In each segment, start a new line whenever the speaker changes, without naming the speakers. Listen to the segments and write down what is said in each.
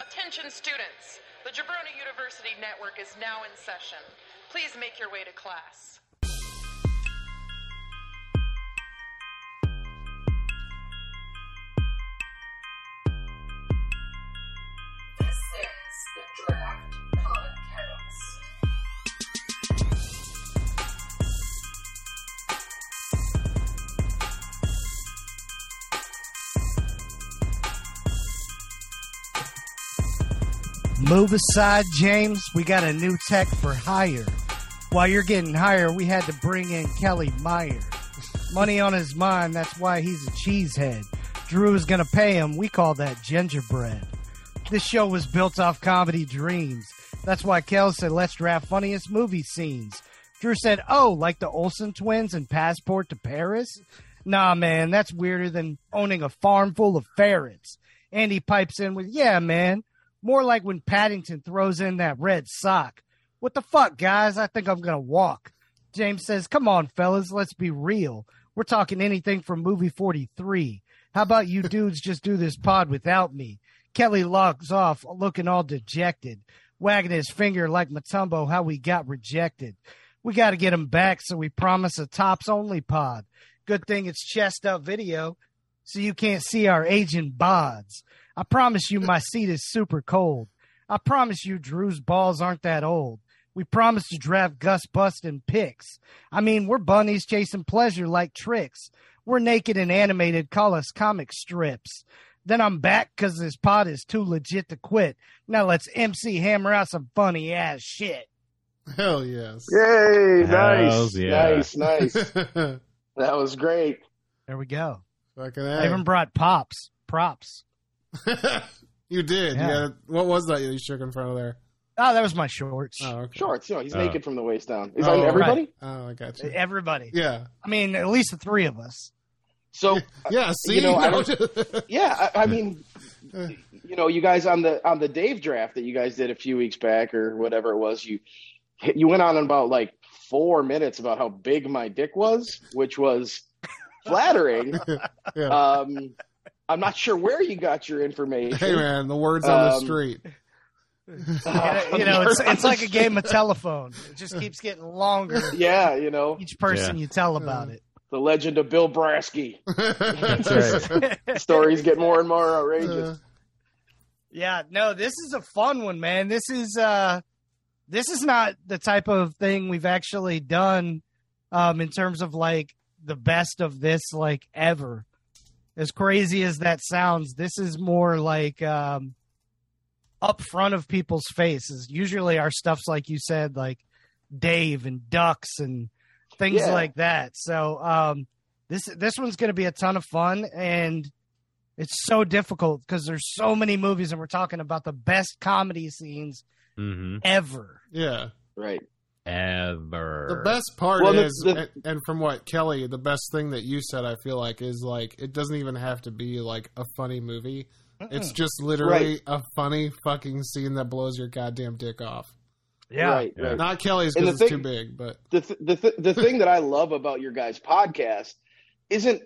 Attention students, the Jabrona University Network is now in session. Please make your way to class.
This is the Draft Podcast.
Move aside, James. We got a new tech for hire. While you're getting higher, we had to bring in Kelly Meyer. Money on his mind, that's why he's a cheesehead. Drew is going to pay him. We call that gingerbread. This show was built off comedy dreams. That's why Kel said, let's draft funniest movie scenes. Drew said, oh, like the Olsen twins and Passport to Paris? Nah, man, that's weirder than owning a farm full of ferrets. Andy pipes in with, yeah, man, more like when Paddington throws in that red sock. What the fuck, guys? I think I'm going to walk. James says, come on, fellas, let's be real. We're talking anything from movie 43. How about you dudes just do this pod without me? Kelly logs off, looking all dejected, wagging his finger like Matumbo how we got rejected. We got to get him back, so we promise a tops only pod. Good thing it's chest up video, so you can't see our aging bods. I promise you, my seat is super cold. I promise you, Drew's balls aren't that old. We promise to draft Gus Bust and picks. I mean, we're bunnies chasing pleasure like tricks. We're naked and animated. Call us comic strips. Then I'm back because this pod is too legit to quit. Now let's MC hammer out some funny ass shit.
Hell yes.
Yay! Nice,
Hells yeah.
nice, nice.
Fucking
that was great.
There we go. I even
A.
brought pops, props.
you did.
Yeah.
Yeah. What was that you shook in front of there?
Oh, that was my shorts.
Oh, okay.
Shorts. You know, he's
Oh.
naked from the waist down. Is
Oh,
that everybody?
Oh, I got you.
Everybody.
Yeah.
I mean, at least the three of us.
So,
Yeah. See,
know, I
No,
yeah, I, I mean,
Uh.
you know, you guys on the on the Dave draft that you guys did a few weeks back or whatever it was, you you went on about like four minutes about how big my dick was, which was flattering.
yeah.
um, I'm not sure where you got your information.
hey man, the words on the
um,
street.
You know, you know, it's it's like a game of telephone. It just keeps getting longer
yeah, you know,
each person
Yeah.
you tell about it.
the legend of Bill Brasky.
That's
right.
Stories get more and more
Uh,
outrageous.
Yeah, no, this is a fun one, man. This is uh this is not the type of thing we've actually done um in terms of like the best of this like ever. As crazy as that sounds, this is more like um up front of people's faces. Usually our stuff's like you said like Dave and ducks and things
Yeah.
like that. So um this this one's going to be a ton of fun and it's so difficult because there's so many movies and we're talking about the best comedy scenes
Mm-hmm.
ever.
yeah.
Right.
Ever.
The best part
Well, the-
is,
the-
and, and from what Kelly, the best thing that you said, I feel like is like it doesn't even have to be like a funny movie.
Hmm.
It's just literally a funny fucking scene that blows your goddamn dick off.
yeah.
Right.
Yeah.
right.
Not Kelly's
And
because
the
it's
thing-
too big, but
the th- the th- the thing that I love about your guys' podcast isn't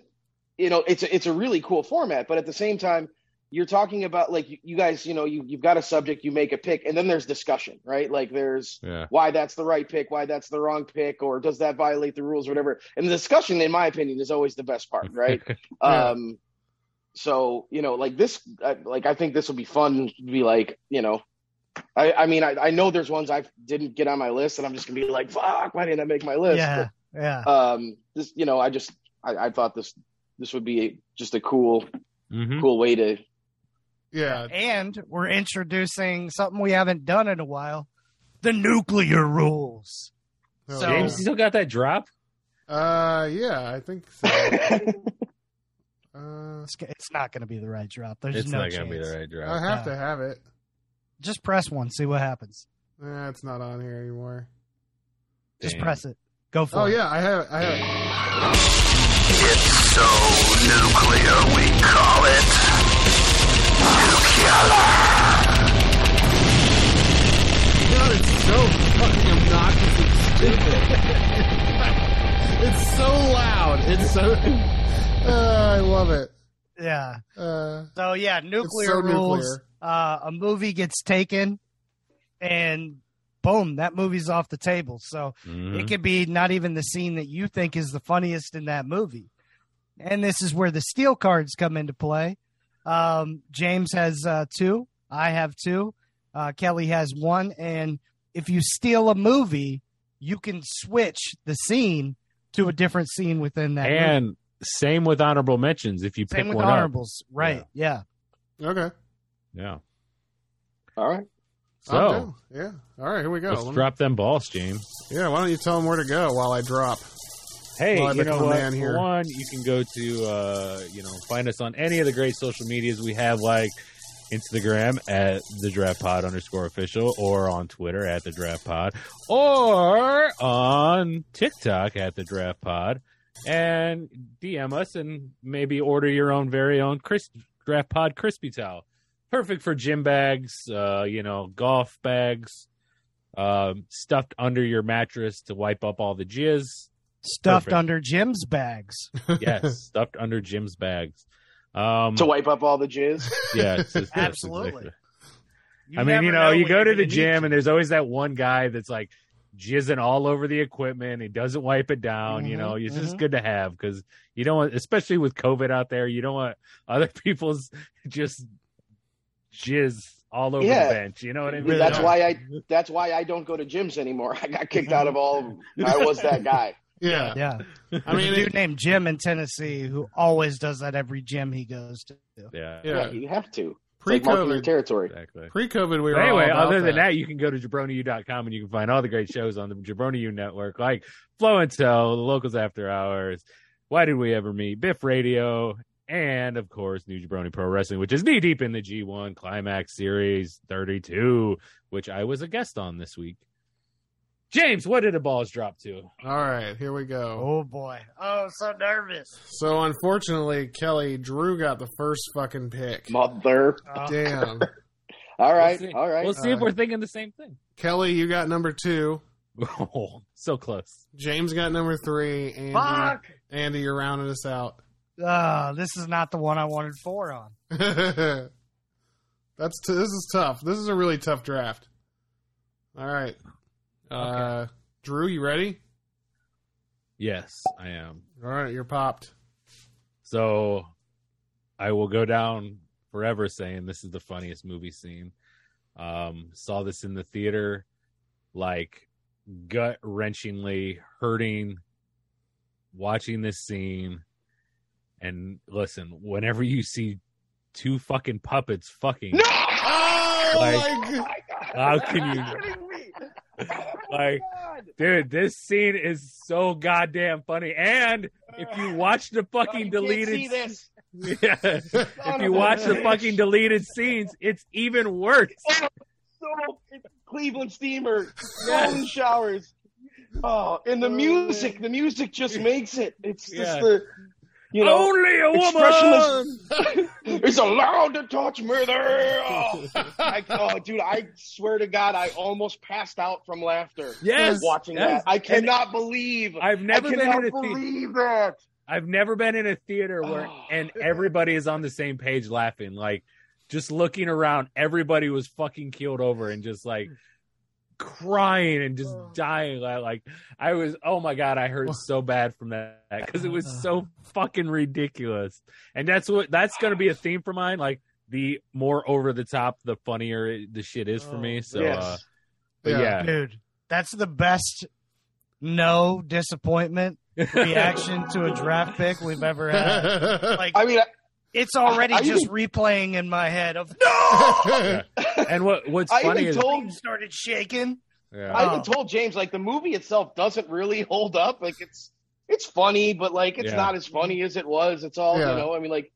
you know it's a, it's a really cool format, but at the same time you're talking about like you, you guys you know you you've got a subject, you make a pick, and then there's discussion, right? Like there's
Yeah.
why that's the right pick, why that's the wrong pick, or does that violate the rules, or whatever. And the discussion, in my opinion, is always the best part, right?
Yeah.
Um, so you know, like this, I, like I think this will be fun. To be like, you know, I, I mean, I, I know there's ones I didn't get on my list, and I'm just gonna be like, fuck, why didn't I make my list?
Yeah. Yeah.
But, um, this, you know, I just, I, I thought this, this would be just a cool,
Mm-hmm.
cool way to.
yeah,
And we're introducing something we haven't done in a while, the nuclear rules.
Hell
So-
James, you still got that drop?
yeah. Uh, yeah, I think so. uh,
It's, it's not going to be the right drop. There's
it's
no
not
chance. Uh,
gonna be the right drop.
I have to have it.
Just press one, see what happens.
Nah, it's not on here anymore.
Just
Damn.
press it. Go for
Oh
it.
yeah, I have. I have. God, it's so fucking obnoxious and stupid. it's so loud. It's so. Uh, I love it.
Yeah.
Uh,
So yeah,
it's
nuclear
so
rules.
nuclear.
uh, a movie gets taken, and boom, that movie's off the table. So
Mhm.
it could be not even the scene that you think is the funniest in that movie. And this is where the steel cards come into play. Um, James has uh, two. I have two. Uh, Kelly has one. And if you steal a movie, you can switch the scene to a different scene within that. movie.
And same with honorable mentions. If you
Same
pick
with
one
honorables, right? Yeah.
Okay.
up, yeah.
All right.
I'm
So
down. yeah. All right, here we go.
let's
Let me-
drop them balls, James.
Yeah, why don't you tell them where to go while I drop?
Hey,
Well, I
you
become
know
a
what?
man
For
here.
one, you can go to uh, you know find us on any of the great social medias we have, like Instagram at the Draft Pod underscore official, or on Twitter at the Draft Pod, or on TikTok at the Draft Pod, and DM us and maybe order your own very own Chris Draft Pod crispy towel, perfect for gym bags, uh, you know, golf bags. Um, stuffed under your mattress to wipe up all the jizz
Stuffed
Perfect.
under Jim's bags.
yes, stuffed under Jim's bags. Um,
To wipe up all the jizz.
yeah, it's- it's-
Absolutely.
I mean, you know, you go to the gym
and
and there's always that one guy that's like jizzing all over the equipment. He doesn't wipe it down. you
Mhm,
know, it's just
mhm.
good to have because you don't want, especially with COVID out there, you don't want other people's just jizz all over
Yeah.
the bench. You know what I mean?
That's
Don't-
why I. That's why I don't go to gyms anymore. I got kicked out of all. of 'em. I was that guy.
Yeah.
Yeah.
I mean,
There's a dude
it,
named Jim in Tennessee who always does that every gym he goes to.
Yeah,
Yeah,
yeah.
you have to. It's like marking your
Pre-COVID,
territory.
exactly.
pre-COVID, we were
But anyway,
all about
other than that. you can go to jabroniu.com and you can find all the great shows on the Jabroniu network, like Flow and Tell, The Locals After Hours, Why Did We Ever Meet, Biff Radio, and of course, New Jabroni Pro Wrestling, which is knee deep in the G1 Climax Series 32, which I was a guest on this week. James, what did the balls drop to?
All right, here we go.
Oh boy. Oh, so nervous.
So unfortunately, Kelly Drew got the first fucking pick.
Mother.
Oh,
Damn,
All right.
We'll see-
all right.
We'll see if
Uh,
we're thinking the same thing.
Kelly, you got number two.
Oh, so close.
James got number three. Andy,
fuck.
Andy, you're rounding us out.
Uh, this is not the one I wanted four on.
That's t- this is tough. This is a really tough draft. All right, uh, Drew, you ready?
Yes, I am.
All right, you're popped.
So I will go down forever saying this is the funniest movie scene. Um, saw this in the theater, like gut wrenchingly hurting, watching this scene. And listen, whenever you see two fucking puppets fucking,
Oh
Like-
my god!
how can you,
Oh
like, dude, this scene is so goddamn funny. And if you watch the fucking
Oh, See
deleted,
this.
yeah, if you watch the fucking deleted scenes, it's even worse.
So, it's Cleveland Steamer, golden showers. Oh, and the music, the music just makes it. It's
Yeah.
just the, you know,
Only a woman.
expressionless- it's allowed to touch me there. Oh, I, oh, dude, I swear to God, I almost passed out from laughter
Yes,
watching
yes.
that. I cannot believe.
I've never
I
been in
cannot
a theater.
believe that.
I've never been in a theater where
Oh.
and everybody is on the same page laughing. Like just looking around, everybody was fucking keeled over and just like crying and just
Oh.
dying. Like, like, I was, oh my god, I hurt so bad from that because it was so fucking ridiculous. And that's what that's going to be a theme for mine. Like the more over the top, the funnier it- the shit is for
Oh.
me. So, uh, but yeah,
Dude, that's the best no disappointment reaction to a draft pick we've ever had. Like
I mean,
it's already
I- I
just
even-
replaying in my head of no
and what what's
I
funny
even
is
told
started shaking.
yeah.
I even
Oh.
told James like the movie itself doesn't really hold up. Like it's it's funny, but like it's
Yeah.
not as funny as it was. It's all
Yeah.
you know. I mean, like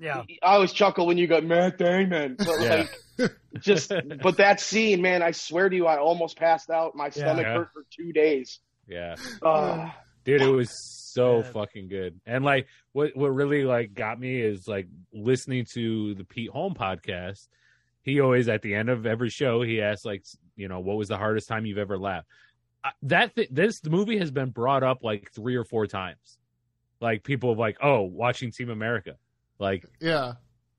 Yeah.
I always chuckle when you go Matt Damon, but
Yeah.
like just but that scene, man, I swear to you, I almost passed out. My stomach
Yeah.
hurt for two days. Uh,
yeah.
Ugh.
dude it was so
Yeah.
fucking good and like what what really like got me is like listening to the pete holm podcast he always at the end of every show he asks like you know what was the hardest time you've ever laughed I- that th- this movie has been brought up like three or four times like people have like oh watching team america like
yeah.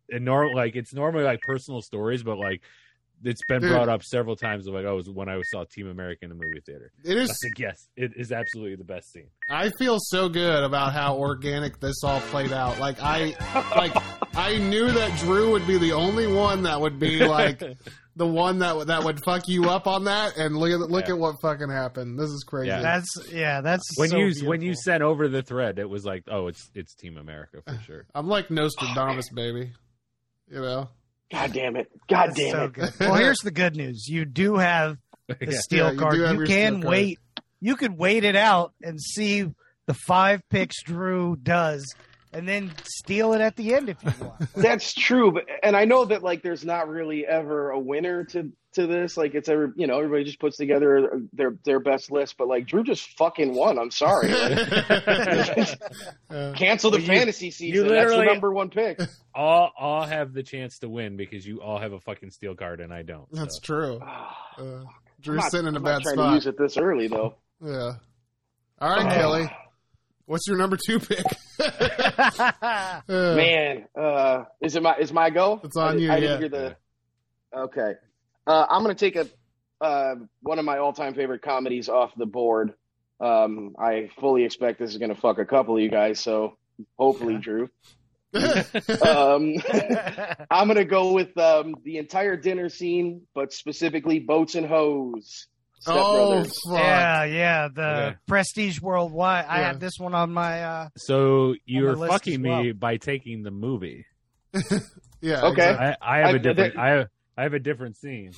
and norm like it's normally like personal stories, but like it's been
Dude.
brought up several times. Like I was when I saw Team America in the movie theater.
It
I
is.
think yes, it is absolutely the best scene.
I feel so good about how organic this all played out. Like I, like I knew that Drew would be the only one that would be like the one that would- that would fuck you up on that. And look at look
Yeah.
at what fucking happened. This is crazy.
Yeah.
That's yeah. That's
when
so
you when you
beautiful.
sent over the thread, it was like, oh, it's it's Team America for sure.
I'm like Nostradamus, baby. You know.
God damn it. God
That's
damn
so
it.
good. Well, here's the good news. You do have the
Yeah.
Yeah,
steel
you do
card.
have
You,
your
can
steel card.
wait. You could wait it out and see the five picks Drew does, and then steal it at the end if you want.
That's true, but and I know that like there's not really ever a winner to to this. Like it's every you know everybody just puts together their their best list, but like Drew just fucking won. I'm sorry. Like,
Uh,
cancel the
Well, you-
fantasy season. That's the
literally-
number one pick.
all all have the chance to win because you all have a fucking steel card and I don't. so.
that's true.
I'm
Uh, Drew's
not-
sitting in a
I'm not
bad
trying
spot.
to use it this early though.
Yeah. All right,
Oh.
Kelly. What's your number two pick? Uh,
Man, uh, is it my is my go?
It's on
I,
you,
I didn't
yeah.
hear the. Okay, uh, I'm gonna take a uh, one of my all time favorite comedies off the board. Um, I fully expect this is gonna fuck a couple of you guys, so hopefully, Drew. Um, I'm gonna go with um, the entire dinner scene, but specifically boats and hoes. Step
oh
Brothers.
fuck!
yeah, yeah. The
Okay.
Prestige Worldwide. I
Yeah.
have this one on my. uh
So
On
you're
the list as
fucking me by taking the movie.
Yeah,
Okay.
exactly.
I, I have
I-
a different I have, I have a different scene.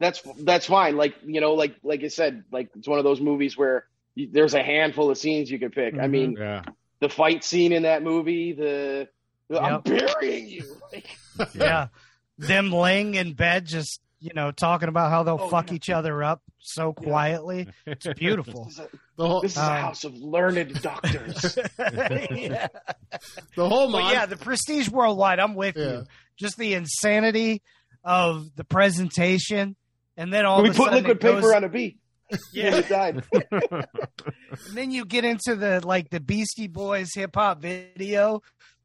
that's that's fine. Like you know, like like I said, like it's one of those movies where you, there's a handful of scenes you could pick. I
Mm-hmm.
Mhm.
mean,
Yeah.
the fight scene in that movie, the, the- I'm burying you.
Yeah, them laying in bed, just you know, talking about how they'll
Oh,
fuck
yeah.
each other up so quietly. It's beautiful.
This is a,
The whole
this is a
Um,
house of learned doctors.
yeah.
the whole
But
mon-
yeah, the prestige worldwide. I'm with
Yeah.
you. Just the insanity of the presentation, and then all
we
of a
put
sudden
liquid
it goes-
paper on a bee.
Yeah.
And it died.
and then you get into the like the Beastie Boys hip hop video,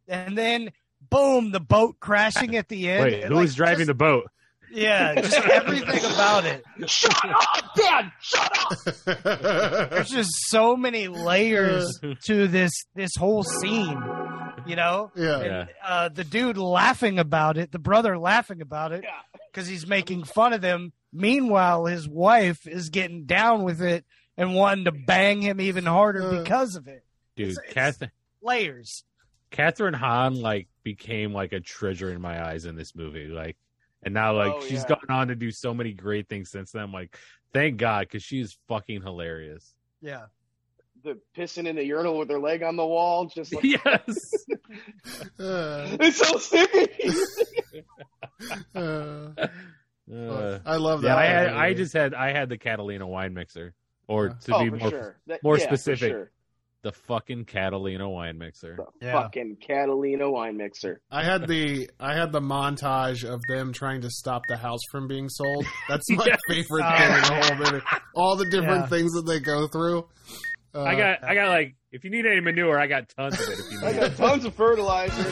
and then boom, the boat crashing at the end.
Wait,
And,
who
like,
was driving the
just-
boat?
Yeah, just everything about it.
Shut up, Dad! Shut up!
There's just so many layers to this this whole scene. You know,
yeah.
Yeah.
uh, the dude laughing about it, the brother laughing about it,
Yeah.
because he's making fun of them. Meanwhile, his wife is getting down with it and wanting to bang him even harder
Uh.
because of it.
Dude,
It's- it's-
Kath-
Layers.
Catherine Hahn like became like a treasure in my eyes in this movie. Like, and now like
Oh,
she's
yeah.
gone on to do so many great things since then. Like, thank God because she's fucking hilarious.
Yeah.
The pissing in the urinal with their leg on the wall, just like,
yes.
Uh,
it's so sticky!
uh,
Uh,
I love that.
yeah, I, had, I just had I had the Catalina wine mixer, or
Yeah.
to
oh,
be
for
more
sure. That-
more
yeah, for
specific.
sure.
the fucking Catalina wine mixer.
The
Yeah.
fucking Catalina wine mixer.
I had the I had the montage of them trying to stop the house from being sold. That's my favorite
Oh,
thing in the whole movie. All the different
Yeah.
things that they go through. Uh,
I got I got like if you need any manure, I got tons of it. If you
I
need
got
it.
tons of fertilizer.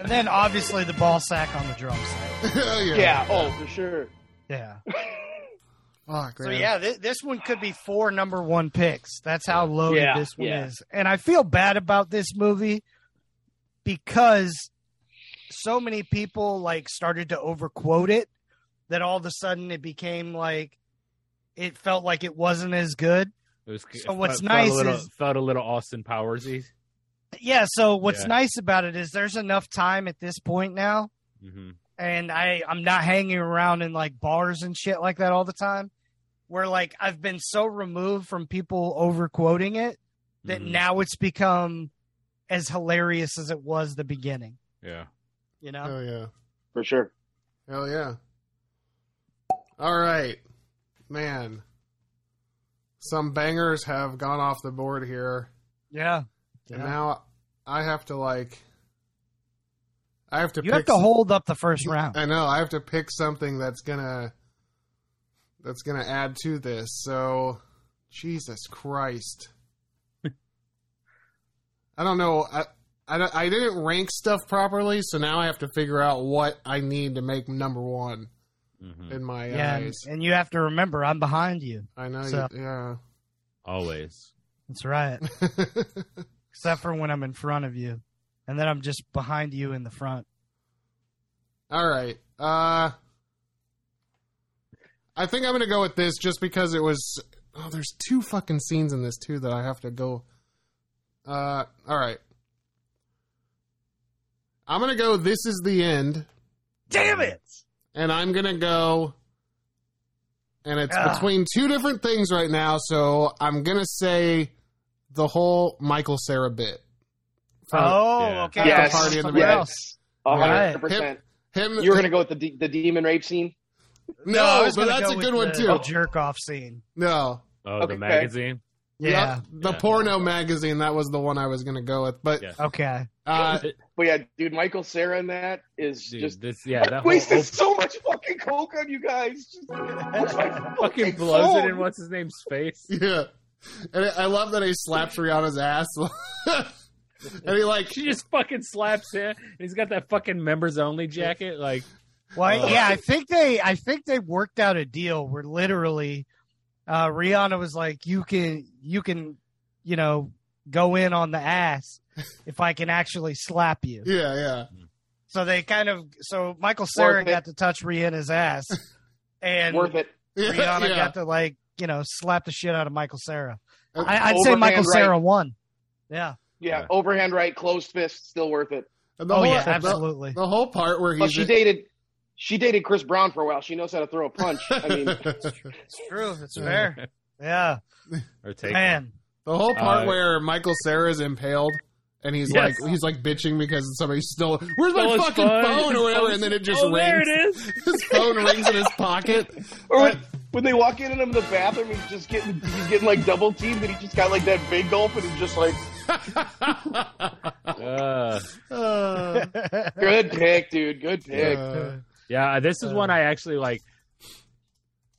And then obviously the ball sack on the drum set.
oh, yeah.
Yeah, oh, for sure.
Yeah.
Fuck,
So
man.
yeah, th- this one could be four number one picks. That's how loaded
Yeah,
this one
yeah.
is. And I feel bad about this movie because so many people like started to overquote it that all of a sudden it became like it felt like it wasn't as good.
It was,
So what's
felt-
nice
felt a little,
is-
felt a little Austin Powersy.
Yeah, so what's
Yeah.
nice about it is there's enough time at this point now
hmm
and I I'm not hanging around in like bars and shit like that all the time. Where like I've been so removed from people overquoting it that
Mhm.
now it's become as hilarious as it was the beginning.
Yeah.
You know,
Hell Oh, yeah.
For sure.
Hell yeah. All right. Man. Some bangers have gone off the board here.
yeah.
And now I have to like I have to
You
pick
have to hold up the first round.
I know. I have to pick something that's gonna that's gonna add to this. So, Jesus Christ! I don't know. I I, don't- I didn't rank stuff properly, so now I have to figure out what I need to make number one
Mhm.
in my
yeah, and,
eyes.
and you have to remember, I'm behind you.
I know,
so-
you, yeah.
Always.
That's right. Except for when I'm in front of you, and then I'm just behind you in the front.
All right. Uh, I think I'm gonna go with this just because it was. Oh, there's two fucking scenes in this too that I have to go. Uh, all right. I'm gonna go. This is the end,
Damn it!
and I'm gonna go. And it's
Ah.
between two different things right now, so I'm gonna say the whole Michael Sarah bit.
Oh,
Yeah.
okay.
Yes,
party in the
Something
back.
else.
yes, a
Right.
hundred percent.
Him,
You were gonna go with the de- the demon rape scene.
no,
I was
but
gonna
that's
go
a
with
good one
the
too.
Jerk off scene.
No,
Oh,
Okay.
the magazine.
Yeah.
Yep, the
Yeah.
porno magazine. That was the one I was going to go with. But
Yeah.
Okay.
uh,
But yeah, dude, Michael Sarah in that is
Dude,
just
this yeah, that whole,
wasted
whole
so much fucking coke on you guys. Just, looks like
fucking blows it in what's his name's face.
yeah, and I I love that he slaps Rihanna's ass. and he like,
She just fucking slaps him. And he's got that fucking members only jacket. Like,
Well,
Uh,
yeah, I think they, I think they worked out a deal where literally, uh, Rihanna was like, "You can, you can, you know, go in on the ass if I can actually slap you."
yeah, yeah,
So they kind of, so Michael Sarah
Worth it.
got to touch Rihanna's ass, and
worth it.
yeah,
Rihanna
yeah.
got to like, you know, slap the shit out of Michael Sarah.
Uh,
I, I'd say Michael
overhand right.
Sarah won. Yeah.
Yeah,
Yeah.
overhand right, closed fist, still worth it.
And the
Oh
whole-
yeah,
the-
absolutely. Oh,
The, whole part where
But
he's
she dated, she dated Chris Brown for a while. She knows how to throw a punch. I mean,
It's true. It's fair. Yeah,
or take
man.
the whole part
Uh,
where Michael Sarah is impaled. And he's
Yes.
like, he's like bitching because somebody stole. Where's
Oh,
my
it's
fucking
fine.
phone or whatever? And then it just
oh,
rings.
there it is.
His phone rings in his pocket.
or when, when they walk in and him in the bathroom, he's just getting, he's getting like double teamed, and he just got like that big gulp, and he's just like,
Uh,
Uh,
"Good pick, dude. Good pick."
uh,
yeah, this is one I actually like.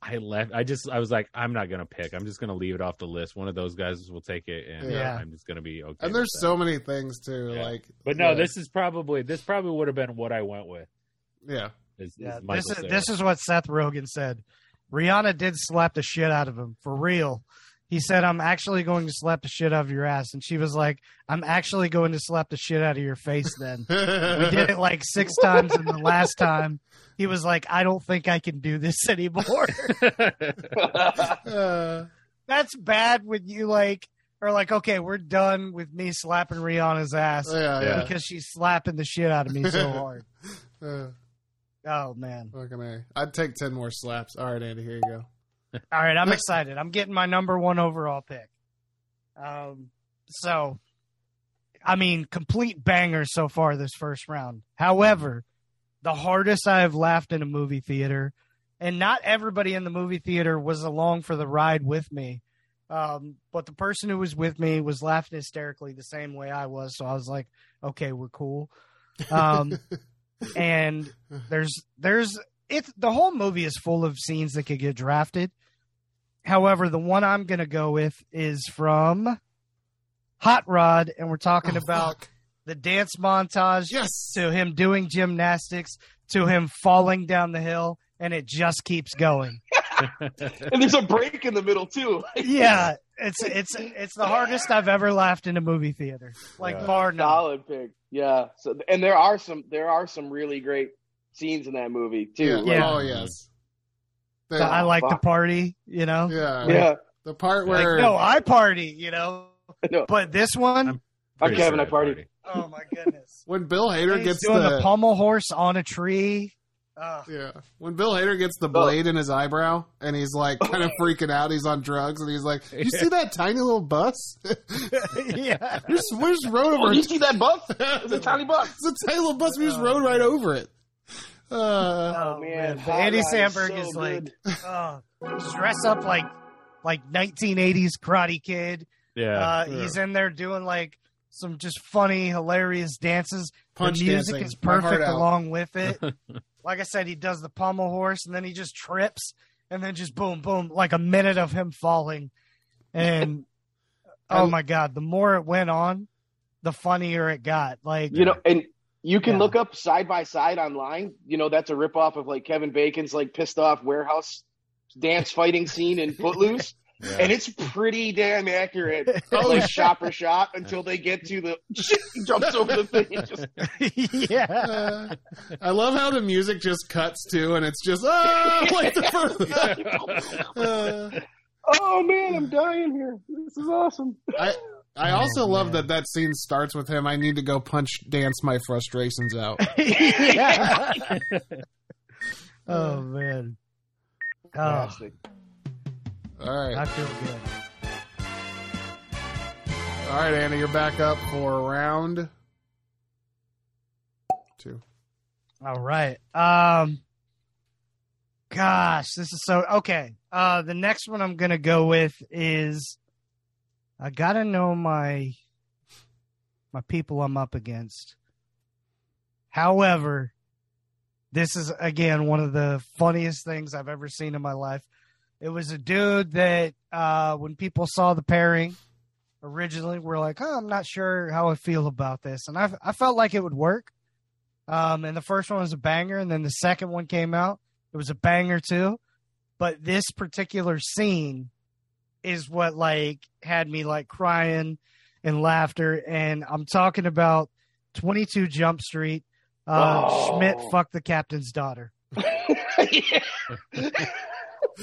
I left. I just. I was like, I'm not gonna pick. I'm just gonna leave it off the list. One of those guys will take it, and uh,
Yeah.
I'm just gonna be okay.
and
with
there's
that.
so many things too.
Yeah.
Like,
But no,
yeah,
this is probably this probably would have been what I went with.
yeah.
Is, is
Yeah,
Michael
this is
Cera.
this is what Seth Rogen said. Rihanna did slap the shit out of him for real. He said, "I'm actually going to slap the shit out of your ass," and she was like, "I'm actually going to slap the shit out of your face." Then we did it like six times, and the last time he was like, "I don't think I can do this anymore."
Uh,
That's bad when you like are like, "Okay, we're done with me slapping Rihanna's ass
yeah, yeah.
because she's slapping the shit out of me so hard."
Uh,
Oh man.
fucking A. I'd take 10 more slaps. All right, Andy, here you go.
All right, I'm excited. I'm getting my number one overall pick. Um, so, I mean, complete banger so far this first round. However, the hardest I have laughed in a movie theater, and not everybody in the movie theater was along for the ride with me. Um, but the person who was with me was laughing hysterically the same way I was. So I was like, okay, we're cool. Um, and there's there's it's the whole movie is full of scenes that could get drafted. However, the one I'm gonna go with is from Hot Rod, and we're talking
Oh,
about
fuck.
the dance montage
Yes.
to him doing gymnastics to him falling down the hill, and it just keeps going.
And there's a break in the middle too.
yeah, it's it's it's the hardest I've ever laughed in a movie theater, like
Yeah.
bar none.
Solid pick. Yeah. So, and there are some, there are some really great scenes in that movie too.
Yeah.
Like,
Yeah.
Oh, yes. The,
So I like to
fuck.
party, you know.
yeah.
yeah.
The part
Like,
where.
no, I party, you know.
No.
But this one,
I'm-
I'm having a
I
party.
oh my goodness.
when Bill Hader
He's
gets
doing the,
the.
pommel horse on a tree. Ugh.
yeah. When Bill Hader gets the blade in his eyebrow and he's like kind of freaking out. He's on drugs and he's like, You see that tiny little bus?
yeah.
There's, where's road
Oh,
over
you see that bus? It's a tiny bus.
It's a tiny little bus. We just rode right over it. Uh,
Oh, man. But
Hot
Andy
Rod
Samberg
so
is like,
good.
uh, dress up like like 1980s Karate Kid.
Yeah,
Uh,
yeah.
He's in there doing like some just funny, hilarious dances.
punch
the music
dancing.
is
My heart
perfect
out.
along with it. like I said, he does the pommel horse, and then he just trips, and then just boom, boom, like a minute of him falling, and oh
I-
my god, the more it went on, the funnier it got. Like,
you know, and you can
Yeah.
look up side by side online. You know, that's a ripoff of like Kevin Bacon's like pissed off warehouse dance fighting scene in Footloose.
Yeah.
And it's pretty damn accurate.
Oh,
like shot for shot until they get to the he jumps over the thing. and just-
yeah,
Uh, I love how the music just cuts too, and it's just ah, like the first. Uh,
oh man, I'm dying here. This is awesome.
I I
Oh,
also
man.
love that that scene starts with him. I need to go punch dance my frustrations out.
yeah. oh man, oh,
Fantastic.
All
I
right,
feel good.
all right, Anna, you're back up for round two.
All right. Um gosh, this is so okay. Uh the next one I'm gonna go with is I gotta know my my people I'm up against. However, this is again one of the funniest things I've ever seen in my life. It was a dude that uh when people saw the pairing originally were like, oh, I'm not sure how I feel about this. And I I felt like it would work. Um, and the first one was a banger, and then the second one came out. It was a banger too. But this particular scene is what like had me like crying and laughter. And I'm talking about 22 Jump Street. Uh,
Oh.
Schmidt fucked the captain's daughter.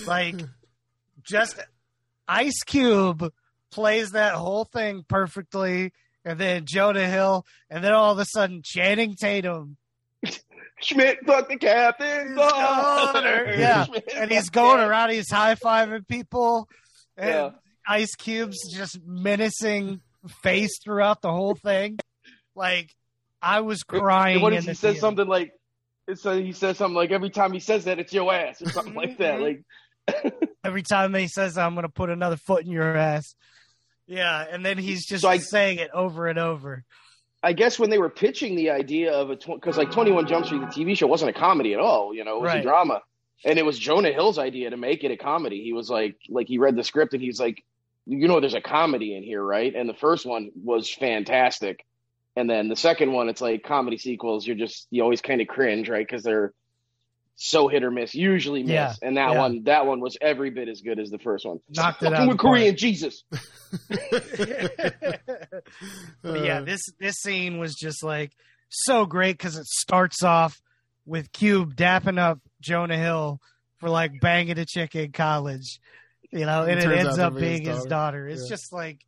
Like, just Ice Cube plays that whole thing perfectly. And then Jonah Hill, and then all of a sudden Channing Tatum
Schmidt fucked the captain's daughter.
Yeah.
Schmidt
and he's
fucked
going
the-
around, he's high fiving people, and
Yeah.
Ice Cube's just menacing face throughout the whole thing. Like I was crying.
And what if
in
he
the
says
theater.
something like, it's a, he says something like, every time he says that, it's your ass or something like
Mm-hmm.
that. Like,
every time he says, "I'm going to put another foot in your ass." Yeah, and then he's just
So I-
saying it over and over.
I guess when they were pitching the idea of a, because like 21 Jump Street, the TV show wasn't a comedy at all, you know, it was
Right.
a drama. And it was Jonah Hill's idea to make it a comedy. He was like, like he read the script and he's like, you know, there's a comedy in here, right? And the first one was fantastic. And then the second one, it's like comedy sequels. You're just, you always kind of cringe, right? Because they're so hit or miss, usually miss.
Yeah,
And that
yeah.
one, that one was every bit as good as the first one.
Knocked it
Fucking
out of
with
the park.
Korean Jesus.
Uh,
But
Mm.
yeah, this this scene was just like so great because it starts off with Cube dapping up Jonah Hill for like banging a chick in college, you know,
It
and it
turns
ends
out to
up
be his
being his daughter.
daughter.
It's
Yeah.
just like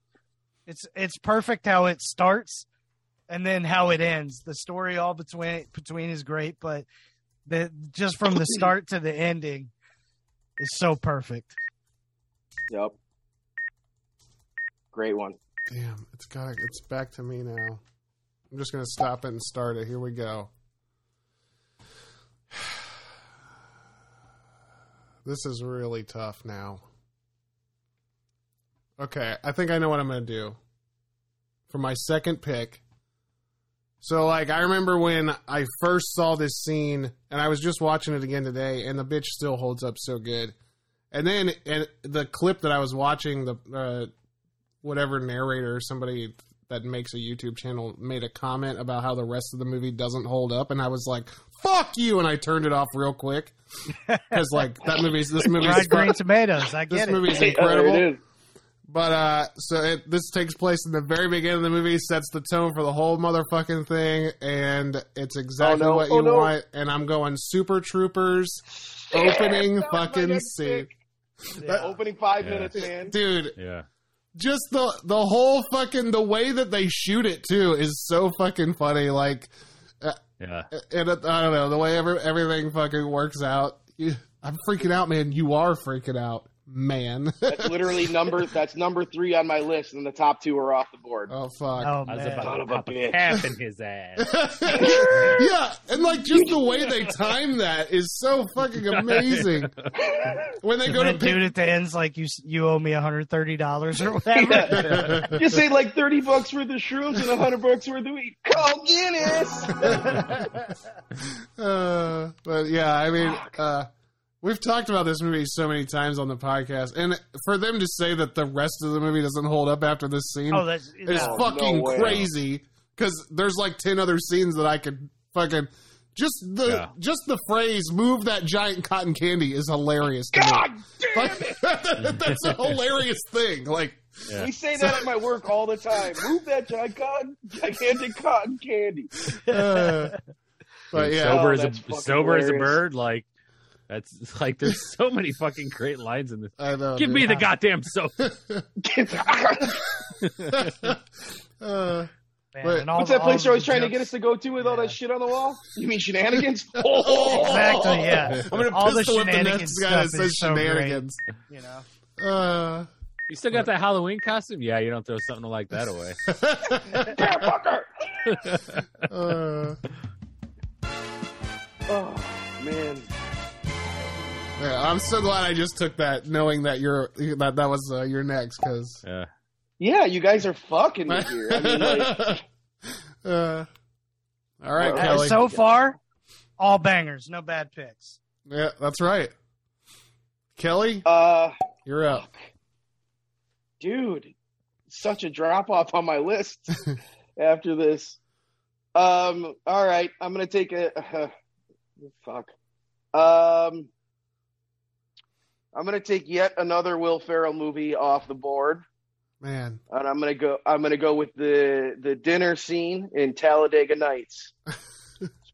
it's it's perfect how it starts and then how it ends. The story all between between is great, but the just from the start to the ending is so perfect.
Yep. Great one.
Damn, it's got it's back to me now. I'm just gonna stop it and start it. Here we go. This is really tough now. Okay, I think I know what I'm gonna do. For my second pick. So like I remember when I first saw this scene and I was just watching it again today and the bitch still holds up so good. And then and the clip that I was watching the uh whatever narrator or somebody that makes a YouTube channel made a comment about how the rest of the movie doesn't hold up, and I was like, "Fuck you!" and I turned it off real quick because like that movie's this movie's
Fried green tomatoes, I
this
get it.
movie is
Yeah, there
incredible.
Oh, it is.
But uh, so it, this takes place in the very beginning of the movie, sets the tone for the whole motherfucking thing, and it's exactly
Oh, no.
what
Oh,
you
no.
want. And I'm going Super Troopers opening
that was my
fucking
next
scene,
The opening five
Yeah.
minutes, man.
dude.
Yeah.
just the the whole fucking the way that they shoot it too is so fucking funny. Like,
Yeah.
and uh, I don't know the way every, everything fucking works out. You- I'm freaking out, man. You are freaking out, man.
That's literally number. That's number three on my list, and the top two are off the board.
oh fuck.
Oh,
I was
man.
about
Son
to
of a
pop a
bitch.
cap in his ass.
yeah, and like just the way they time that is so fucking amazing. When they go
Go
to pick,
dude at the end's like you you owe me hundred thirty dollars or whatever.
Just say like thirty bucks worth of shrooms and hundred bucks worth of weed. Call Guinness.
uh, but yeah, I mean, uh, We've talked about this movie so many times on the podcast, and for them to say that the rest of the movie doesn't hold up after this scene
Oh, that's
is
no.
fucking
no way.
crazy. Because there's like ten other scenes that I could fucking just the
Yeah.
just the phrase "move that giant cotton candy" is hilarious. To God damn it! that's a hilarious thing. Like
Yeah.
We say that at my work all the time. Move that gigantic, gigantic cotton candy.
Uh, but
Dude,
yeah,
sober
Oh,
as
that's
a
fucking
sober as a
hilarious.
bird. Like that's like there's so many fucking great lines in this.
I know.
Give
dude.
me the goddamn soap.
uh,
man.
Wait,
and all
What's
the- all
that place you're always
the
trying to
jokes-
get us to go to with all that shit on the wall? You mean shenanigans?
Exactly, yeah.
I'm gonna
All the
pistol whip the next
shenanigans
guy that
stuff
says
is so great.
shenanigans.
You know,
Uh,
You still got that Halloween costume? Yeah, you don't throw something like that away.
Yeah, fucker.
uh,
Oh man,
yeah, I'm so glad I just took that, knowing that you're that that was uh, your next because.
Yeah.
yeah, you guys are fucking me here. I mean, like,
uh, all right,
Well,
Kelly.
Uh, so far, all bangers, no bad picks.
yeah, that's right. Kelly,
uh,
you're up.
dude, such a drop off on my list after this. Um, all right, I'm gonna take a fuck. Um, I'm gonna take yet another Will Ferrell movie off the board,
Man,
and I'm gonna go. I'm gonna go with the the dinner scene in Talladega Nights,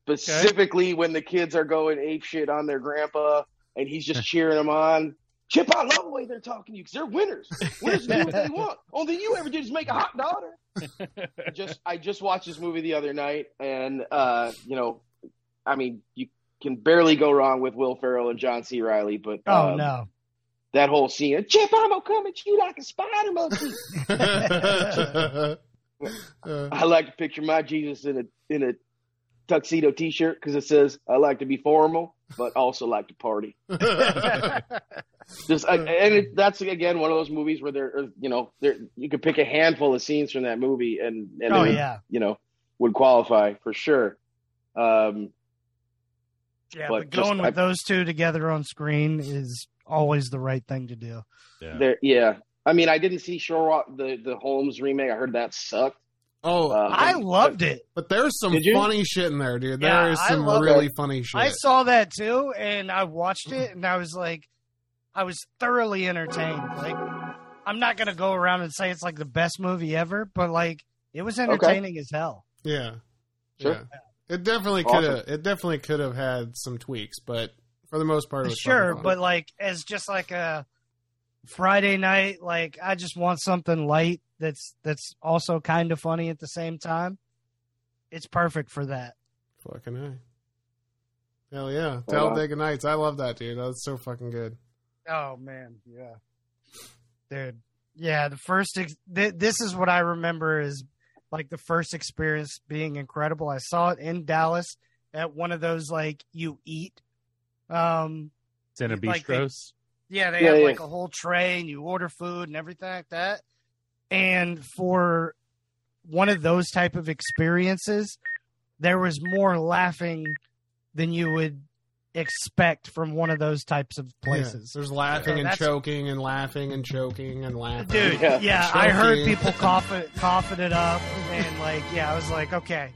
specifically when the kids are going ape shit on their grandpa, and he's just cheering them on. Chip, I love the way they're talking to you because they're winners. Winners do what they want. Only thing you ever did is make a hot daughter. just I just watched this movie the other night, and uh, you know, I mean, you can barely go wrong with Will Ferrell and John C. Riley, but
Oh
um,
no,
that whole scene, Chip, I'm gonna come at you like a spider monkey.
Uh,
I like to picture my Jesus in a in a tuxedo T-shirt because it says I like to be formal, but also like to party. Just I, and it, that's again one of those movies where there, are, you know, there you could pick a handful of scenes from that movie, and and
oh
it would,
yeah,
you know would qualify for sure. Um,
yeah. But
but
going
just-
with
I-
those two together on screen is always the right thing to do.
Yeah.
there, yeah. I mean, I didn't see Shore the the Holmes remake. I heard that sucked.
oh,
Uh,
I loved it.
But there's some
Did you?
funny shit in there, dude. There
Yeah,
is
I
some
love
really funny shit.
I saw that too, and I watched it, and I was like, I was thoroughly entertained. Like, I'm not gonna go around and say it's like the best movie ever, but like, it was entertaining as hell.
yeah.
Sure.
Yeah. It definitely could
Awesome.
have it definitely could have had some tweaks, but for the most part it was
Sure,
fucking
but
fun.
like, as just like a Friday night, like I just want something light that's that's also kind of funny at the same time. It's perfect for that.
fucking hell. Hell yeah.
Hold on.
Talladega Nights. I love that dude. That's so fucking good.
Oh man, yeah, dude, yeah. The first ex- th- this is what I remember is like the first experience being incredible. I saw it in Dallas at one of those like you eat. Um,
Santa
Like they-
Bistros.
yeah, they
Yeah,
have
yeah.
like a whole tray and you order food and everything like that. And for one of those type of experiences, there was more laughing than you would expect from one of those types of
Yeah.
places.
There's laughing
Yeah,
and
that's-
choking and laughing and choking and laughing.
Dude,
Yeah.
yeah, I heard
Choking.
people coughing, coughing it up, and like, yeah, I was like, okay,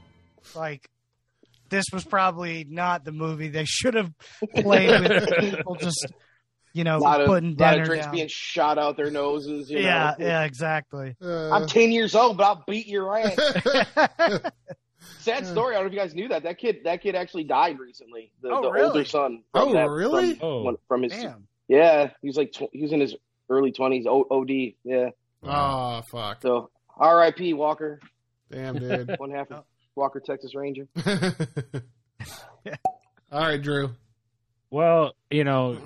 like, this was probably not the movie they should have played with people just, you know,
A lot of,
putting
lot of
dinner
drinks
down.
being shot out their noses. You
yeah,
know?
yeah, exactly.
I'm
Uh,
10 years old, but I'll beat your ass.
oh,
Sad story. I don't know if you guys knew that. That kid, that kid actually died recently. The,
Oh,
the
really?
older son.
Oh,
from that-
really?
From,
Oh.
one- from his,
damn.
yeah, he was like, tw- he was in his early twenties. O- OD, yeah.
oh fuck.
So, R.I.P. Walker,
Damn dude.
one half
Oh.
of Walker Texas Ranger.
All right, Drew.
Well, you know,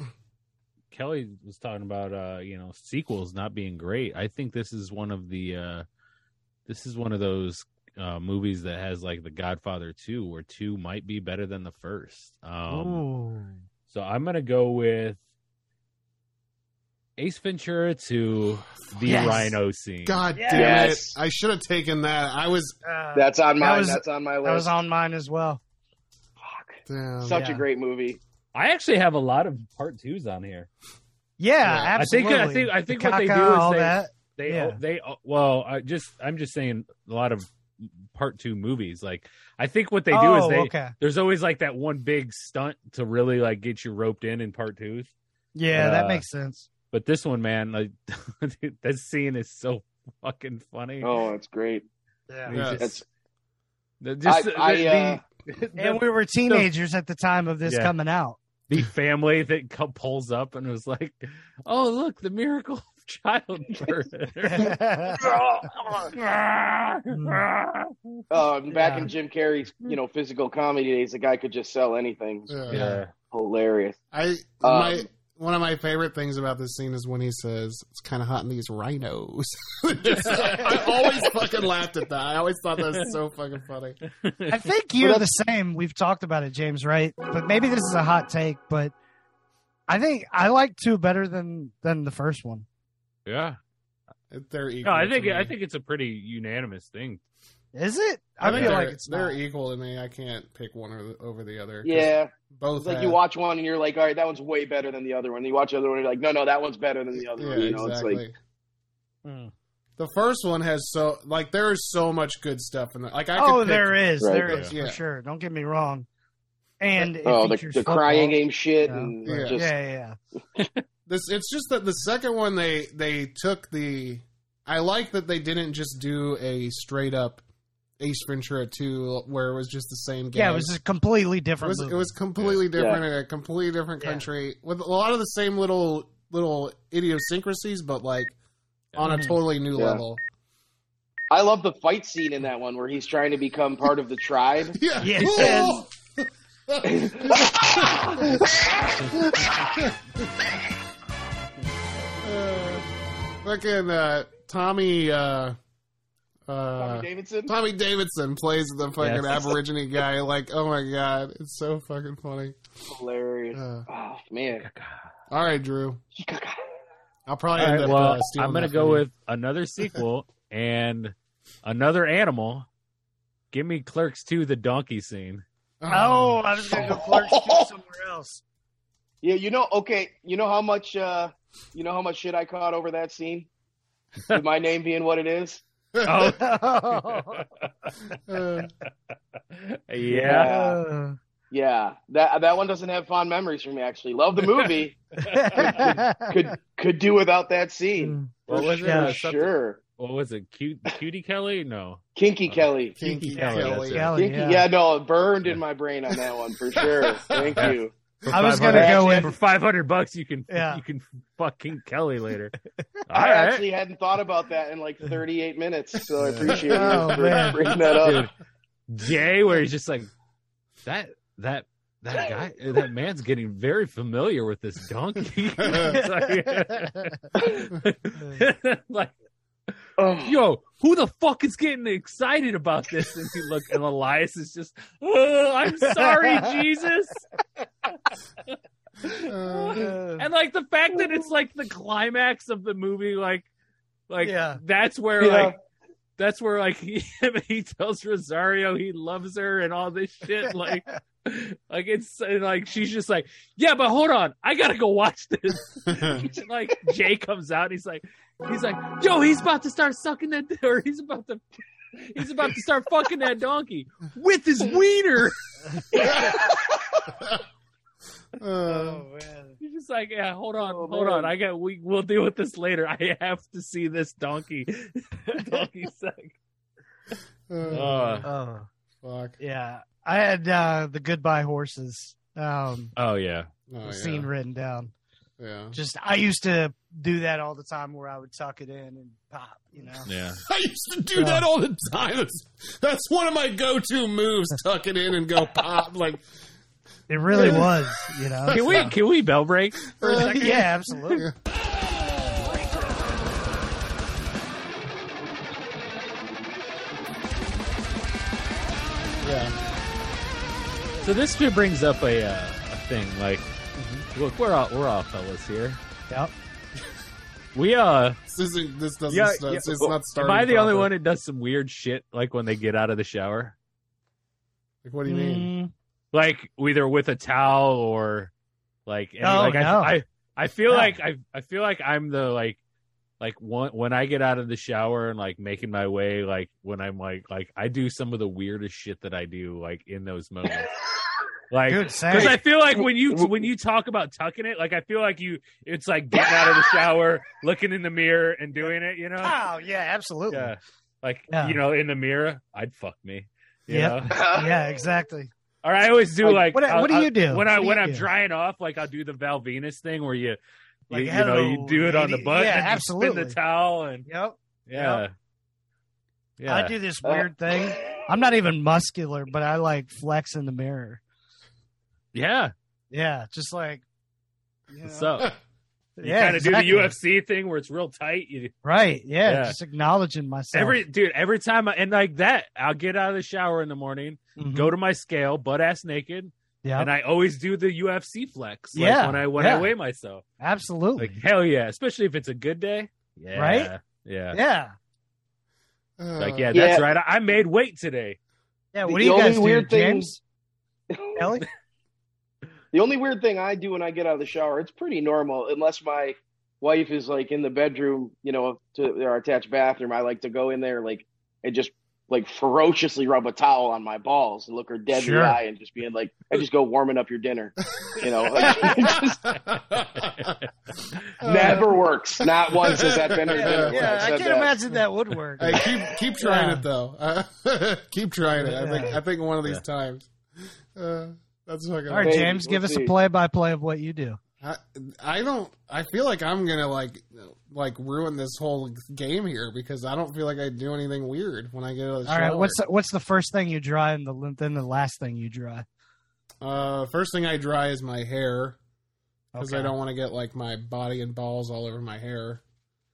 Kelly was talking about uh, you know, sequels not being great. I think this is one of the uh this is one of those uh movies that has like The Godfather 2 where 2 might be better than the first. Um
Ooh.
So I'm gonna go with Ace Ventura to the
Yes.
Rhino scene.
God
Yes.
damn it. I should have taken that. I was
Uh, that,
That's on
That
my,
was-
that's on my
was
list.
on mine as well.
Fuck.
damn.
Such
Yeah.
a great movie.
I actually have a lot of part twos on here.
Yeah,
Yeah.
I think-
absolutely.
I think- I think
The
what they
caca,
do is
all
they-
that.
They
Yeah.
they well, I just I'm just saying a lot of part two movies. Like I think what they do
oh,
is they
okay.
there's always like that one big stunt to really like get you roped in in part twos.
Yeah,
but,
that
uh,
makes sense.
But this one, man, like dude, that scene is so fucking funny.
Oh, that's great.
Yeah.
They just-
That's
the- just
I-
the-
I,
the-
uh,
the-
And we were teenagers at the time of this
Yeah.
coming out.
the family that co- pulls up and was like, "Oh, look, the miracle of childbirth."
Mm.
uh, back
Yeah.
in Jim Carrey's, you know, physical comedy days. The guy could just sell anything.
Yeah.
yeah.
Hilarious.
I my
Um,
one of my favorite things about this scene is when he says it's kind of hot in these rhinos. I always fucking laughed at that. I always thought that was so fucking funny.
I think you're the same. We've talked about it, James, right? But maybe this is a hot take, but I think I like two better than than the first one.
Yeah.
They're equal.
No, I think
to me.
I think it's a pretty unanimous thing.
Is it?
I,
I,
think
feel
they're-
like it's
they're
not.
equal to me. I can't pick one or the, over the other. 'cause
Yeah,
both.
it's like
have-
you watch one and you're like, all right, that one's way better than the other one. You watch the other one, and you're like, no, no, that one's better than the other
Yeah,
one. You know,
exactly.
it's like
Mm.
the first one has so like there is so much good stuff in there. Like I
Oh,
could pick-
there is,
Right.
there is
Yeah.
for sure. Don't get me wrong. And it
oh, the,
features
the
football.
crying game shit
Yeah.
and
Yeah.
just
yeah, yeah,
This it's just that the second one they they took the I like that they didn't just do a straight up Ace Ventura 2 where it was just the same game.
yeah. It was a completely
it
different.
was,
movie.
it was completely different in a completely different
Yeah.
country with a lot of the same little little idiosyncrasies but like on a
Mhm.
totally new
Yeah.
level.
I love the fight scene in that one where he's trying to become part of the tribe.
Yeah.
Yes.
Cool. Uh, fucking uh, Tommy uh uh
Davidson.
Tommy Davidson plays the fucking
Yes.
Aborigine guy. Like, oh my god, it's so fucking funny.
Hilarious.
Uh,
Oh man.
all right, Drew. I'll probably
All
end
right,
up.
well,
uh, stealing
I'm gonna
that
go
from you.
with another sequel and another animal. Give me Clerks 2, the donkey scene.
Uh-huh.
Oh, I was gonna go Clerks 2 somewhere else.
Yeah, you know, okay, you know how much uh you know how much shit I caught over that scene? With my name being what it is?
Oh,
Uh,
yeah.
Yeah. That that one doesn't have fond memories for me actually. Love the movie. could could do without that scene.
Mm.
What was it?
Yeah,
Uh, something-
sure.
What was it? Cute, Cutie Kelly? No.
Kinky
Uh,
Kelly.
Kinky
Kinky Kelly,
Kelly.
that's
Kelly,
Kinky,
yeah.
yeah. no, it burned in my brain on that one for sure. Thank you.
I was gonna
500.
go
For
with.
500 bucks, you can
Yeah.
you can fucking Kelly later. All
I
right.
actually hadn't thought about that in like 38 minutes, so I appreciate you
Oh,
for
man.
bringing that up.
Dude, Jay, where he's just like that that that guy that man's getting very familiar with this donkey. It's like, like,
Oh,
yo, who the fuck is getting excited about this? And you look, and Elias is just, "Oh, I'm sorry, Jesus.
Uh,
And like the fact that it's like the climax of the movie, like, like
Yeah.
that's where
Yeah.
like that's where like he, he tells Rosario he loves her and all this shit. Like, like it's and like she's just like, yeah, but hold on, I gotta go watch this. And, like Jay comes out, he's like, he's like, yo, he's about to start sucking that, or he's about to. He's about to start fucking that donkey with his wiener.
uh,
Oh, man.
He's just like, yeah, hold on,
Oh,
hold
man.
on. I got, we, we'll deal with this later. I have to see this donkey, donkey sex.
uh,
Oh.
fuck.
Yeah, I had uh, the goodbye horses um,
Oh yeah,
Oh, yeah.
scene written down.
Yeah.
Just I used to do that all the time, where I would tuck it in and pop. You know,
yeah.
I used to do that all the time. That's, that's one of my go-to moves. Tuck it in and go pop. Like,
it really was. You know,
Can we can we bell break?
For
Uh,
a second? Uh, yeah, absolutely.
yeah.
So this bit brings up a uh, a thing. Like, look, we're all we're all fellas here.
Yep.
We uh,
This isn't. This doesn't.
Yeah,
start,
yeah. Oh,
It's not
am
starting.
I the only
proper.
one that does some weird shit? Like when they get out of the shower,
Mm,
Like, what do you mean?
like either with a towel or Like, and,
No,
like I,
no.
I, I feel
No.
like I, I feel like I'm the like, like one, when I get out of the shower and like making my way, like when I'm like, like I do some of the weirdest shit that I do, like in those moments. Like,
Dude,
because
same.
I feel like when you when you talk about tucking it, like I feel like you, it's like getting out of the shower, looking in the mirror, and doing it. You know,
oh yeah, absolutely.
yeah,
Yeah,
like
Yeah.
you know, in the mirror, I'd fuck me. You
Yep.
know?
exactly.
Or I always do
Like,
like
what-
I'll-
what do
I'll-
you do?
when I
What do
when
you
I'm
do?
drying off? Like I'll do the Val Venus thing where you,
Like,
you, you know, you
hello,
do it on the
lady.
butt,
Yeah,
and you
absolutely.
spin the towel, and
Yep.
yeah, yeah.
I do
Uh,
this weird thing. I'm not even muscular, but I like flex in the mirror.
yeah.
Yeah, just like you know.
So you
yeah,
kind of
exactly.
do the UFC thing where it's real tight. You,
Right. Yeah,
Yeah.
Just acknowledging myself.
every dude, every time, I, and like that, I'll get out of the shower in the morning,
Mhm.
go to my scale, butt ass naked,
Yeah.
and I always do the UFC flex. Like,
Yeah,
when I when
yeah.
I weigh myself,
absolutely.
like hell yeah, especially if it's a good day. Yeah,
Right?
Yeah.
yeah.
Mm.
Uh.
Like, yeah,
Yeah.
that's right. I, I made weight today.
Yeah.
The-
What
the
do you
only
guys do,
weird thing-
James? Ellie?
The only weird thing I do when I get out of the shower, it's pretty normal, unless my wife is like in the bedroom, you know, to our attached bathroom. I like to go in there like and just like ferociously rub a towel on my balls and look her dead in
Sure.
the eye and just being like, I just go warming up your dinner. You know, like, never works. Not once has that been her
Yeah,
dinner. when I've
I
said
can't
that.
imagine that would work.
Hey, keep keep trying
Yeah.
it though. Uh, keep trying it. I think I think one of these
Yeah.
times. Uh, that's fucking.
All right,
Hey,
James, give
let's
us a
see.
play-by-play of what you do.
I, I don't. I feel like I'm gonna like like ruin this whole game here because I don't feel like I do anything weird when I get out of the
All
shower.
right, what's the, what's the first thing you dry and the then the last thing you dry?
uh, first thing I dry is my hair because
Okay.
I don't want to get like my body and balls all over my hair.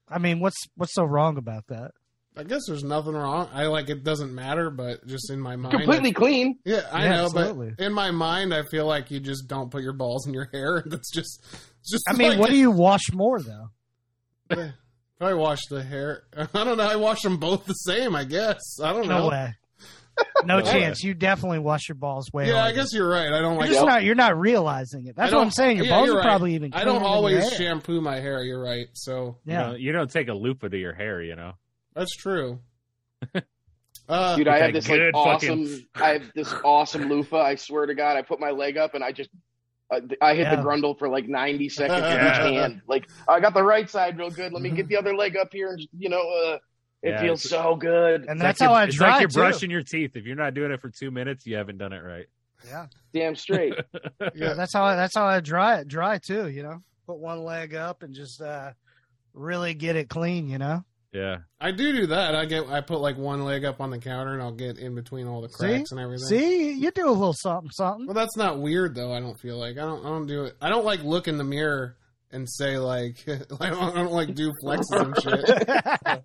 I mean, what's what's so wrong about that?
I guess there's nothing wrong. I like it doesn't matter, but just in my mind, I-
Completely clean.
Yeah, I
Yeah,
know,
absolutely.
but in my mind, I feel like you just don't put your balls in your hair. That's just, it's just.
I mean,
like-
what do you wash more though?
Probably wash the hair. I don't know. I wash them both the same. I guess. I don't
No
know.
way. No
Yeah.
chance. You definitely wash your balls way.
Yeah, I
harder.
guess you're right. I don't
You're
like.
just
Yeah.
not. You're not realizing it. That's
I
what
don't-
I'm saying. Your
yeah,
balls
you're
are
right.
probably even.
I
cleaner
don't
than your
always
hair.
shampoo my hair. You're right. So
You,
Yeah.
don't, you don't take a loop into your hair, you know.
that's true. Uh,
Dude, I
That
have this like
good
awesome.
fucking-
I have this awesome loofah. I swear to God, I put my leg up and I just. I I hit
Yeah.
the grundle for like 90 seconds with each hand. Like, I got the right side real good. Let me get the other leg up here. And, just, you know, uh, it
Yeah,
feels so good.
and
It's
that's
like
how
you're-
I
It's
dry
like you're
too.
brushing your teeth. If you're not doing it for two minutes, you haven't done it right.
Yeah.
Damn straight.
yeah.
yeah,
That's how. I, that's how I dry it. Dry too. You know, put one leg up and just uh really get it clean. You know.
Yeah.
I do do that. I get. I put like one leg up on the counter, and I'll get in between all the cracks and everything.
See, you do a little something, something.
Well, that's not weird though. I don't feel like I don't. I don't do it. I don't like look in the mirror and say like I don't, I don't like do flexes and shit.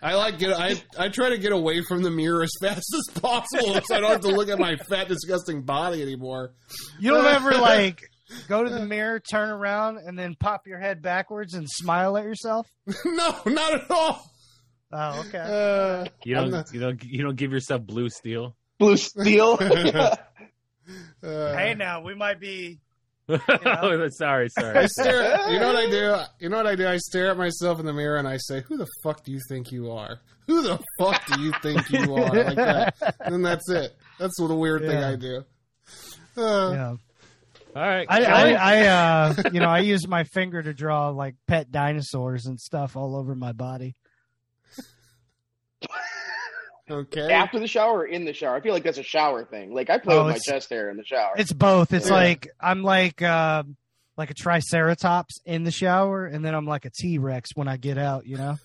I like get. I I try to get away from the mirror as fast as possible so I don't have to look at my fat disgusting body anymore.
You don't ever like go to the mirror, turn around, and then pop your head backwards and smile at yourself?
no, not at all.
Oh, okay.
Uh,
You
I'm
don't.
not-
You don't. You don't give yourself blue steel.
Blue steel.
uh,
hey, now we might be.
sorry,
I
sorry.
stare. You know what I do? You know what I do? I stare at myself in the mirror and I say, "Who the fuck do you think you are? Who the fuck do you think you are?" Like that. And then that's it. That's the weird thing
Yeah.
I do. Uh,
Yeah.
All right.
I, I,
Kelly?
I uh, you know, I use my finger to draw like pet dinosaurs and stuff all over my body.
Okay.
After the shower or in the shower? I feel like that's a shower thing. Like, I play
Oh,
with my
it's-
chest hair in the shower.
It's both. It's
Yeah.
like I'm like uh, like a triceratops in the shower, and then I'm like a T Rex when I get out. You know.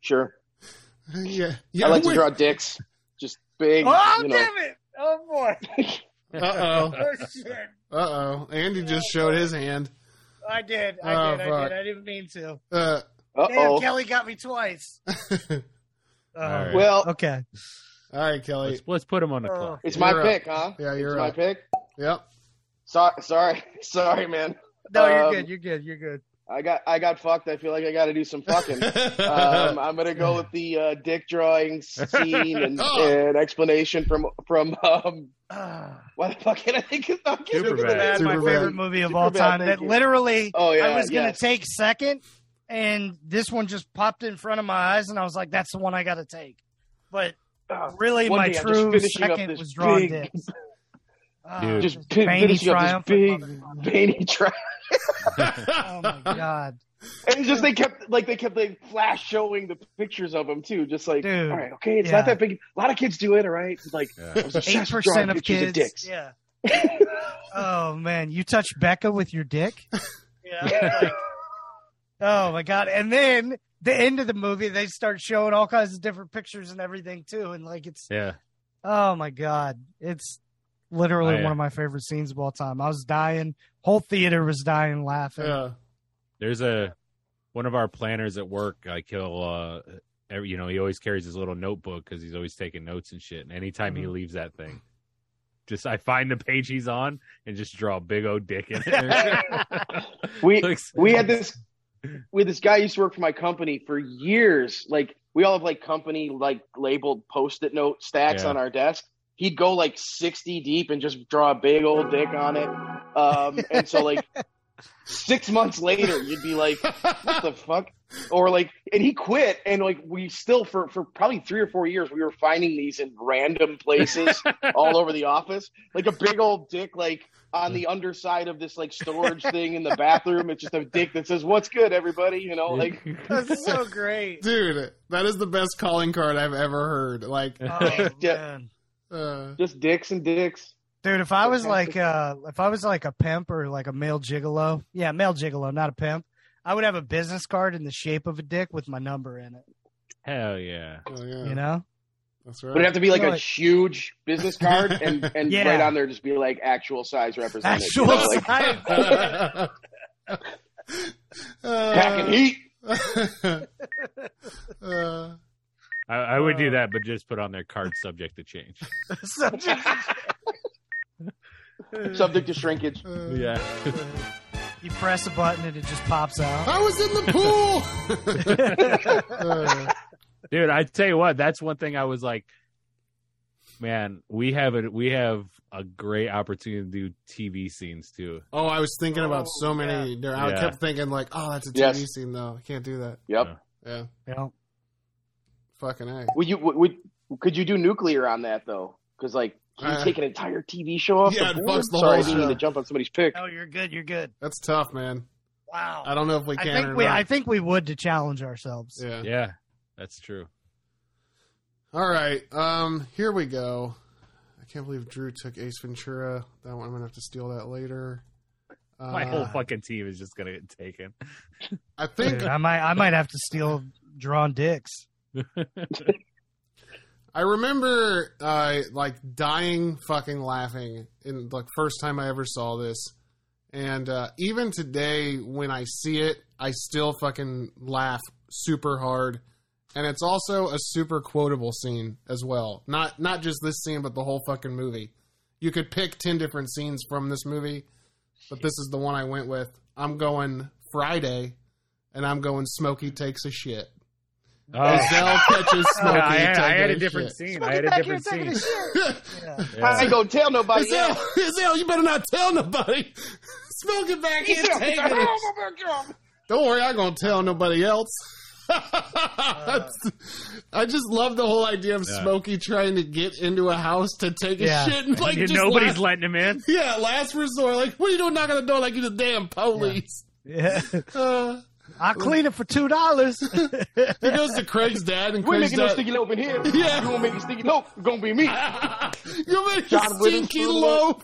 sure.
Yeah. Yeah.
I like to
wait.
draw dicks. Just big. you know.
Oh, it! Oh boy!
Uh oh.
shit!
Uh oh. Andy just showed his hand.
I did.
I Oh, did, I fuck. did.
I didn't mean to.
Uh,
Uh-oh.
Kelly got me twice. uh,
All right.
Well,
Okay.
all right, Kelly.
let's, let's put him on
Uh,
the clock.
it's my
You're up.
pick, huh?
Yeah,
It's
you're
my
up.
pick?
Yep.
So- sorry. Sorry, man.
No, you're
Um,
good. You're good. You're good.
I got I got fucked. I feel like I got to do some fucking. um, I'm gonna go with the uh, dick drawing scene and, and explanation from from um,
Ah,
what the fuck can I think of? I'm getting-
Superbad.
Superbad, my
Superbad.
favorite movie of all
Superbad,
time.
thank
That
you.
literally,
Oh yeah,
I was gonna
yes.
take second, and this one just popped in front of my eyes, and I was like, "That's the one I got to take." But
Ah,
really,
One
my
day I'm just
true
finishing up
second
this
was drawn
big-
dicks. Ah,
Dude.
this
Just pin-
veiny
finishing up
triumph
this big
motherfucker.
veiny track.
Oh my god,
And it's just they kept like they kept like flash showing the pictures of him too, just like
Dude,
all right, okay, it's
yeah.
not that big. A lot of kids do it, all right. It's Like
Yeah.
I was obsessed
eight
with
percent
drawing
of
pictures
kids.
of dicks.
Yeah. oh man, you touch Becca with your dick? Yeah. like- oh my god! And then the end of the movie, they start showing all kinds of different pictures and everything too, and like it's
yeah.
oh my god, it's
Oh,
literally
I, uh,
one of my favorite scenes of all time. I was dying, whole theater was dying laughing.
yeah.
There's a one of our planners at work. Like he'll, uh, every, you know, he always carries his little notebook because he's always taking notes and shit. And anytime
Mm-hmm.
he leaves that thing, just I find the page he's on and just draw a big old dick in it.
We
Looks-
we had this we had this guy who used to work for my company for years. Like we all have like company like labeled post-it note stacks
Yeah.
on our desk. He'd go like sixty deep and just draw a big old dick on it. Um, and so like six months later, you'd be like, "What the fuck?" Or like, and he quit, and like we still for for probably three or four years, we were finding these in random places all over the office, like a big old dick, like on
Mm.
the underside of this like storage thing in the bathroom. It's just a dick that says, "What's good, everybody?" You know, like
That's so great.
Dude, that is the best calling card I've ever heard. Like,
Oh,
Yeah.
man.
uh,
just dicks and dicks.
Dude, if I was like uh if I was like a pimp or like a male gigolo, yeah, male gigolo, not a pimp, I would have a business card in the shape of a dick with my number in it.
Hell yeah.
oh, yeah,
You know?
that's
But it'd
right.
have to be like a
Right.
huge business card, and and
Yeah.
right on there just be like actual size represented. you
Actual
know, like,
size.
Uh,
packing heat.
uh,
I, I would do
Uh,
that, but just put on their card subject to change.
Subject-
Subject to shrinkage.
uh,
yeah.
you press a button and it just pops out.
I was in the pool. Uh,
dude i tell you what that's one thing i was like man we have a we have a great opportunity to do tv scenes too
oh, I was thinking about so many. there- I
Yeah.
kept thinking like, oh, that's a TV
Yes.
scene though. I can't do that.
Yep.
Yeah.
Yeah,
You know?
fucking a.
Would you would, would could you do nuclear on that though? Because like can you
Uh,
take an entire TV show off
yeah, it
the board.
fucks the
Sorry,
whole
I didn't mean
show.
to jump on somebody's pick.
Oh, you're good. You're good.
That's tough, man.
Wow.
I don't know if we
I
can. or
think we
not.
I think we would to challenge ourselves.
yeah.
yeah that's true
All right. Um. Here we go. I can't believe Drew took Ace Ventura. That one I'm gonna have to steal that later. Uh,
my whole fucking team is just gonna get taken
I
Dude,
think
I might I might have to steal drawn dicks.
I remember uh, like dying fucking laughing in like first time I ever saw this, and uh, even today when I see it, I still fucking laugh super hard, and it's also a super quotable scene as well. Not not just this scene, but the whole fucking movie. You could pick ten different scenes from this movie, but this is the one I went with. I'm going Friday, and I'm going Smokey takes a shit.
oh
Gazelle catches
I,
Smokey.
had, I
taking
had a
shit.
different scene i had a different scene
Yeah.
I
Yeah.
go tell nobody.
Gazelle, Gazelle, you better not tell nobody. Smoke it back in, take it. Don't worry, I'm gonna tell nobody else. I just love the whole idea of
Yeah.
Smokey trying to get into a house to take a
Yeah.
shit and like
Yeah,
just
nobody's
last,
letting him in
yeah last resort. Like, what are you doing knocking on the door like you're the damn police?
Yeah.
Uh,
I'll clean it for two dollars.
he goes to Craig's dad and
We're
Craig's
making no
dad.
sticky loaf in here.
Yeah.
You gonna make a sticky loaf? It's gonna be me.
You're making
John Witherspoon
stinky
look.
loaf.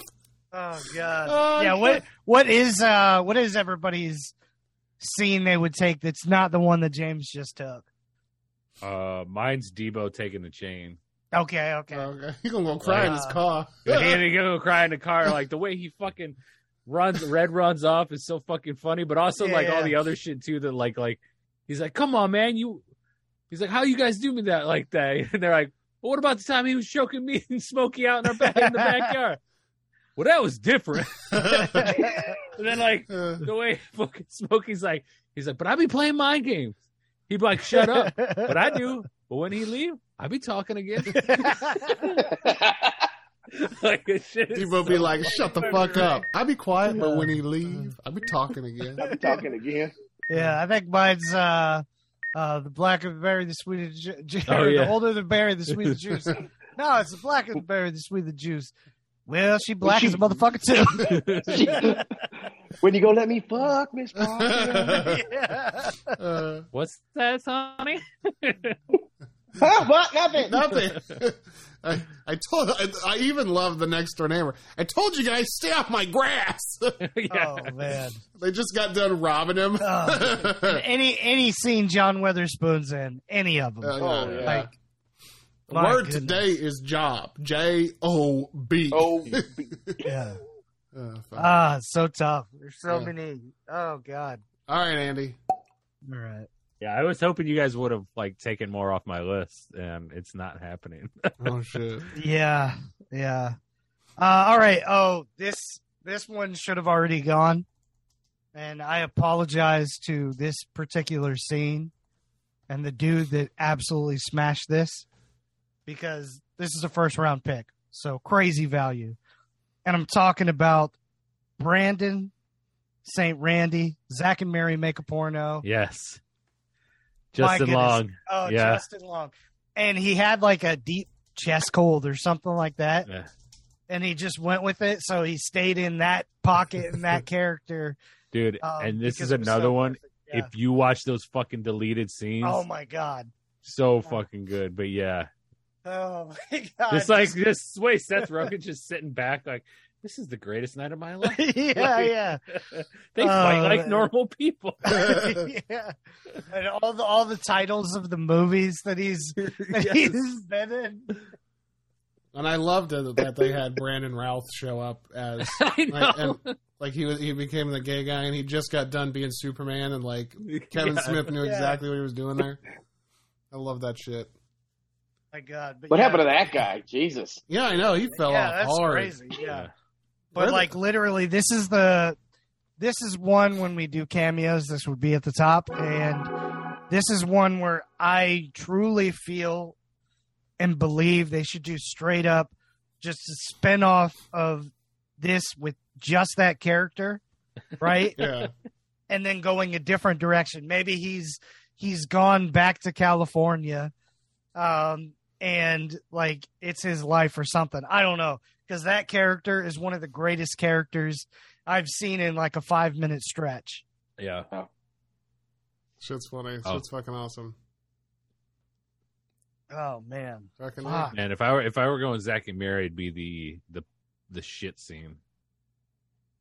Oh god.
Oh,
yeah,
God.
what what is uh what is everybody's scene they would take that's not the one that James just took?
uh mine's debo taking the chain
Okay, okay.
Oh, Okay, he gonna go cry in his
Uh,
car.
he had to go cry in the car like the way he fucking runs red runs off is so fucking funny but also like all
Yeah.
the other shit too that like like he's like come on man you he's like how you guys do me that like that and they're like well, what about the time he was choking me and smokey out in our back in the backyard well that was different And then like
Uh,
the way fucking Smokey's like, he's like, but I be playing mind games. He'd be like, shut up. But I do. But when he leave, I be talking again. like it's shit. is
Debo be
so-
like, shut the fuck up. I'd be quiet, but when he leave, I'd be talking again.
I'm talking again.
Yeah, I think mine's uh, uh, the blacker the berry, the sweeter the ju- ju-
Oh, yeah.
the older the berry, the sweeter the juice. no, it's the blacker the berry, the sweeter the juice. Well, she black
she-
as a motherfucker too.
when you go, let me fuck, Miss Parker.
yeah.
Uh,
What's that, Sonny?
huh? What? Nothing.
nothing. I, I told. I, I even love the next door neighbor. I told you guys, stay off my grass.
yeah.
Oh man.
they just got done robbing him.
Oh. Any any scene John Weatherspoon's in, any of them.
Oh, yeah.
Like
The
my
Uh, Word
goodness.
today is job. J O B.
Oh,
Yeah.
Uh, fuck.
Ah, so tough. There's so
Yeah.
many. Oh god.
All right, Andy.
All right.
Yeah, I was hoping you guys would have like taken more off my list, and it's not happening.
Oh shit.
Yeah. Yeah. Uh, all right. Oh, this this one should have already gone. And I apologize to this particular scene and the dude that absolutely smashed this because this is a first round pick. So crazy value. And I'm talking about Brandon St. Randy, Zach and Mary make a porno.
Yes,
My
Justin
goodness.
Long.
Oh,
Yeah.
Justin Long. And he had like a deep chest cold or something like that.
Yeah.
And he just went with it. So he stayed in that pocket and that character.
Dude,
um,
and this
because
is
it was
another
so
one.
perfect. Yeah.
If you watch those fucking deleted scenes,
oh my God.
so fucking good. But yeah,
Oh my God.
just like this way, Seth Rogen just sitting back, like this is the greatest night of my life.
yeah, yeah.
they fight
Oh,
like
man.
normal people.
yeah. And all the all the titles of the movies that he's that he's been in.
And I loved it that they had Brandon Routh show up as
I
like,
know.
and, like he was he became the gay guy and he just got done being Superman and like Kevin
Yeah.
Smith knew
Yeah.
exactly what he was doing there. I love that shit.
My God. But
what
yeah.
happened to that guy? Jesus.
Yeah, I know he fell
yeah,
off
that's
hard.
crazy. Yeah.
Yeah.
But
Really?
like literally, this is the this is one when we do cameos. This would be at the top, and this is one where I truly feel and believe they should do straight up just a spinoff of this with just that character, right?
Yeah,
and then going a different direction. Maybe he's he's gone back to California, um, and like it's his life or something. I don't know because that character is one of the greatest characters I've seen in like a five minute stretch.
yeah.
shit's funny.
Oh.
Shit's fucking awesome.
Oh man, Ah.
Fucking
Fuck.
And if I were if I were going Zach and Mary, it'd be the the the shit scene.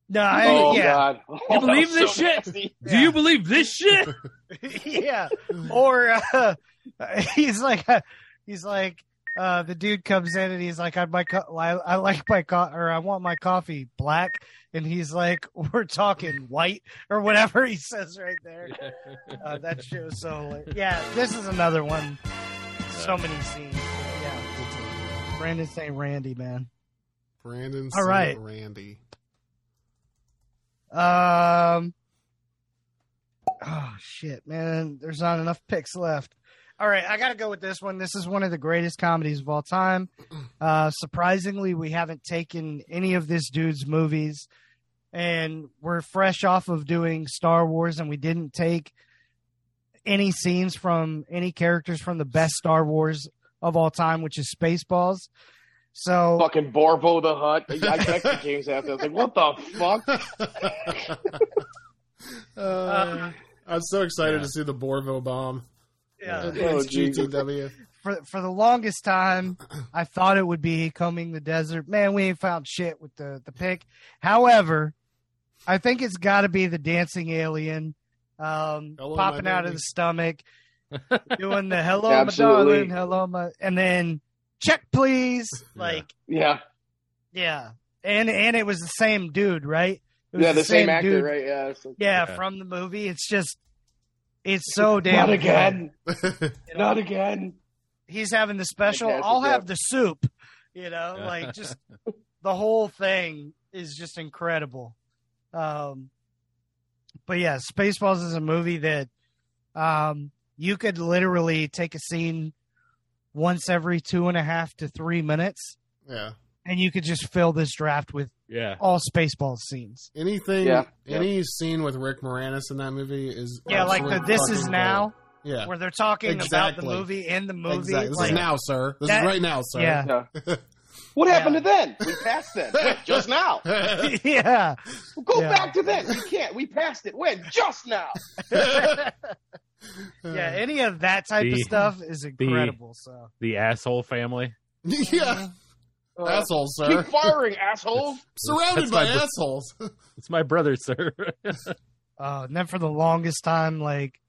no, I,
oh
yeah,
God.
You believe
that
this
was
shit?
nasty.
Do you believe this shit?
yeah. Or uh, he's like, uh, he's like, uh, the dude comes in and he's like, I my co- I, I like my co- or I want my coffee black, and he's like, we're talking white or whatever he says right there. Uh, that shit was so hilarious. yeah. This is another one. So many scenes. Yeah, Brandon St. Randy, man.
Brandon.
All
All
right.
right, Randy.
Um. Oh shit, man! There's not enough picks left. All right, I gotta go with this one. This is one of the greatest comedies of all time. Uh, surprisingly, we haven't taken any of this dude's movies, and we're fresh off of doing Star Wars, and we didn't take any scenes from any characters from the best Star Wars of all time, which is Spaceballs. So
Fucking Borbo the Hut. I texted James after. I was like, what the fuck?
Uh, I'm so excited
Yeah.
to see the Borville bomb.
yeah.
Oh,
It's
Jesus.
GTW.
for for the longest time, I thought it would be combing the desert. Man, we ain't found shit with the the pick. However, I think it's got to be the dancing alien, um,
Hello, my
popping out of
baby.
the stomach, doing the hello, my
Absolutely.
darling, hello, my, and then check please, like
Yeah.
yeah, and and it was the same dude, right? It was
Yeah, the, same, actor,
dude.
right? Yeah. it's like,
Yeah,
Yeah.
from the movie. It's just, it's so damn.
Not
good.
again.
You know?
Not again.
he's having the special.
Fantastic,
I'll have
yeah.
the soup. You know, like just the whole thing is just incredible. Um, but yeah, Spaceballs is a movie that um, you could literally take a scene once every two and a half to three minutes,
Yeah.
and you could just fill this draft with
Yeah.
all Spaceballs scenes.
Anything,
Yeah, yeah.
any scene with Rick Moranis in that movie is
Yeah, like the
absolute
This Is
fucking
Now,
gold. Yeah,
where they're talking about the
Exactly.
movie in the movie.
exactly. This
like-
is now, sir. This is
That-
right now, sir.
Yeah.
What happened
Yeah.
to then? We passed then. When? Just now.
yeah.
Go
Yeah.
back to then. We can't. We passed it. When? Just now.
Yeah.
Mm.
Any of that type of
The-
stuff is incredible. so
The asshole family.
yeah.
Uh,
Asshole, sir.
keep firing, asshole.
Surrounded
That's
by
my-
assholes.
It's my brother, sir.
Uh, and then for the longest time, like,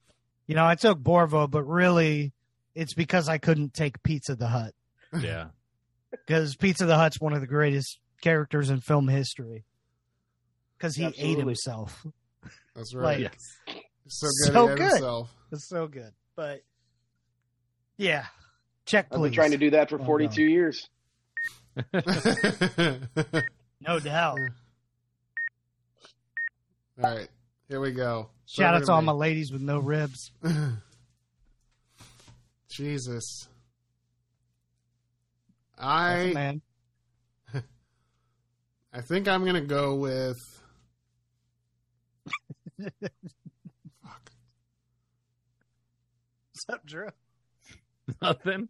you know, I took Borvo, but really it's because I couldn't take Pizza the Hut
yeah.
because Pizza the Hut's one of the greatest characters in film history because he ate
Absolutely.
himself.
That's right.
Like,
So good
so
at
good.
himself.
It's so good. But yeah, check
I've
please.
been trying to do that for
Oh, no.
42 years.
no doubt.
Mm.
all right, here we go.
Shout out to all my
Over
ladies with no ribs.
me. Jesus.
That's
I
a man.
I think I'm gonna go with. Fuck.
What's up, Drew?
Nothing.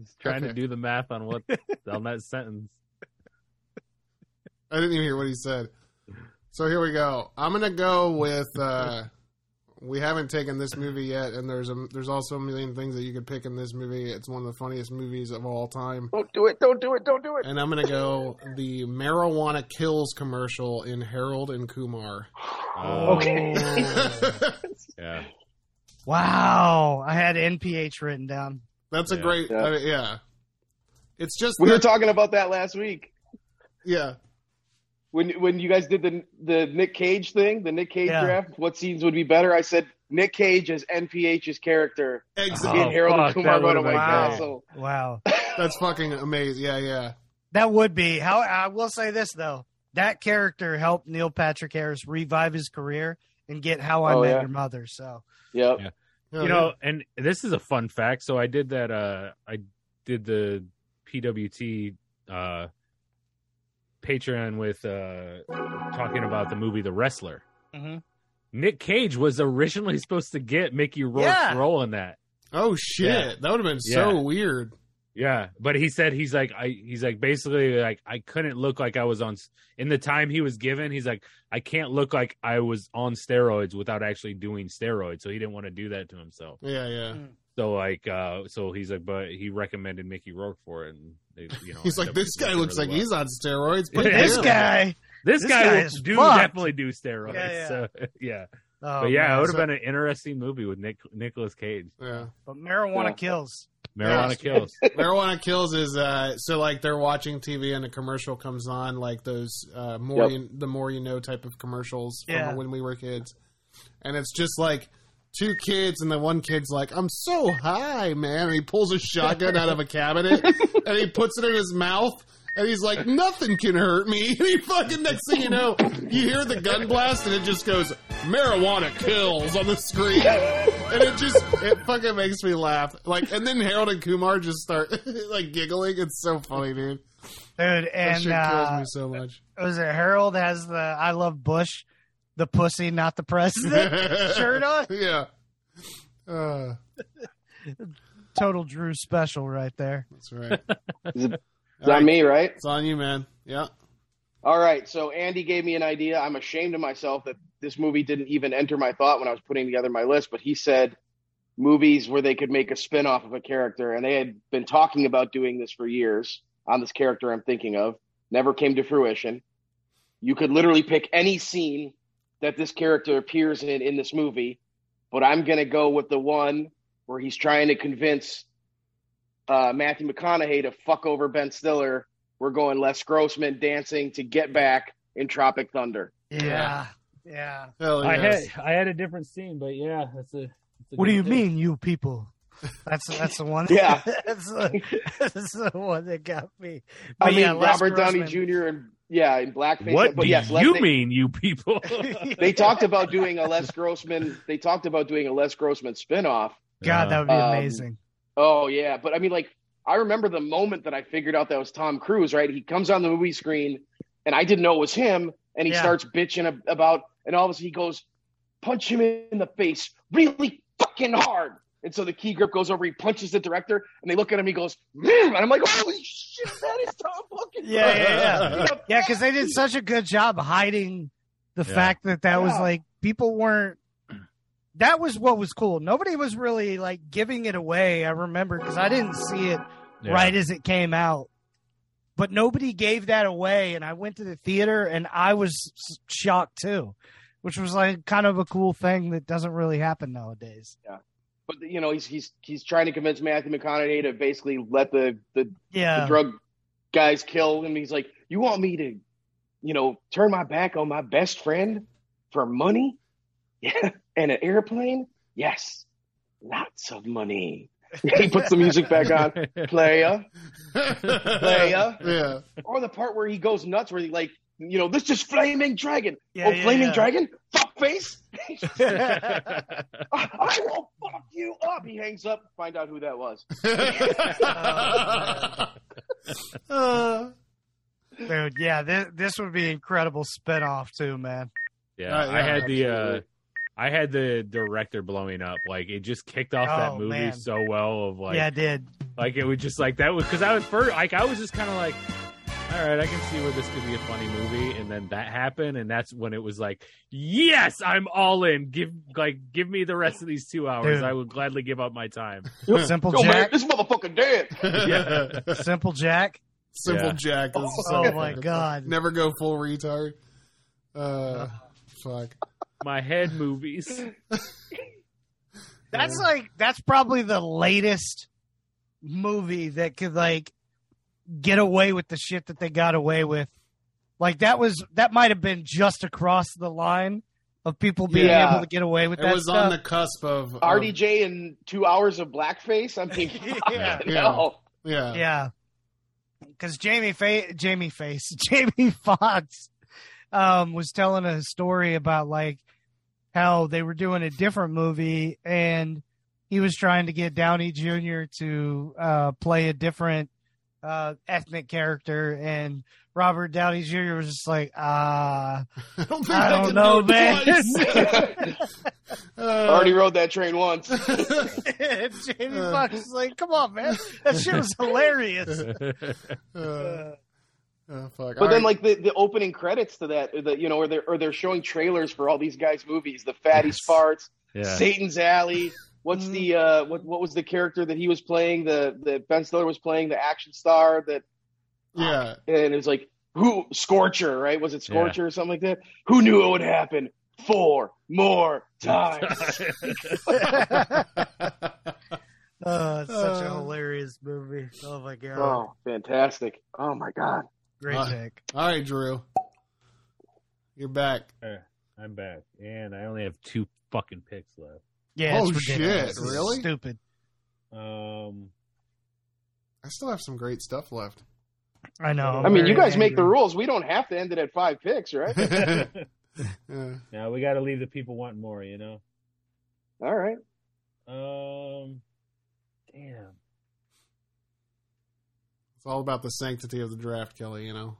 Just trying to
Okay.
do the math on what on that sentence.
I didn't even hear what he said. So here we go. I'm gonna go with. Uh, we haven't taken this movie yet, and there's a there's also a million things that you could pick in this movie. It's one of the funniest movies of all time.
Don't do it. Don't do it. Don't do it.
And I'm gonna go the marijuana kills commercial in Harold and Kumar.
Uh,
Okay.
Oh, Yeah.
Wow. I had NPH written down.
That's a
Yeah.
great.
Yeah.
I mean, yeah. It's just
We were
that-
talking about that last week
yeah.
when when you guys did the the Nick Cage thing, the Nick Cage
Yeah.
draft. What scenes would be better? I said Nick Cage as NPH's character
Exa-
Oh,
in Harold
fuck,
and Kumar
that
go to
would've
White
been
great.
Castle.
Wow.
That's fucking amazing. Yeah, yeah.
That would be how I will say this though. That character helped Neil Patrick Harris revive his career and get How I
Oh,
Met
yeah.
Your Mother. So
Yep.
Yeah.
Hell
you know, and this is a fun fact. So I did that. Uh, I did the PWT uh, Patreon with uh, talking about the movie The Wrestler.
Mhm.
Nick Cage was originally supposed to get Mickey Rourke's
Yeah.
role in that.
yeah. oh shit,
Yeah.
that would have been so
Yeah.
weird.
Yeah, but he said he's like I he's like basically like I couldn't look like I was on s- in the time he was given. He's like I can't look like I was on steroids without actually doing steroids. So he didn't want to do that to himself.
Yeah, yeah.
So like, uh, so he's like, but he recommended Mickey Rourke for it, and they, you know,
He's like,
ended up
this guy
working
looks
really
like he's
well.
on steroids. But
Yeah.
this
Damn.
guy,
this,
this
guy,
guy
will
is
do
fucked.
definitely do steroids.
Yeah, yeah.
So, yeah.
oh,
but yeah, it
man.
would have been an interesting movie with Nick Nicholas Cage.
yeah.
but marijuana
Yeah.
kills.
Marijuana
Yeah.
kills.
Marijuana Kills is uh so like they're watching TV and a commercial comes on like those uh more
Yep.
you, the more you know type of commercials
Yeah.
from when we were kids. And it's just like two kids and the one kid's like, "I'm so high, man." And he pulls a shotgun out of a cabinet and he puts it in his mouth and he's like, "Nothing can hurt me." And he fucking next thing you know, you hear the gun blast and it just goes, "Marijuana kills" on the screen and it just it fucking makes me laugh. Like, and then Harold and Kumar just start like giggling. It's so funny, dude.
Dude,
That
and
shit kills
uh,
me so much.
was it Harold has the I love Bush, the pussy, not the president shirt on?
Yeah. Uh,
Total Drew special right there.
that's right.
Is it- It's
All right,
on me, right?
It's on you, man. Yeah.
All right. So Andy gave me an idea. I'm ashamed of myself that this movie didn't even enter my thought when I was putting together my list, but he said movies where they could make a spin off of a character. And they had been talking about doing this for years on this character I'm thinking of. Never came to fruition. You could literally pick any scene that this character appears in in this movie, but I'm going to go with the one where he's trying to convince uh, Matthew McConaughey to fuck over Ben Stiller we're going Les Grossman dancing to get back in Tropic Thunder.
Yeah. Yeah.
Hell
I
yes.
had I had a different scene, but yeah, that's a. that's a
What do
good
you
pick.
mean, you people? That's that's the one.
Yeah.
that's, the, that's the one that got me. But
I mean,
yeah, Les
Robert Downey
Grossman.
Jr. and yeah, in blackface.
What
but
do
yes, let-
you
they,
mean, you people?
They talked about doing a Les Grossman. They talked about doing a Les Grossman spinoff.
God, that would be
Um,
amazing.
Oh yeah, but I mean, like, I remember the moment that I figured out that was Tom Cruise. Right, he comes on the movie screen, and I didn't know it was him, and he
Yeah.
starts bitching ab- about, and all of a sudden he goes, punch him in the face really fucking hard. And so the key grip goes over, he punches the director, and they look at him, he goes, "Mm," and I'm like, holy shit, that is Tom fucking Cruise.
Yeah, yeah,
yeah.
Yeah, because they did such a good job hiding the
Yeah.
fact that that was
Yeah.
like people weren't. That was what was cool. Nobody was really like giving it away. I remember because I didn't see it
Yeah.
right as it came out, but nobody gave that away. And I went to the theater and I was s- shocked too, which was like kind of a cool thing that doesn't really happen nowadays.
But you know, he's he's he's trying to convince Matthew McConaughey to basically let the the the
Yeah,
drug guys kill him. He's like, "You want me to, you know, turn my back on my best friend for money? Yeah, and an airplane? Yes, lots of money." he puts the music back on. Playa, playa,
yeah.
or the part where he goes nuts, where he like, you know, this is flaming dragon.
yeah,
oh,
yeah,
flaming
yeah.
dragon, fuckface! I, I will fuck you up. He hangs up. Find out who that was.
Uh,
dude. Yeah, this, this would be incredible spinoff too, man.
Yeah,
Uh, yeah,
I had the uh,
absolutely.
I had the director blowing up. Like it just kicked off
Oh,
that movie
man.
so well. Of like,
yeah, I did.
like it was just like that was because I was first like I was just kind of like, all right, I can see where this could be a funny movie, and then that happened, and that's when it was like, yes, I'm all in. Give like give me the rest of these two hours.
Dude.
I will gladly give up my time.
Simple
Yo, man,
Jack.
this motherfucker dead.
Simple Jack.
Simple
Yeah.
Jack. Is so
Oh my
fucking-
god. Uh-huh.
Never go full retard. Uh, fuck.
my head movies.
That's like that's probably the latest movie that could like get away with the shit that they got away with. Like that was that might have been just across the line of people being
Yeah.
able to get away with
It
that
was
stuff.
on the cusp of. of-
RDJ in two hours of blackface. I mean,
Yeah.
fucking hell.
yeah.
yeah. Cuz Jamie Fa- Jamie Face, Jamie Fox um was telling a story about like how they were doing a different movie and he was trying to get Downey Jr. to uh, play a different uh, ethnic character, and Robert Downey Jr. was just like, uh,
I don't, think
I
they
don't
can
know,
do it
man.
twice.
I
Uh,
already rode that train once.
And Jamie
Uh.
Foxx was like, come on, man, that shit was hilarious.
uh,
Uh,
oh, fuck.
But then, like the, the opening credits to that, the, you know, or they're or they're showing trailers for all these guys' movies, the Fatty Farts,
yeah.
Satan's Alley. What's
Mhm.
the uh, what what was the character that he was playing? The that Ben Stiller was playing the action star that,
yeah.
and it was like who Scorcher, right? Was it Scorcher or something like that? Who knew it would happen? Four more times.
oh, it's such a
Uh.
hilarious movie. Oh my god,
oh, fantastic! Oh my god.
great
Uh.
pick.
All right, Drew. You're back.
I'm back, and I only have two fucking picks left.
Yeah, it's
Oh, shit,
ridiculous. This is
really?
stupid.
Um,
I still have some great stuff left.
I know. I'm
I mean,
very
you guys make the
angry.
rules. We don't have to end it at five picks, right?
Yeah.
now we got to leave the people wanting more, you know.
All right.
Um, damn.
it's all about the sanctity of the draft, Kelly, you know.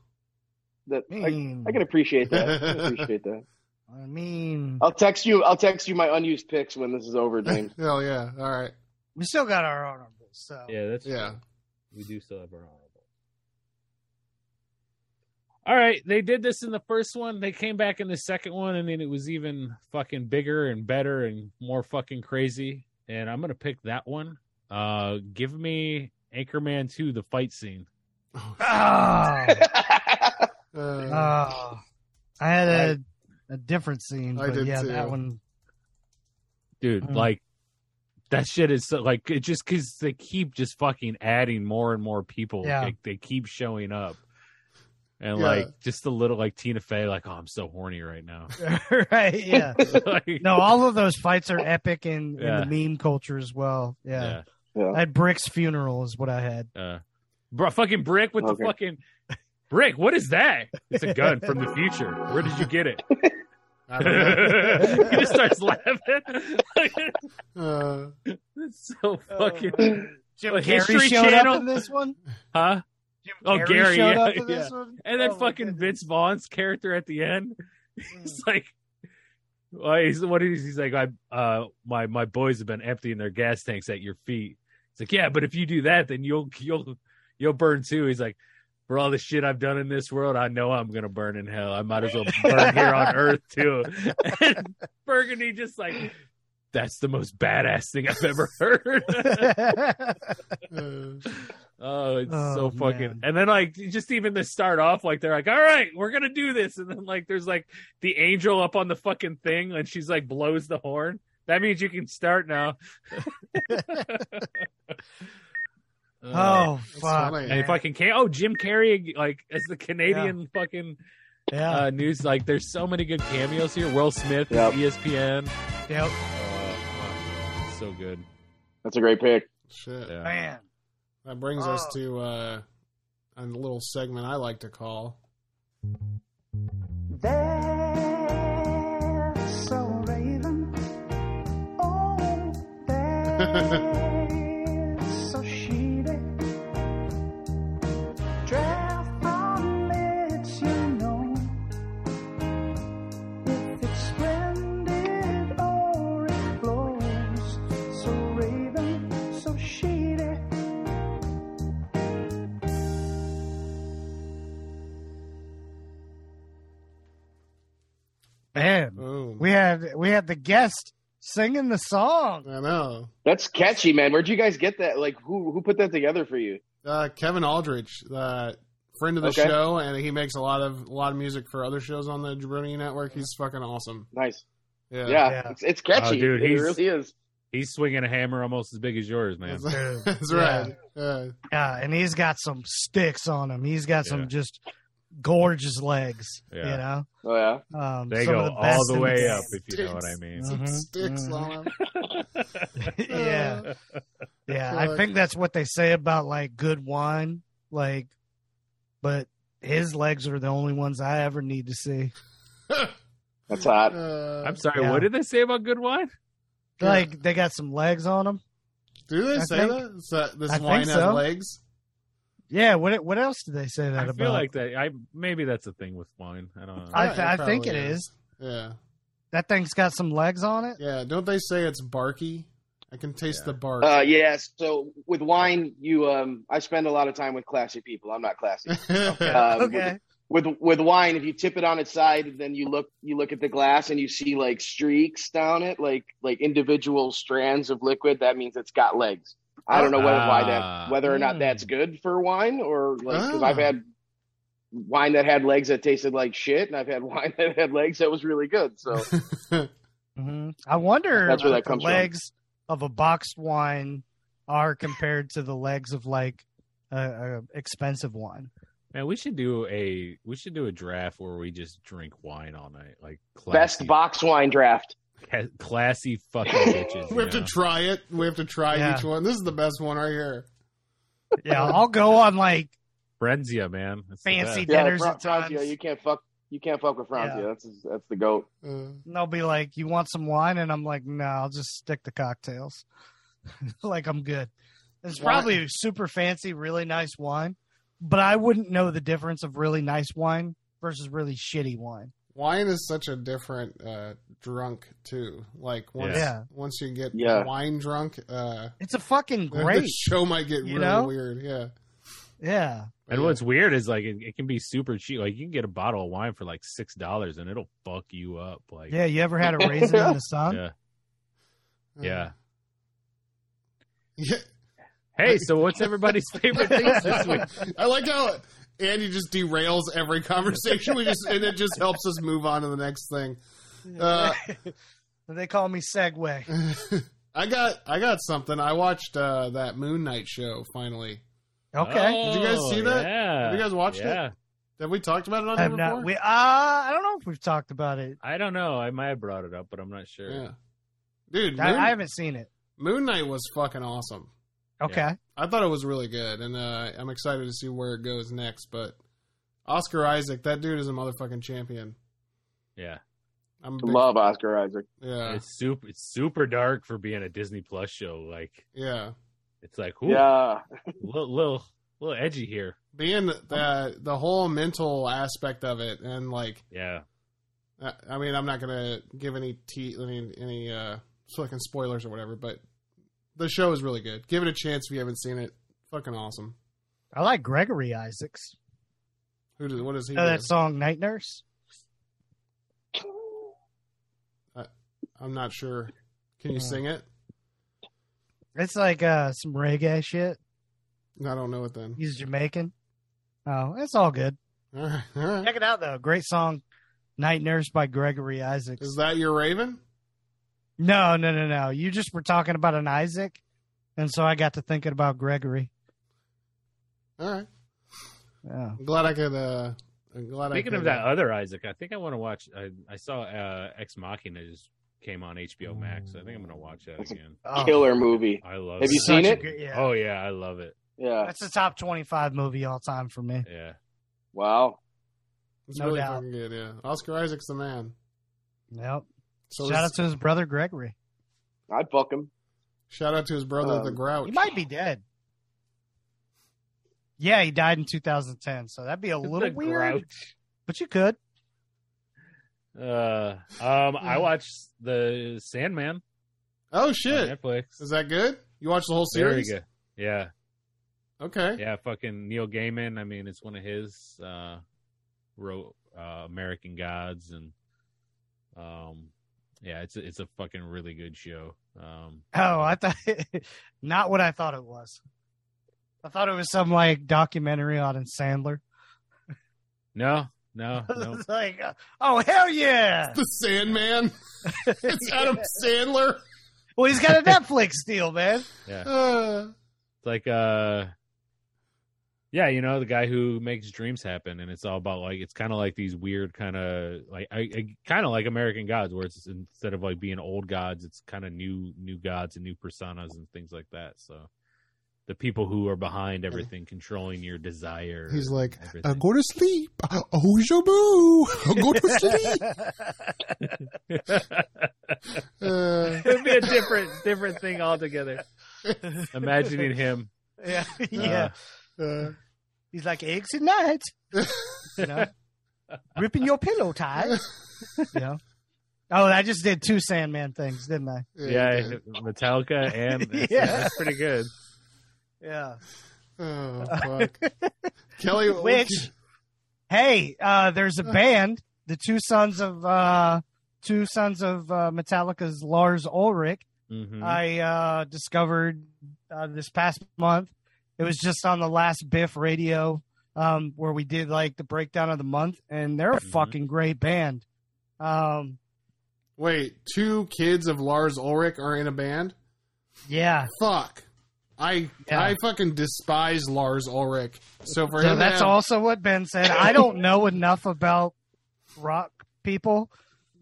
That
I
I,
mean,
I can appreciate that. I can appreciate that.
I mean,
I'll text you. I'll text you my unused picks when this is over, James.
Hell yeah. All right.
we still got our honorables. So
Yeah, that's
Yeah.
We do still have our honorable. All right, they did this in the first one. They came back in the second one, and then it was even fucking bigger and better and more fucking crazy. And I'm gonna pick that one. Uh, give me Anchorman Two: The Fight Scene.
Ah.
Uh,
Oh, I had a, a different scene,
I
but
did
yeah,
too.
that one.
dude
Mm.
like that shit is so, like it just because they keep just fucking adding more and more people
Yeah.
like, they keep showing up and
Yeah.
like just a little like tina fey like oh i'm so horny right now
right? Yeah.
Like,
No, all of those fights are epic in,
Yeah.
in the meme culture as well. Yeah.
yeah,
Yeah.
I had Brick's funeral is what I had.
uh, bro fucking brick with
Okay.
the fucking Brick, what is that? It's a gun from the future. Where did you get it?
I don't know.
he just starts laughing.
Uh,
It's so fucking.
Jim
Well,
Carrey
History
showed
Channel?
up in this one.
huh?
Jim
Oh,
Carrey
Gary,
showed
yeah,
up in this one.
And then
Oh, my
fucking
goodness. Mm.
Vince Vaughn's character at the end. He's like, well, he's, what is he's like? I uh, my my boys have been emptying their gas tanks at your feet. It's like, yeah, but if you do that, then you'll you'll you'll burn too. He's like, for all the shit I've done in this world, I know I'm gonna burn in hell. I might as well burn here on Earth too. And Burgundy just like, that's the most badass thing I've ever heard.
uh,
Oh, it's
Oh,
so fucking.
man.
And then like just even to start off, like they're like, "All right, we're gonna do this," and then like there's like the angel up on the fucking thing, and she's like blows the horn. That means you can start now. Uh,
oh fuck!
funny.
and if I can, oh Jim Carrey, like as the Canadian fucking
Yeah,
uh, news, like there's so many good cameos here. Will Smith, E
Yep.
is ESPN,
yep.
Uh, so good.
That's a great pick.
shit.
Yeah.
Man,
That brings us
Oh.
to uh, a little segment I like to call.
man,
Boom.
we had we had the guest singing the song.
I know.
That's catchy, man. Where'd you guys get that? Like, who who put that together for you?
Uh, Kevin Aldrich, uh, friend of the
Okay.
show, and he makes a lot of a lot of music for other shows on the Jabroni Network. He's fucking awesome.
Nice.
Yeah.
Yeah,
Yeah.
It's, it's catchy.
Oh, dude,
it
he's-
really is.
He's swinging a hammer almost as big as yours, man.
That's, that's
Yeah.
right. Yeah.
Yeah, and he's got some sticks on him. He's got
Yeah.
some just gorgeous legs.
Yeah.
You
Oh yeah.
know, um,
They
some
go
of
all
best
the
in
way
game.
up, if you know what I mean.
Some
Mhm,
sticks
mhm.
on him. Uh,
yeah, yeah. I
Fuck.
think that's what they say about like good wine, like. But his legs are the only ones I ever need to see.
That's hot.
Uh,
I'm sorry.
Yeah.
What did they say about good wine?
Yeah.
Like they got some legs on them.
do they
I
say
think-
that? Is that this
I think
wine
so.
has legs?
Yeah. What What else did they say that
I
about?
feel like that. I maybe that's a thing with wine. I don't know.
I,
Yeah,
th-
it
I think it
probably
is.
is. Yeah.
That thing's got some legs on it.
Yeah. Don't they say it's barky? I can taste
Yeah.
the bark.
Uh, yeah. So with wine, you um, I spend a lot of time with classy people. I'm not classy. Um,
okay.
With with wine, if you tip it on its side, then you look you look at the glass and you see like streaks down it, like like individual strands of liquid. That means it's got legs. I don't know whether why
Ah.
that whether or not
Hmm.
that's good for wine or like because
Ah.
I've had wine that had legs that tasted like shit, and I've had wine that had legs that was really good. So
hmm I wonder
That's where
what
that comes
the
from.
legs of a boxed wine are compared to the legs of like a, a expensive wine.
Man, we should do a we should do a draft where we just drink wine all night, like classy,
best box wine draft.
ca- classy fucking bitches.
we have to try it. We have to try
Yeah.
each one. This is the best one right here.
Yeah, I'll go on like
Frenzia, man. It's the
Fancy.
best.
Dinners
Fra-
at times.
Franzia, you can't fuck. You can't fuck with Franzia.
Yeah.
That's that's the goat.
Uh,
and they'll be like, "You want some wine?" And I'm like, "No, I'll just stick to cocktails. like I'm good." It's
Why-
probably super fancy, really nice wine, but I wouldn't know the difference of really nice wine versus really shitty wine.
wine is such a different uh, drunk too. Like once
Yeah.
once you get
Yeah.
wine drunk, uh,
It's a fucking
the
great.
show might get
you
really
know?
weird. Yeah.
Yeah.
And
Yeah.
what's weird is like it, it can be super cheap. Like you can get a bottle of wine for like six dollars, and it'll fuck you up. Like
Yeah, you ever had a raisin in the sun?
yeah.
Mm.
yeah.
Yeah.
Hey, so what's everybody's favorite things this week?
I like how Andy just derails every conversation. We just and it just helps us move on to the next thing. Uh,
They call me Segway.
I got I got something. I watched uh, that Moon Knight show finally.
Okay.
Did you guys
Oh,
see that?
Yeah.
Have you guys watched it?
yeah.
Have we talked about it on
I
here
have
before?
not. We, uh, I don't know if we've talked about it.
I don't know. I might have brought it up, but I'm not sure.
yeah, dude. Moon,
I, I haven't seen it.
Moon Knight was fucking awesome.
Okay.
Yeah.
I thought it was really good, and uh, I'm excited to see where it goes next. But Oscar Isaac, that dude is a motherfucking champion.
Yeah,
I'm a big-
Love Oscar Isaac.
yeah,
it's super. It's super dark for being a Disney Plus show. Like
yeah.
it's like, ooh,
Yeah,
little, little little edgy here.
Being the, the the whole mental aspect of it, and like,
Yeah,
I I mean, I'm not gonna give any tea, I mean, any uh, fucking spoilers or whatever, but the show is really good. Give it a chance if you haven't seen it. Fucking awesome.
I like Gregory Isaacs.
Who does, what does he?
Know
do?
that song Night Nurse?
I'm not sure. Can you
Uh,
sing it?
It's like uh some reggae shit.
I don't know it then.
He's Jamaican. Oh, it's all good.
All right, all right.
Check it out though. Great song, Night Nurse by Gregory Isaacs.
Is that your Raven?
No, no, no, no. You just were talking about an Isaac, and so I got to thinking about Gregory.
All right.
Yeah.
I'm glad I could. Uh, I'm glad
Speaking
I could, uh,
of that other Isaac, I think I want to watch. I, I saw uh, Ex Machina just came on HBO Max. I think I'm going to watch that
That's a-
again.
Oh,
killer movie.
I love.
Have you
it.
seen
such a
it?
good- yeah.
Oh yeah, I love it.
Yeah,
That's a top twenty-five movie all time for me.
Yeah,
wow.
It's
No
really
doubt.
fucking good. Yeah, Oscar Isaac's the man.
Yep.
So
Shout
this-
out to his brother Gregory.
I'd fuck him.
shout out to his brother,
Um,
the Grouch.
He might be dead. Yeah, he died in 2010, so that'd be a little
The
weird,
Grouch.
but you could.
Uh, um, I watched the Sandman
oh
on
shit!
Netflix.
Is that good? You watched the whole
Very
series?
good. Yeah,
Okay.
yeah. Fucking Neil Gaiman. I mean, it's one of his. Uh, wrote uh, American Gods and, um, yeah, it's a, it's a fucking really good show. Um,
Oh, I thought not what I thought it was. I thought it was some like documentary on Sandler.
no, no, no.
It's like, oh hell yeah!
The Sandman. it's Adam Sandler.
Well, he's got a Netflix deal, man.
Yeah.
Uh,
It's like uh yeah, you know, the guy who makes dreams happen and it's all about like it's kind of like these weird kind of like I, I kind of like American gods where it's instead of like being old gods, it's kind of new new gods and new personas and things like that. So the people who are behind everything controlling your desire.
he's like,
everything.
uh, go to sleep. Oh, your boo. Go to sleep. Uh,
It'd be a different different thing altogether. Imagining him.
yeah,
uh,
yeah.
uh,
He's like eggs at night, you know, ripping your pillow tight. you know. Oh, I just did two Sandman things, didn't I?
yeah, Metallica and yeah.
Yeah.
that's pretty good.
Yeah.
Oh fuck. Kelly,
Which, hey, uh, there's a band, the two sons of uh, two sons of uh, Metallica's Lars Ulrich.
Mhm.
I uh, discovered uh, this past month. It was just on the last Biff radio um, where we did like the breakdown of the month, and they're a
Mhm.
fucking great band. Um,
Wait, two kids of Lars Ulrich are in a band?
yeah,
Fuck. I
Yeah.
I fucking despise Lars Ulrich. So for
so
him,
that's
to have,
also what Ben said. I don't know enough about rock people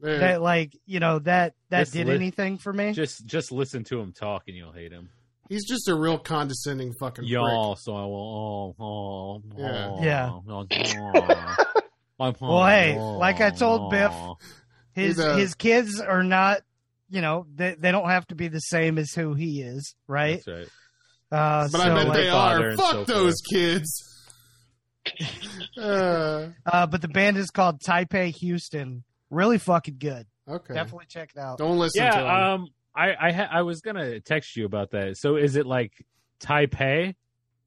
Yeah.
that like you know that that
This
did
li-
anything for me.
just just listen to him talk and you'll hate him.
he's just a real condescending fucking
Y'all, so I will. Oh, oh,
Yeah.
oh,
Yeah.
oh, oh, oh,
Well, hey,
oh,
like I told Biff,
oh.
his
He's a-
his kids are not you know they they don't have to be the same as who he is, right?
That's right.
Uh,
prick. But
so,
I bet
like,
they
father
are.
and
Fuck
so
those kids. uh,
Uh, but the band is called Taipei Houston. Really fucking good.
okay.
Definitely check it out.
Don't listen to him.
Yeah, um, I I, ha- I was gonna text you about that. So is it like Taipei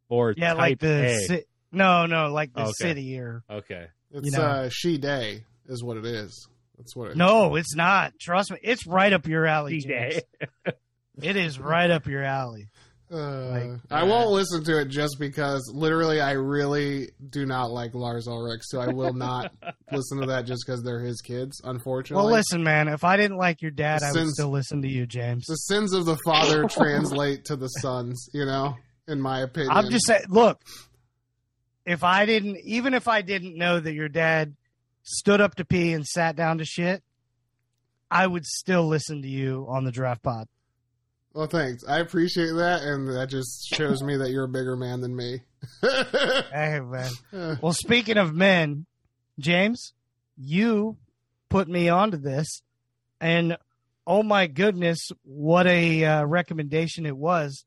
or
yeah,
Type
like the
A?
ci- no, no, like the
Okay.
city or
okay,
it's
you know.
uh, She Day is what it is. That's what it
no, it's not. Trust me, it's right up your alley. James.
D-Day.
It is right up your alley.
Uh,
Like,
I
uh,
won't listen to it just because literally I really do not like Lars Ulrich, so I will not listen to that just because they're his kids, unfortunately.
Well, listen, man, if I didn't like your dad, I would
Since-
still listen to you, James.
The sins of the father translate to the sons, you know, in my opinion.
I'm just saying, look, if I didn't, even if I didn't know that your dad stood up to pee and sat down to shit, I would still listen to you on the draft pod.
Well, thanks. I appreciate that, and that just shows me that you're a bigger man than me.
Hey, man. Well, speaking of men, James, you put me onto this, and oh my goodness, what a uh, recommendation it was!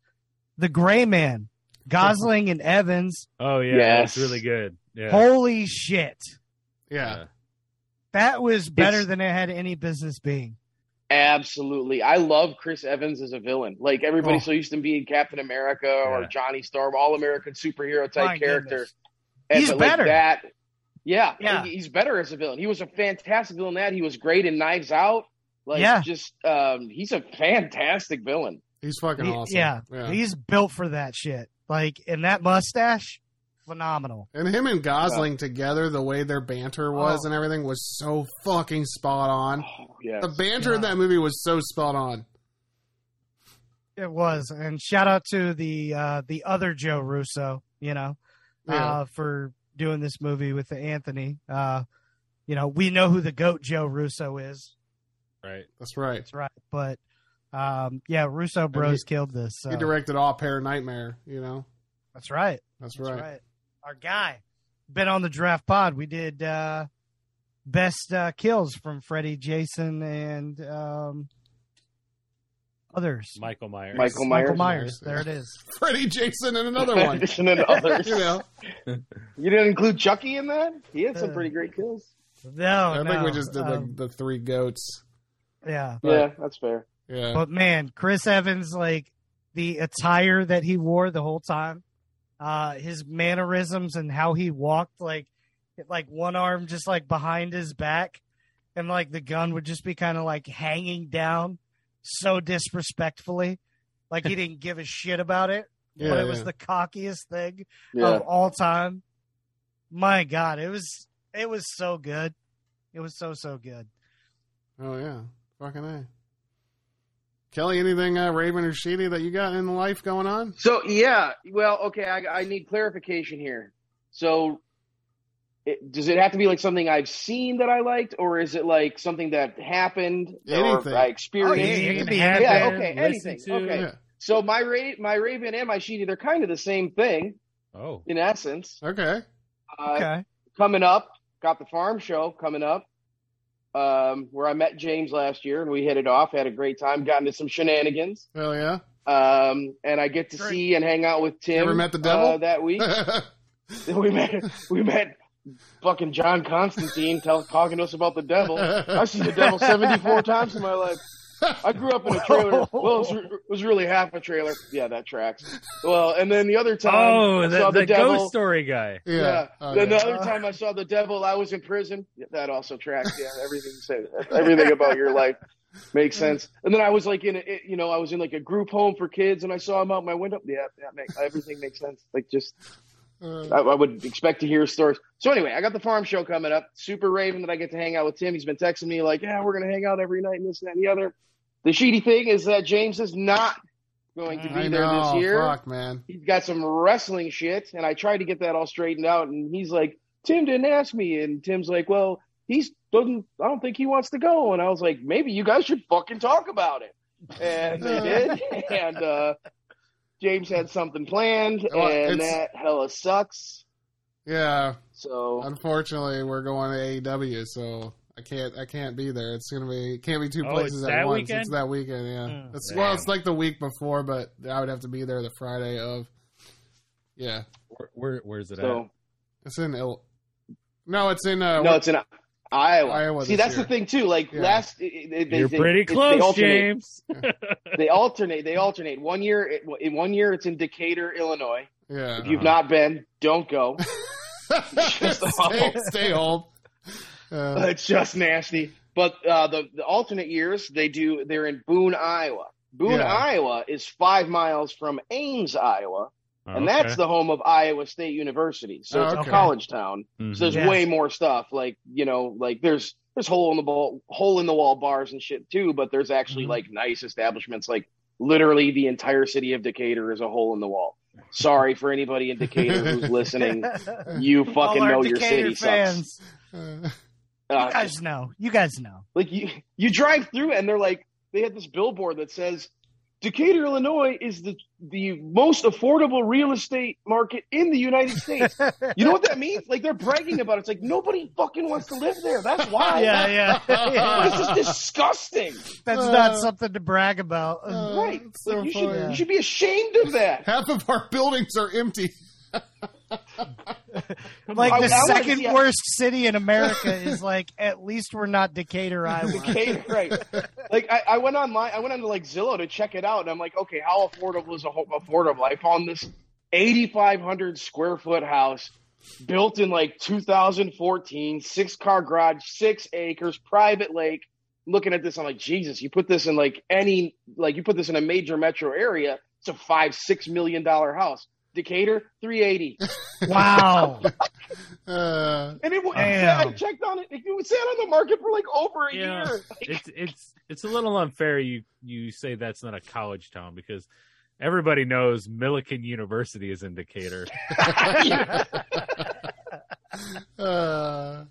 The Gray Man, Gosling and Evans.
Oh yeah,
Yes.
that's really good. Yeah.
Holy shit,
yeah.
that was better
It's-
than it had any business being.
Absolutely. I love Chris Evans as a villain. Like everybody's so used to him being Captain America or
Yeah.
Johnny Storm, all American superhero type
My
character.
goodness.
And-
He's
but, like,
better.
that, yeah,
Yeah.
he- he's better as a villain. He was a fantastic villain. in That he was great in Knives Out. Like,
Yeah.
just um, he's a fantastic villain.
He's fucking
He-
awesome.
yeah.
yeah.
He's built for that shit. Like, and that mustache, phenomenal.
And him and Gosling together, the way their
Oh.
banter was and everything was so fucking spot on.
Oh, yeah.
The banter in
Yeah.
that movie was so spot on.
It was, and shout out to the uh, the other Joe Russo, you know,
Yeah.
uh, for doing this movie with the Anthony. Uh, you know, we know who the goat Joe Russo is.
Right.
That's right.
That's right, but um, yeah, Russo Bros killed this. So.
He directed All Pair Nightmare, you know?
That's right.
That's
That's
right.
right. Our guy been on the draft pod. We did uh, best uh, kills from Freddie, Jason, and um, others.
Michael Myers.
Michael Myers.
Michael Myers. There it is.
Freddy Jason and another one.
and then others.
you know?
You didn't include Chucky in that? He had some
Uh,
pretty great kills.
No,
I think
Oh, no,
we just did
um,
the, the three goats.
yeah.
But-
yeah, that's fair.
Yeah.
But man, Chris Evans, like the attire that he wore the whole time, uh, his mannerisms and how he walked, like like one arm just like behind his back, and like the gun would just be kind of like hanging down, so disrespectfully, like he didn't give a shit about it.
yeah,
but it was
yeah.
the cockiest thing
Yeah.
of all time. My God, it was it was so good. It was so so good.
Oh yeah, fucking a. Kelly, anything uh, Raven or Sheedy that you got in life going on?
So yeah, well, okay, I, I need clarification here. So, it, does it have to be like something I've seen that I liked, or is it like something that happened
Anything.
or I experienced?
yeah, you can be
Have
Yeah,
it,
okay,
listen
anything,
to-
okay.
Yeah.
So my Ra- my Raven and my Sheedy, they're kind of the same thing
Oh.
in essence.
Okay.
Uh,
Okay.
Coming up, got the farm show coming up, um, where I met James last year, and we hit it off, had a great time, got into some shenanigans,
Hell yeah.
um, and I get to
Great.
see and hang out with Tim.
Ever met the
uh,
devil?
that week? we met we met fucking John Constantine tell, talking to us about the devil. I've seen the devil seventy four times in my life. I grew up in a trailer. Well, it was, re- it was really half a trailer. Yeah, that tracks. Well, and then the other time, I
Oh,
saw
the,
the,
the
devil.
ghost story guy.
yeah.
Yeah.
Oh,
then uh,
yeah.
the other time I saw the devil, I was in prison. Yeah, that also tracks. Yeah, everything you said, everything about your life makes sense. And then I was like in, a, you know, I was in like a group home for kids, and I saw him out my window. Yeah, that make, everything makes sense. Like just
Uh,
I, I would expect to hear stories. So anyway, I got the farm show coming up. Super Raven that I get to hang out with Tim. He's been texting me like, "Yeah, we're gonna hang out every night and this and that and the other." The shitty thing is that James is not going to be
I
there
know.
this year.
Fuck, man.
He's got some wrestling shit, and I tried to get that all straightened out. And he's like, "Tim didn't ask me," and Tim's like, "Well, he's doesn't. I don't think he wants to go." And I was like, "Maybe you guys should fucking talk about it." And they did. and uh, James had something planned,
Well,
and
it's-
that hella sucks.
Yeah.
So
Unfortunately, we're going to AEW, so I can't. I can't be there. It's gonna be. It can't be two
Oh,
places
it's
at
that
once.
weekend?
It's that weekend. Yeah.
Mm.
Hmm.
it's,
Damn.
well, it's like the week before, but I would have to be there the Friday of. Yeah.
Where, where, where's it
so
It's in Il- No, it's in uh,
no, it's in Iowa.
Iowa
See,
this
that's
year.
the thing too. Like
Yeah.
last, it- it-
at?
they,
You're
they-
pretty
it- they
close,
alternate-
James.
They alternate. They alternate. One year, it, in one year, it's in Decatur, Illinois.
yeah.
If you've
Uh-huh.
not been, don't go. Just
stay,
awful.
stay home. Uh,
it's just nasty. But uh, the the alternate years, they do. They're in Boone, Iowa. Boone,
Yeah.
Iowa is five miles from Ames, Iowa, and
Okay.
that's the home of Iowa State University. So
Oh,
it's
okay.
a college town.
Mhm.
So there's
Yes.
way more stuff. Like you know, like there's there's hole in the ball, hole in the wall bars and shit too. But there's
Mm-hmm.
actually like nice establishments. Like literally, the entire city of Decatur is a hole in the wall. Sorry for anybody in Decatur who's listening. You
All
fucking
our
know
Decatur
your city sucks.
fans,
uh,
Uh,
You guys know. You guys know.
like you, you drive through and they're like they had this billboard that says Decatur, Illinois is the the most affordable real estate market in the United States. You know what that means? Like they're bragging about it. It's like nobody fucking wants to live there. That's why.
yeah, yeah.
This is disgusting.
That's
Uh,
not something to brag about.
uh,
right.
it's so
Like, you,
funny.
should, you should be ashamed of that.
Half of our buildings are empty.
like
on.
Um, the
I- I wanna
second
see a-
worst city in America is like at least we're not Decatur, Iowa.
Decatur, right. Like I, I went online, I went onto like Zillow to check it out, and I'm like, okay, how affordable is a home affordable? I found this 8,500 square foot house built in like 2014, six car garage, six acres, private lake. Looking at this, I'm like, Jesus, you put this in like any, like you put this in a major metro area, it's a five, six million dollar house. Decatur, 380.
wow.
Uh,
And it was,
Damn.
I checked on it, it sat on the market for like over a
Yeah.
year.
it's it's it's a little unfair you you say that's not a college town because everybody knows Millikan University is in Decatur.
uh,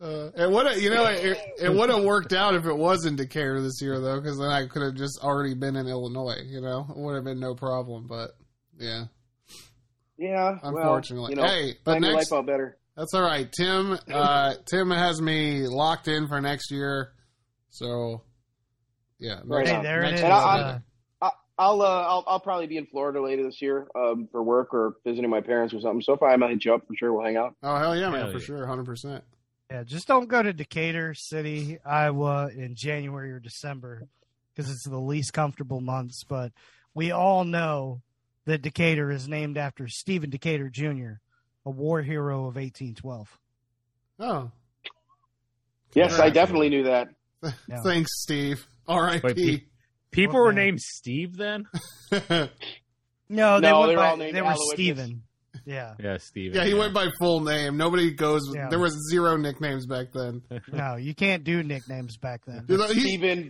uh, it would have, you know, it, it would have worked out if it was in Decatur this year though, because then I could have just already been in Illinois. You know, it would have been no problem. But yeah,
Yeah, well,
unfortunately.
you know,
hey, but
find your
next
life out better.
That's all right. Tim uh Tim has me locked in for next year. So yeah.
Right
next-
on.
Hey, there it
next
is.
year
And I-
I'll be
Uh,
I'll, uh, I'll I'll probably be in Florida later this year um, for work or visiting my parents or something. So if I might hit you up for sure, we'll hang out.
there. Oh hell yeah, man,
Hell
for
yeah.
sure, hundred percent.
yeah, just don't go to Decatur City, Iowa in January or December because it's the least comfortable months. But we all know that Decatur is named after Stephen Decatur Jr., a war hero of 1812.
Oh.
Yes, I definitely knew that.
Yeah.
Thanks, Steve. R.I.P.
Wait, People
What
were
the-
named Steve then?
yeah,
No, they,
No,
went
they were
by-
all named
they were
Aloysius.
Stephen. Yeah,
Yeah, Steve.
he went by full name. Nobody goes
Yeah.
there was zero nicknames back then.
no, you can't do nicknames back then.
You know, Uh, he-
Stephen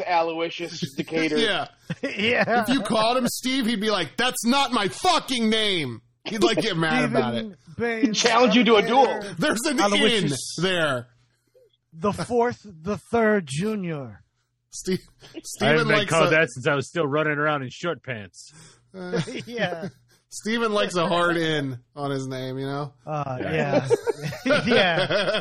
Aloysius Decatur.
Yeah.
yeah,
If you called him Steve, he'd be like, That's not my fucking name. He'd like get mad about it.
Challenge you to a duel.
There's an
Out of which
in
is-
there.
The fourth, the third junior.
Steve
I
Steven
haven't been
likes
called
a-
that since I was still running around in short pants.
Uh,
yeah.
Steven likes a hard in on his name, you know?
Uh, yeah. yeah.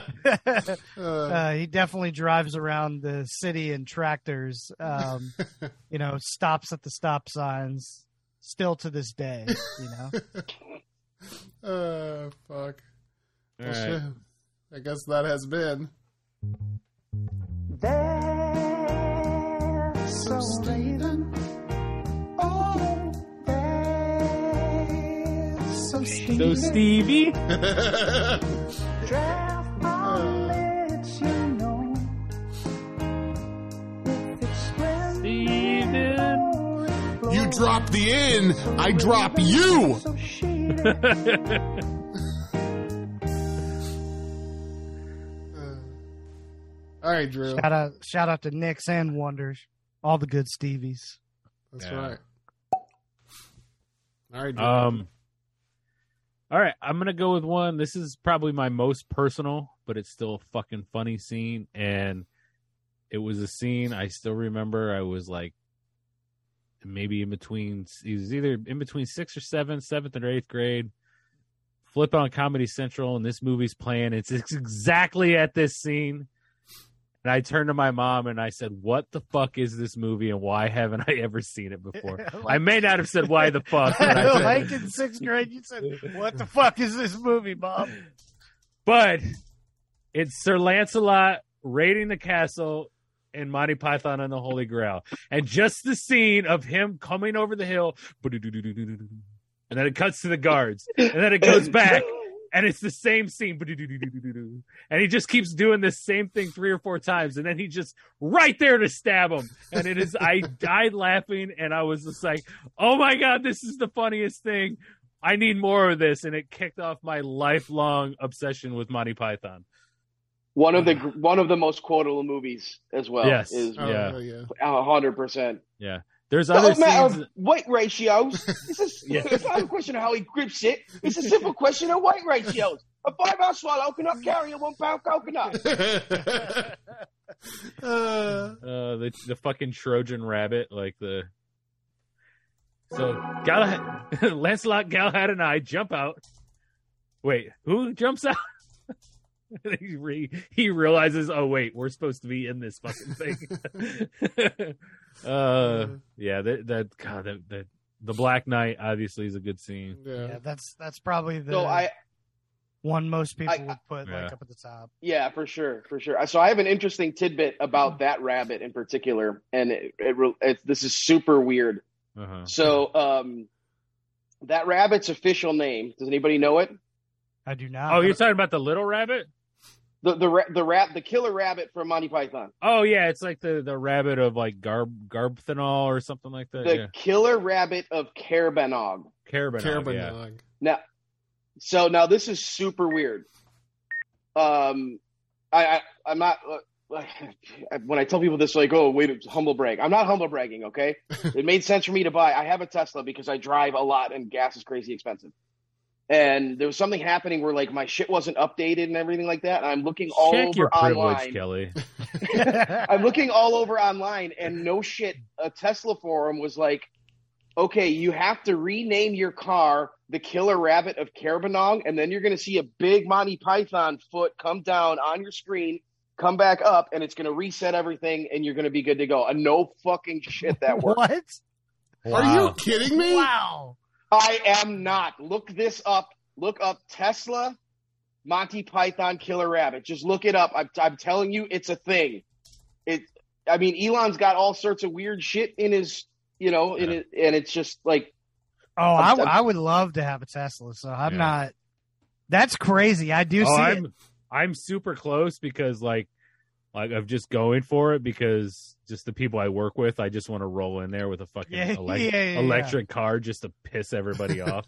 Uh,
Uh, he definitely drives around the city in tractors, um, you know, stops at the stop signs still to this day, you know.
uh, fuck.
All
Well, shit.
right.
I guess that has been.
So Stevie, Steven.
you drop the in, I drop you! All right, Drew.
Shout out shout out to Knicks and Wonders, all the good Stevies.
That's
Yeah.
right. All right, Drew.
um. All right, I'm gonna go with one. This is probably my most personal, but it's still a fucking funny scene, and it was a scene I still remember. I was like, maybe in between, it was either in between sixth or seventh, seventh or eighth grade. Flip on Comedy Central, and this movie's playing. It's ex- exactly at this scene. And I turned to my mom and I said, "What the fuck is this movie, and why haven't I ever seen it before?" I may not have said why the fuck, but, I did.
like in sixth grade, you said, "What the fuck is this movie, Bob?"
But it's Sir Lancelot raiding the castle and Monty Python and the Holy Grail, and just the scene of him coming over the hill, and then it cuts to the guards, and then it goes back. And it's the same scene, and he just keeps doing this same thing three or four times, and then he just right there to stab him. And it is, I died laughing, and I was just like, "Oh my god, this is the funniest thing!" I need more of this, and it kicked off my lifelong obsession with Monty Python.
One of the one of the most quotable movies as well.
Yes.
is
oh,
yeah.
hell yeah.
hundred percent.
There's other
Doesn't matter
scenes.
of uh, weight ratios. This is
Yeah.
it's not a question of how he grips it. It's a simple question of weight ratios. A five ounce swallow cannot carry a one pound coconut.
uh,
Uh, the the fucking Trojan rabbit, like the So Gal, Lancelot, Galahad, and I jump out. Wait, who jumps out? he, re- he realizes, oh wait, we're supposed to be in this fucking thing. uh, yeah, that that God, that, that the Black Knight obviously is a good scene.
Yeah.
Yeah, that's that's probably the
So I
one most people
I-
would put
Yeah.
like up at the top.
yeah, for sure, for sure. So I have an interesting tidbit
Mm.
about that rabbit in particular, and it, it, re- it this is super weird.
Uh-huh.
So um, that rabbit's official name does anybody know it?
I do not.
Oh, you're talking about the little rabbit?
The the ra- the rat the killer rabbit from Monty Python.
Oh yeah, it's like the the rabbit of like garb garbthanol or something like that.
The
Oh, yeah,
killer rabbit of Kerbanog.
Carabinog, yeah.
Carabinog.
Now, so now this is super weird. Um, I, I I'm not. Uh, when I tell people this, like, oh, wait, it's humble brag. I'm not humble bragging. Okay, it made sense for me to buy. I have a Tesla because I drive a lot and gas is crazy expensive. And there was something happening where like my shit wasn't updated and everything like that. And I'm looking all
Check
over
your privilege,
online.
Kelly.
I'm looking all over online, and no shit, a Tesla forum was like, "Okay, you have to rename your car the Killer Rabbit of Kerbanong, and then you're going to see a big Monty Python foot come down on your screen, come back up, and it's going to reset everything, and you're going to be good to go." And no fucking shit that worked.
what?
Are you
Wow.
kidding me?
Wow.
I am not. Look this up. Look up Tesla Monty Python Killer Rabbit. Just look it up. I'm, I'm telling you, it's a thing. It. I mean, Elon's got all sorts of weird shit in his, you know, in it, and it's just like,
Oh, I,
I'm-
I would love to have a Tesla. So I'm
Yeah.
not. That's crazy. I do
Oh,
see
I'm
it.
I'm super close because like like I'm just going for it because just the people I work with, I just want to roll in there with a fucking
Yeah,
elec-
yeah, yeah, yeah.
electric car just to piss everybody off.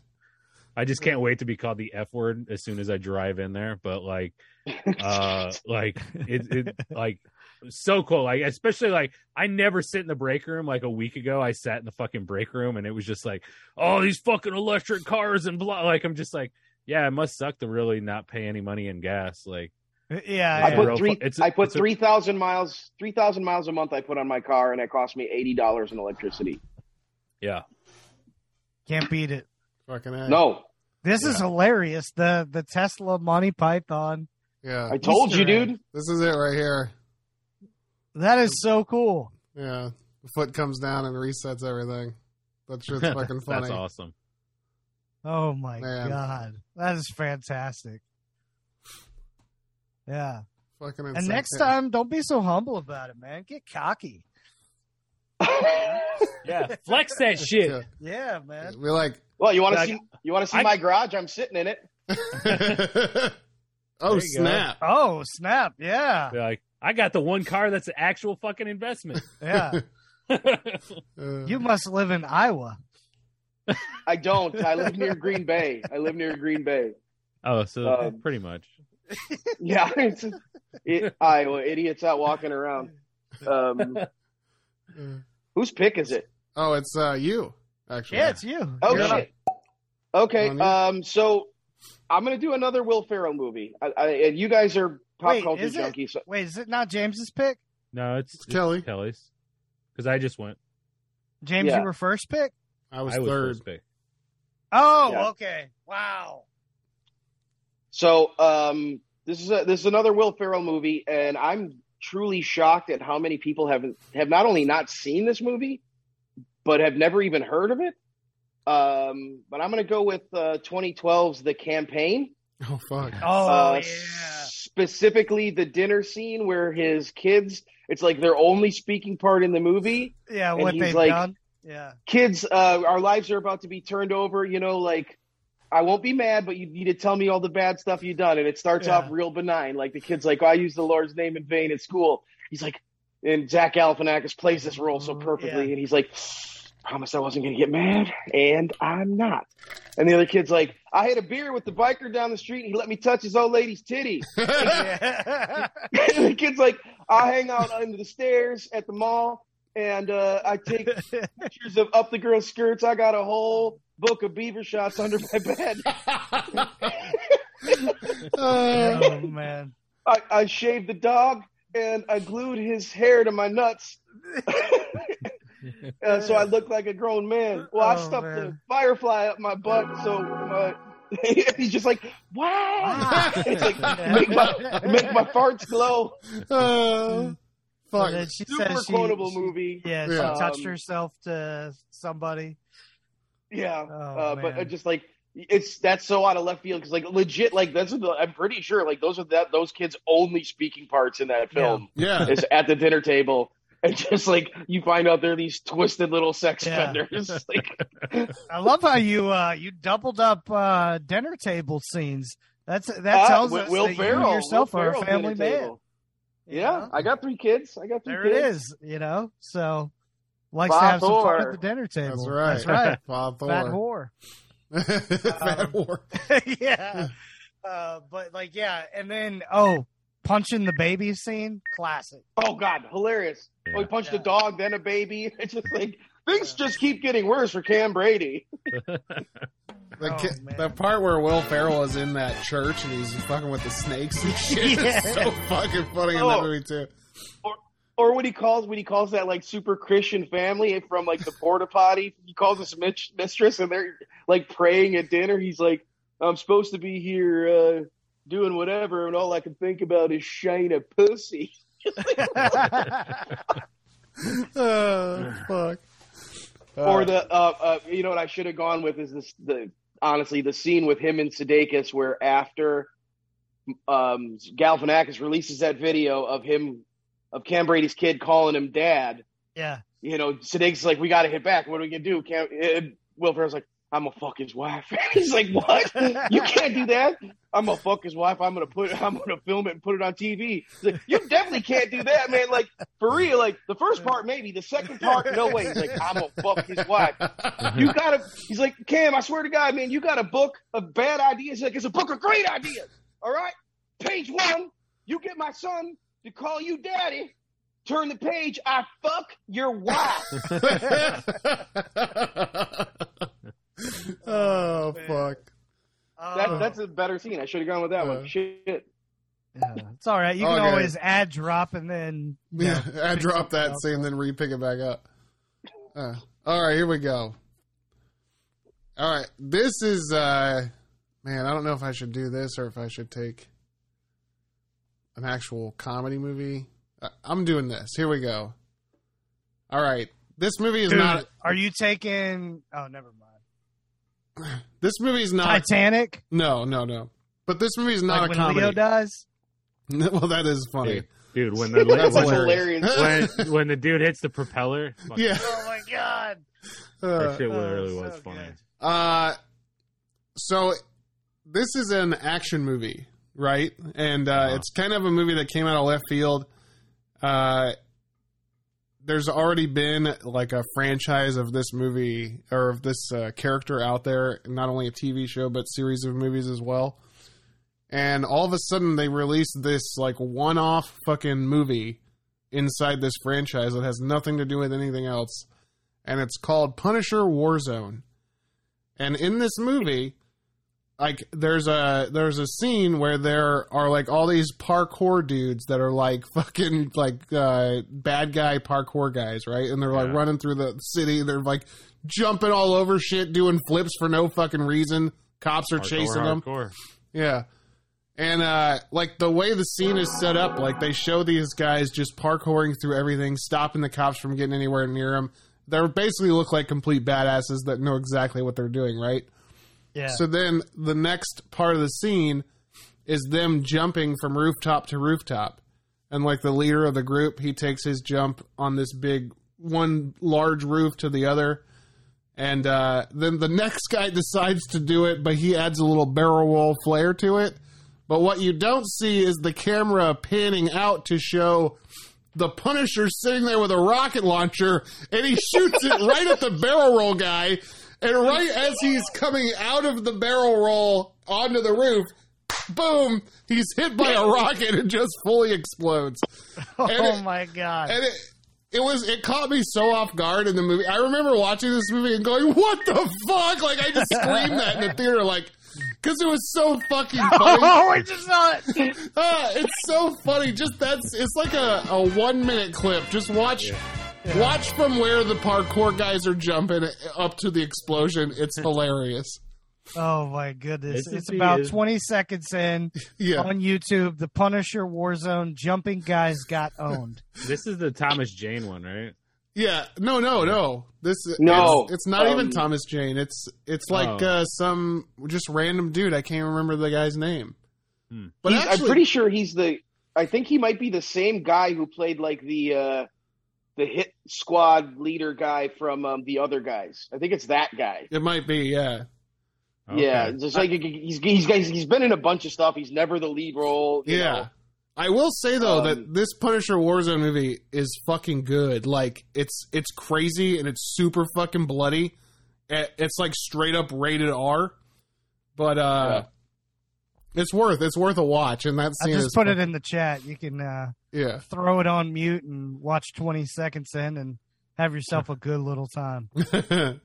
I just can't wait to be called the F word as soon as I drive in there. But like, uh, like it, it, like so cool. Like especially like I never sit in the break room. Like a week ago, I sat in the fucking break room and it was just like, oh, these fucking electric cars and blah. Like I'm just like, yeah, it must suck to really not pay any money in gas. Like
Yeah.
I
yeah.
put
Real
three,
fu- it's a-
I put
it's a-
three thousand miles, three thousand miles a month. I put on my car, and it cost me eighty dollars in electricity.
yeah,
Can't beat it.
Fucking A.
No,
This is
Yeah.
hilarious. The the Tesla Monty Python.
Yeah.
I told you,
Easter egg.
dude.
This is it right here.
That is so cool.
Yeah. The foot comes down and resets everything. That shit's fucking funny.
that's awesome.
Oh my
Man.
god, that is fantastic. Yeah.
Fucking
and
insane.
next time, don't be so humble about it, man. Get cocky.
Yeah, flex that shit.
Yeah.
Yeah, man.
We like.
well, you want to
Like,
see, you want to see
I-
my garage? I'm sitting in it.
oh
go.
snap!
Oh snap! Yeah,
Be like, I got the one car that's an actual fucking investment.
yeah.
Uh,
you must live in Iowa.
I don't. I live near Green Bay. I live near Green Bay.
Oh, so
Um,
pretty much.
Yeah, it's, it, Iowa idiots out walking around. Um,
uh,
whose pick is it?
oh, it's uh, you actually.
Yeah, it's you.
Oh
Yeah.
shit. Okay.
Money.
Um. So I'm gonna do another Will Ferrell movie. I, I, and you guys are pop
Wait,
culture
is it?
junkies. So,
Wait, is it not James's pick?
No, it's,
It's Kelly.
Kelly's. Because I just went.
James,
Yeah.
you were first pick.
I was
I was
third.
first pick.
Oh,
Yeah.
okay. Wow.
so um, this is a, this is another Will Ferrell movie, and I'm truly shocked at how many people have have not only not seen this movie, but have never even heard of it. Um, but I'm gonna go with uh, 2012's The Campaign.
Oh fuck!
Oh
uh,
yeah.
specifically the dinner scene where his kids it's like their only speaking part in the movie
Yeah,
and
what
he's
they've
like-
done. Yeah.
kids uh, our lives are about to be turned over you know like i won't be mad but you need to tell me all the bad stuff you've done and it starts
Yeah.
off real benign like the kid's like i use the lord's name in vain at school he's like and zach galifianakis plays this role so perfectly
Mm, Yeah.
and he's like promised i wasn't going to get mad and i'm not and the other kid's like i had a beer with the biker down the street and he let me touch his old lady's titty
yeah.
and the kid's like, I hang out under the stairs at the mall and uh, I take pictures of up the girl's skirts. I got a whole book of beaver shots under my bed.
Uh,
oh man.
I, I shaved the dog and I glued his hair to my nuts. And uh, so I looked like a grown man. Well, I
Oh,
stuffed the
man.
firefly up my butt, so my, he's just like,
Ah.
wow. it's like, make my, make my farts glow.
Uh, fuck.
And then she
Super
says she,
quotable
she-
movie.
Yeah, she
Yeah.
touched
Um,
herself to somebody.
Yeah.
Oh,
uh, but uh,
man.
just like it's that's so out of left field because like legit like that's the, I'm pretty sure like those are that those kids only speaking parts in that film
Yeah.
is at the dinner table and just like you find out they're these twisted little sex
Yeah.
offenders like
I love how you uh, you doubled up uh, dinner table scenes. That's that
ah,
tells
Wi-
us
Will
that
Ferrell
you yourself
Will
are
Ferrell
a family
dinner
man.
table.
you
Yeah,
know?
I got three kids. I got three
there
kids.
it is. You know, so likes to have some fun
Bathor.
at the dinner table.
That's right.
That's
Um,
right.
Bob
Fat whore.
Thor. Fat whore.
yeah. Uh, but like, yeah, and then oh, punching the baby scene, classic.
Oh God, hilarious!
Yeah.
Oh, he punched
Yeah.
a dog, then a baby. It's just like things just keep getting worse for Cam Brady.
The,
Oh,
ki-
man.
the part where Will Ferrell is in that church and he's fucking with the snakes and shit
Yeah.
is so fucking funny in that
Oh.
movie too.
Or when he calls when he calls that like super Christian family from like the porta potty, he calls his mit- mistress and they're like praying at dinner. He's like, "I'm supposed to be here uh, doing whatever, and all I can think about is shine a pussy."
Oh, fuck.
or the uh, uh, you know what I should have gone with is this the honestly the scene with him and Sudeikis where after um, Galifianakis releases that video of him of Cam Brady's kid calling him dad.
Yeah.
You know, Sudeikis is like, we got to hit back. What are we gonna do? Cam and Will Ferrell's like, I'm gonna fuck his wife. He's like, what? You can't do that. I'm gonna fuck his wife. I'm gonna put. I'm gonna film it and put it on TV. He's like, you definitely can't do that, man. Like for real. Like the first part, maybe the second part, no way. He's like, I'm gonna fuck his wife.
Uh,
You gotta. He's like, Cam, I swear to God, man, you got a book of bad ideas. He's like, it's a book of great ideas. All right, page one. You get my son to call you daddy. Turn the page. I fuck your wife.
oh,
man.
fuck.
Uh,
That, that's a better scene. I should have gone with that
Uh.
one. Shit.
yeah, it's all right. You can
Okay.
always add drop and then you know,
Yeah, I
pick
dropped
something
that
else.
scene, then re pick it back up. Uh, all right, here we go. All right, this is uh, man. I don't know if I should do this or if I should take an actual comedy movie. I- I'm doing this. Here we go. All right, this movie is
Dude,
not.
are you taking? Oh, never mind.
This movie is not.
Titanic.
no, no, no. But this movie is not
like
a
when
comedy.
Leo dies.
well, that is funny.
dude, dude, when the
That's
That's
like
when,
hilarious.
when when the dude hits the propeller, fuck,
Yeah.
Oh my god.
Uh,
that shit literally
Oh,
was
so
funny.
good.
Uh, so this is an action movie, right? And uh,
Uh-huh.
it's kind of a movie that came out of left field. Uh, there's already been like a franchise of this movie or of this uh, character out there, not only a TV show but series of movies as well. And all of a sudden, they released this like one-off fucking movie inside this franchise that has nothing to do with anything else, and it's called Punisher Warzone. And in this movie, like there's a there's a scene where there are like all these parkour dudes that are like fucking like uh, bad guy parkour guys, right? And they're like
Yeah.
running through the city. They're like jumping all over shit, doing flips for no fucking reason. Cops are
Hardcore,
chasing them.
hardcore.
Yeah. And uh like the way the scene is set up, like they show these guys just parkouring through everything, stopping the cops from getting anywhere near them. They basically look like complete badasses that know exactly what they're doing, right?
Yeah.
So then the next part of the scene is them jumping from rooftop to rooftop. And like the leader of the group, he takes his jump on this big one large roof to the other. And uh, then the next guy decides to do it, but he adds a little barrel roll flair to it. But what you don't see is the camera panning out to show the Punisher sitting there with a rocket launcher, and he shoots it right at the barrel roll guy. And right as he's coming out of the barrel roll onto the roof, boom, he's hit by a rocket and just fully explodes.
oh
it-
my god.
And it, it was it caught me so off guard in the movie. I remember watching this movie and going, "What the fuck!" Like I just screamed that in the theater, like because it was so fucking funny.
oh, I just saw it.
Ah, it's so funny. Just that's it's like a, a one minute clip. Just watch
Yeah.
Watch from where the parkour guys are jumping up to the explosion. It's hilarious.
Oh my goodness!
This
It's
is-
about twenty seconds in
Yeah.
on YouTube. The Punisher Warzone jumping guys got owned.
This is the Thomas Jane one, right?
Yeah. No, no, no. This is
No.
It's, it's not even
Um,
Thomas Jane. It's it's like
Oh.
uh, some just random dude. I can't remember the guy's name.
Hmm.
But
He's-
actually,
I'm pretty sure he's the. I think he might be the same guy who played like the uh, the hit squad leader guy from um, the other guys. I think it's that guy.
it might be. Yeah.
Okay.
Yeah, just like he's, he's he's he's been in a bunch of stuff. He's never the lead role. you
Yeah.
know.
I will say though that
Um,
this Punisher Warzone movie is fucking good. Like it's it's crazy and it's super fucking bloody. It- It's like straight up rated R. But uh it's worth it's worth a watch and that
I
scene
just
is
put it in the chat. You can uh,
yeah.
throw it on mute and watch twenty seconds in and have yourself a good little time.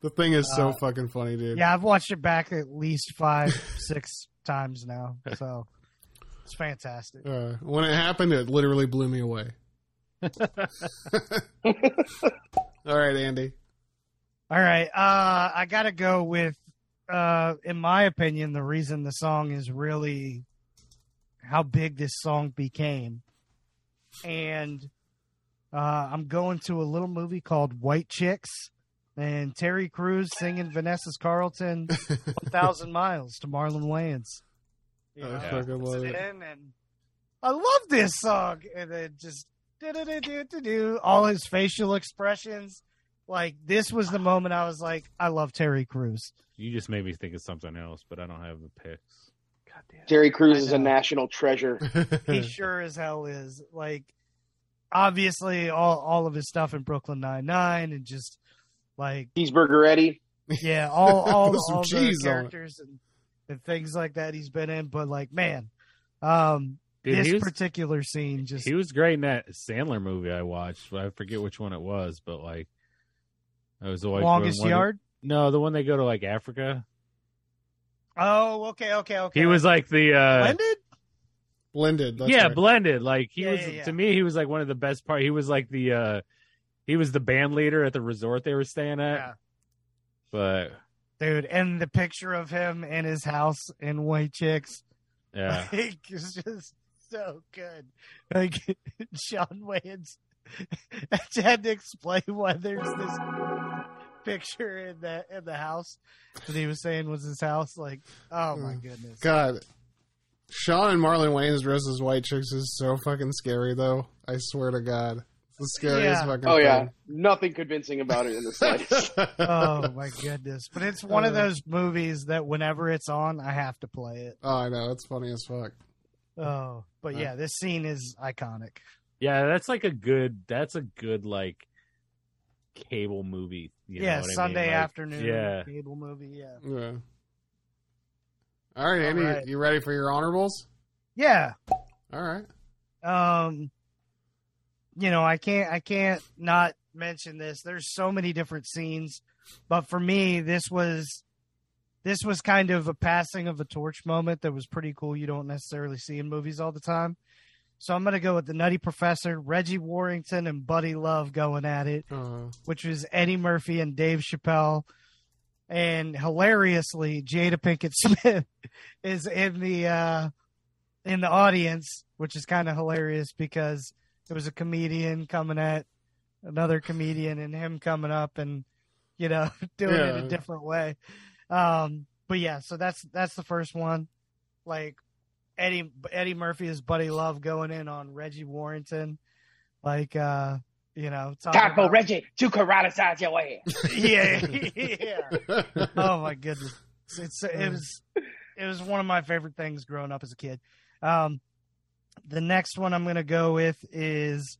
the thing is so
Uh,
fucking funny, dude.
Yeah, I've watched it back at least five, six times now. So it's fantastic.
Uh, when it happened, it literally blew me away. All right, Andy.
All right. Uh, I got to go with, uh, in my opinion, the reason the song is really how big this song became. And uh, I'm going to a little movie called White Chicks and Terry Crews singing Vanessa's Carlton 1,000 Miles to Marlon Wayans. You
I
know,
fucking love
it's
it.
in and I love this song. And then just do-do-do-do-do-do, all his facial expressions. Like this was the moment I was like, I love Terry Crews.
You just made me think of something else, but I don't have the picks. God damn.
Terry Crews
I
is a
know.
national treasure.
He sure as hell is. Like obviously all all of his stuff in Brooklyn Nine Nine and just like
Cheeseburger Eddie.
yeah, all all,
Put some
all the
cheese on it.
characters and, and things like that he's been in. But like man, um
Dude,
this
he was
particular scene just
he was great in that Sandler movie I watched. I forget which one it was, but like it was the white
longest
one-
yard.
No, the one they go to like Africa.
Oh, okay, okay, okay.
He was like the uh
blended.
Blended. that's
yeah,
right.
blended. Like he
Yeah,
was
yeah, yeah.
to me, he was like one of the best part. He was like the uh he was the band leader at the resort they were staying at.
Yeah.
But
dude and the picture of him in his house in white chicks
yeah,
like, it's just so good like sean wayans i had to explain why there's this picture in the in the house that he was saying was his house like oh my goodness
God. Sean and Marlon Wayne's dressed as white chicks is so fucking scary, though. I swear to God. It's the scariest
Yeah.
fucking
Oh yeah, nothing convincing about it in the slightest.
thing. Oh.
oh my goodness but it's one of those movies that whenever it's on i have to play it
Oh, I know. It's funny as fuck.
oh but
Uh.
yeah this scene is iconic
yeah. That's like a good. That's a good like cable movie. You
yeah
know what I
sunday
mean? Like,
afternoon
Yeah.
cable movie yeah
Yeah. All right,
All
Andy,
right.
you ready for your honorables?
yeah
All right.
um you know i can't i can't not mention this there's so many different scenes but for me this was this was kind of a passing of a torch moment that was pretty cool you don't necessarily see in movies all the time so i'm going to go with the nutty professor reggie warrington and buddy love going at it
Uh,
which was eddie murphy and dave chappelle and hilariously jada pinkett smith is in the uh in the audience, which is kind of hilarious because it was a comedian coming at another comedian and him coming up and you know doing it
Yeah.
a different way. Um, but yeah, so that's that's the first one. Like Eddie Eddie Murphy is Buddy Love going in on Reggie Warrington, like uh, you know talking about-
Reggie, two karate size your way.
yeah, yeah. Oh my goodness, it's, it was it was one of my favorite things growing up as a kid. Um, the next one I'm gonna go with is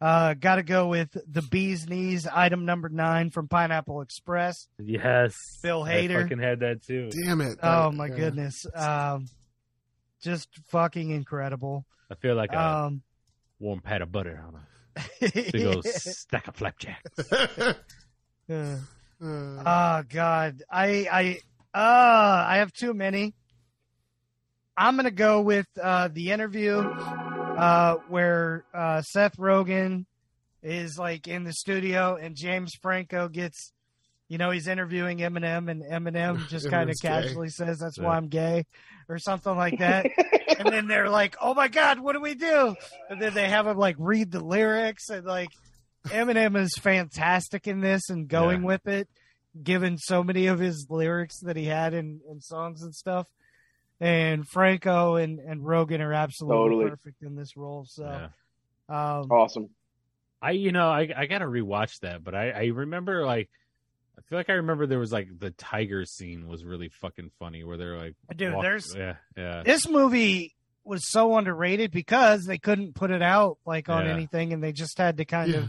uh, got to go with the bee's knees item number nine from Pineapple Express.
Yes,
Bill
I
Hader.
fucking had that too.
Damn it.
Oh my
Yeah.
goodness, um, just fucking incredible.
I feel like a
Um,
warm pat of butter on a big old stack of flapjacks.
yeah.
Uh,
Oh God, I I uh I have too many. I'm gonna go with uh, the interview uh, where uh, Seth Rogen is like in the studio, and James Franco gets, you know, he's interviewing Eminem, and Eminem just kind of
Eminem's gay.
casually says, "That's why
Yeah.
I'm gay," or something like that. and then they're like, "Oh my God, what do we do?" And then they have him like read the lyrics, and like Eminem is fantastic in this and going with it, given so many of his lyrics that he had in, in songs and stuff. And Franco and, and Rogan are absolutely
Totally.
perfect in this role. So,
Yeah.
um,
Awesome.
I you know I I gotta rewatch that, but I I remember like I feel like I remember there was like the tiger scene was really fucking funny where they're like
dude,
walk-
there's
yeah yeah
this movie was so underrated because they couldn't put it out like on
Yeah.
anything, and they just had to kind
Yeah.
of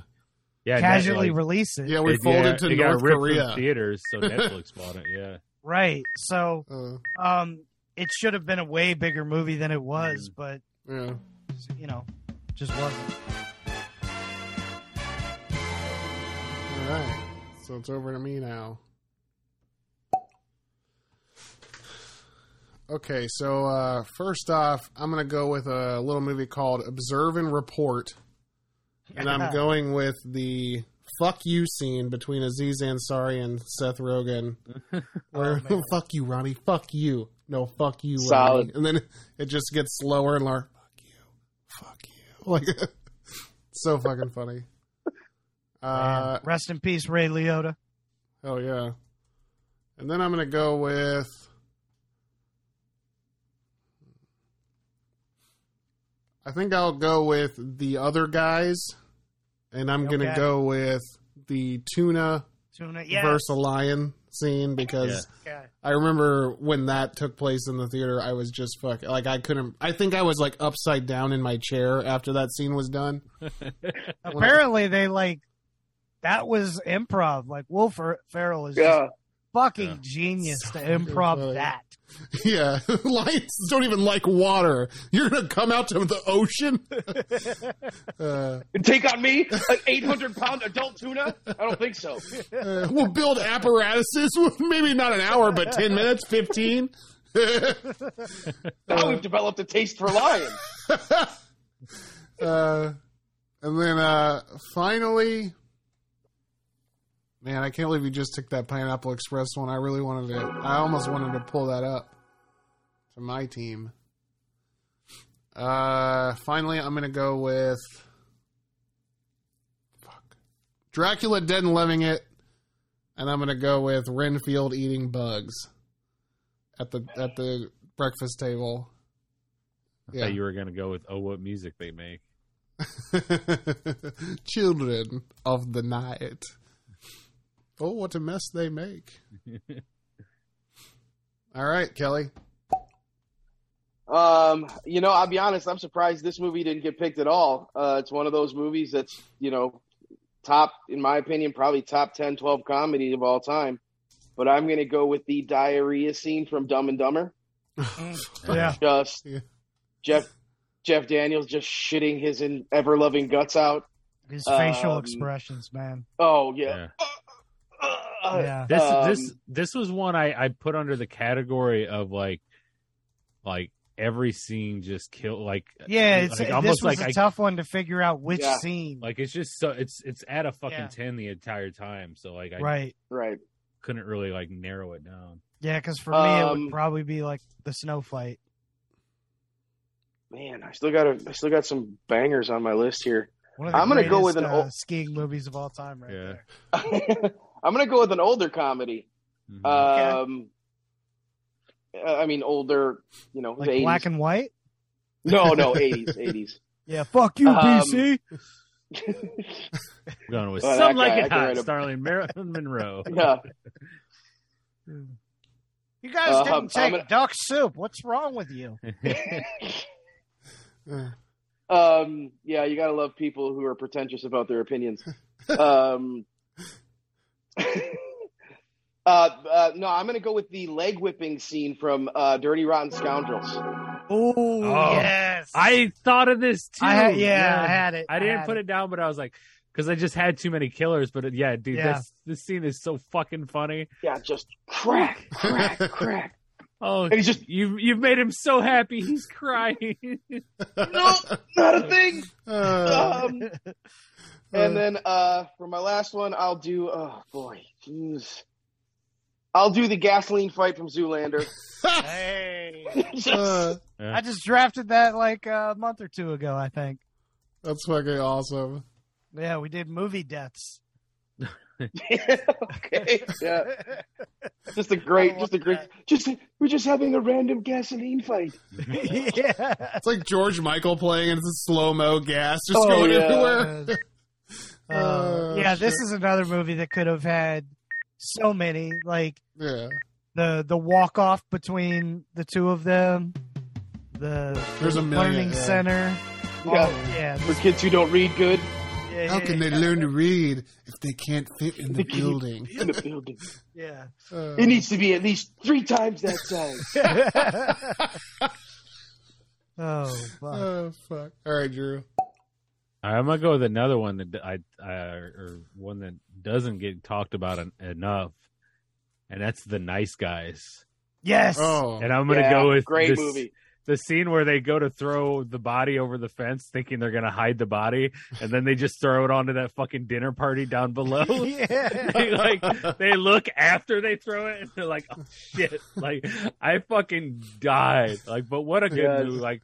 yeah and that,
casually
like,
release it.
Yeah, we
it-
folded
yeah,
to
it got
North
ripped from
Korea.
theaters, so Netflix bought it. Yeah,
Right. So,
Uh,
um, it should have been a way bigger movie than it was,
Mm.
but
yeah.
you know, just wasn't.
All right. So it's over to me now. Okay, so uh, first off, I'm going to go with a little movie called Observe and Report. And I'm going with the fuck you scene between Aziz Ansari and Seth Rogen. Where,
Oh, man.
fuck you, Ronnie. Fuck you. No, fuck you,
Solid.
Ronnie. And then it just gets slower and lower. Fuck you. Fuck you. Like, so fucking funny.
Man,
Uh,
Rest in peace, Ray Liotta.
Hell Oh, yeah. And then I'm going to go with. I think I'll go with the other guys. And I'm going to
Okay.
go with the tuna
Tuna. Yes.
versus a lion scene because
Okay.
I remember when that took place in the theater, I was just fuck like I couldn't I think I was like upside down in my chair after that scene was done.
Apparently, they like that was improv. Like Will Fer- Ferrell is just
Yeah.
fucking
Yeah.
genius
So
to
fucking
improv
funny.
that.
Yeah, lions don't even like water. You're gonna come out to the ocean. uh,
Take on me, an 800 pound adult tuna? I don't think so.
uh, we'll build apparatuses. Maybe not an hour, but ten minutes, fifteen.
Now we've developed a taste for lion.
uh, and then uh, finally, man, I can't believe you just took that Pineapple Express one. I really wanted to. I almost wanted to pull that up to my team. Uh, finally, I'm gonna go with fuck Dracula dead and loving it, and I'm gonna go with Renfield eating bugs at the at the breakfast table.
I thought you were gonna go with oh what music they make.
Children of the night. Oh, what a mess they make. All right, Kelly.
Um, you know, I'll be honest. I'm surprised this movie didn't get picked at all. Uh, it's one of those movies that's, you know, top, in my opinion, probably top 10, 12 comedies of all time. But I'm going to go with the diarrhea scene from Dumb and Dumber.
Yeah.
Just
Yeah.
Jeff Jeff Daniels just shitting his in, ever loving guts out.
His facial
Um,
expressions, man.
Oh, yeah.
Yeah.
Uh,
Yeah.
This
Um,
this this was one I I put under the category of like like every scene just kill like
Yeah, it's,
like,
this
almost
was
like
a
I-
tough one to figure out which
Yeah.
scene.
like it's just so it's it's at a fucking
Yeah.
ten the entire time. So like I
right.
Right.
couldn't really like narrow it down.
Yeah, because for me, it
Um,
would probably be like the snow fight.
Man, I still got a, I still got some bangers on my list here.
One of the
I'm gonna go with
greatest,
an
uh,
ol-
skiing movies of all time, right
Yeah.
there.
I'm going to go with an older comedy.
Mhm.
Um, uh, I mean, older, you know,
Like
the 80s.
black and white.
no, no, 80s, 80s.
Yeah, fuck you,
Um,
BC.
We're going with
Well, that
some like
guy, I
it
can
hot,
write a-
starling Marilyn Monroe.
Yeah,
You guys
uh, I'm
didn't take
gonna-
duck soup. What's wrong with you?
Uh,
um, yeah, you got to love people who are pretentious about their opinions. Um, uh, uh, no, I'm going to go with the leg whipping scene from uh, Dirty Rotten Scoundrels.
Ooh,
Oh,
yes.
I thought of this too.
I had, yeah, I had it.
I didn't
had
put it down, but I was like, because I just had too many killers. But it- yeah, dude,
Yeah.
This, this scene is so fucking funny.
Yeah, just crack, crack, crack.
Oh,
And he's just,
you've you've made him so happy. He's crying.
nope, not a thing.
uh,
Um, And then uh, for my last one, I'll do. Oh boy, jeez. I'll do the gasoline fight from Zoolander.
Hey.
Uh,
I just drafted that like a month or two ago, I think.
that's fucking awesome.
Yeah, we did movie deaths.
okay, yeah, just a great, just a great, just we're just having a random gasoline fight.
yeah.
It's like George Michael playing and it's slow mo gas just
Oh,
going
yeah.
everywhere.
Uh,
Oh,
yeah, this
shit.
is another movie that could have had so many like
Yeah.
the the walk off between the two of them. The
There's a million,
learning
yeah.
center. Oh,
Yeah,
Yeah,
for kids who don't read good
yeah,
How
yeah,
can they learn to read if they can't fit in the
They can't-
building?
in the building,
yeah.
Uh,
it needs to be at least three times that size.
Oh, fuck.
oh fuck! All right, Drew.
I'm gonna go with another one that I, I or one that doesn't get talked about en- enough, and that's the Nice Guys.
yes.
Oh,
And I'm gonna
Yeah,
go with
great
this-
movie.
the scene where they go to throw the body over the fence, thinking they're gonna hide the body, and then they just throw it onto that fucking dinner party down below.
yeah.
they, like they look after they throw it, and they're like, "Oh shit!" Like I fucking died. Like, but what a good
Yes.
move! Like.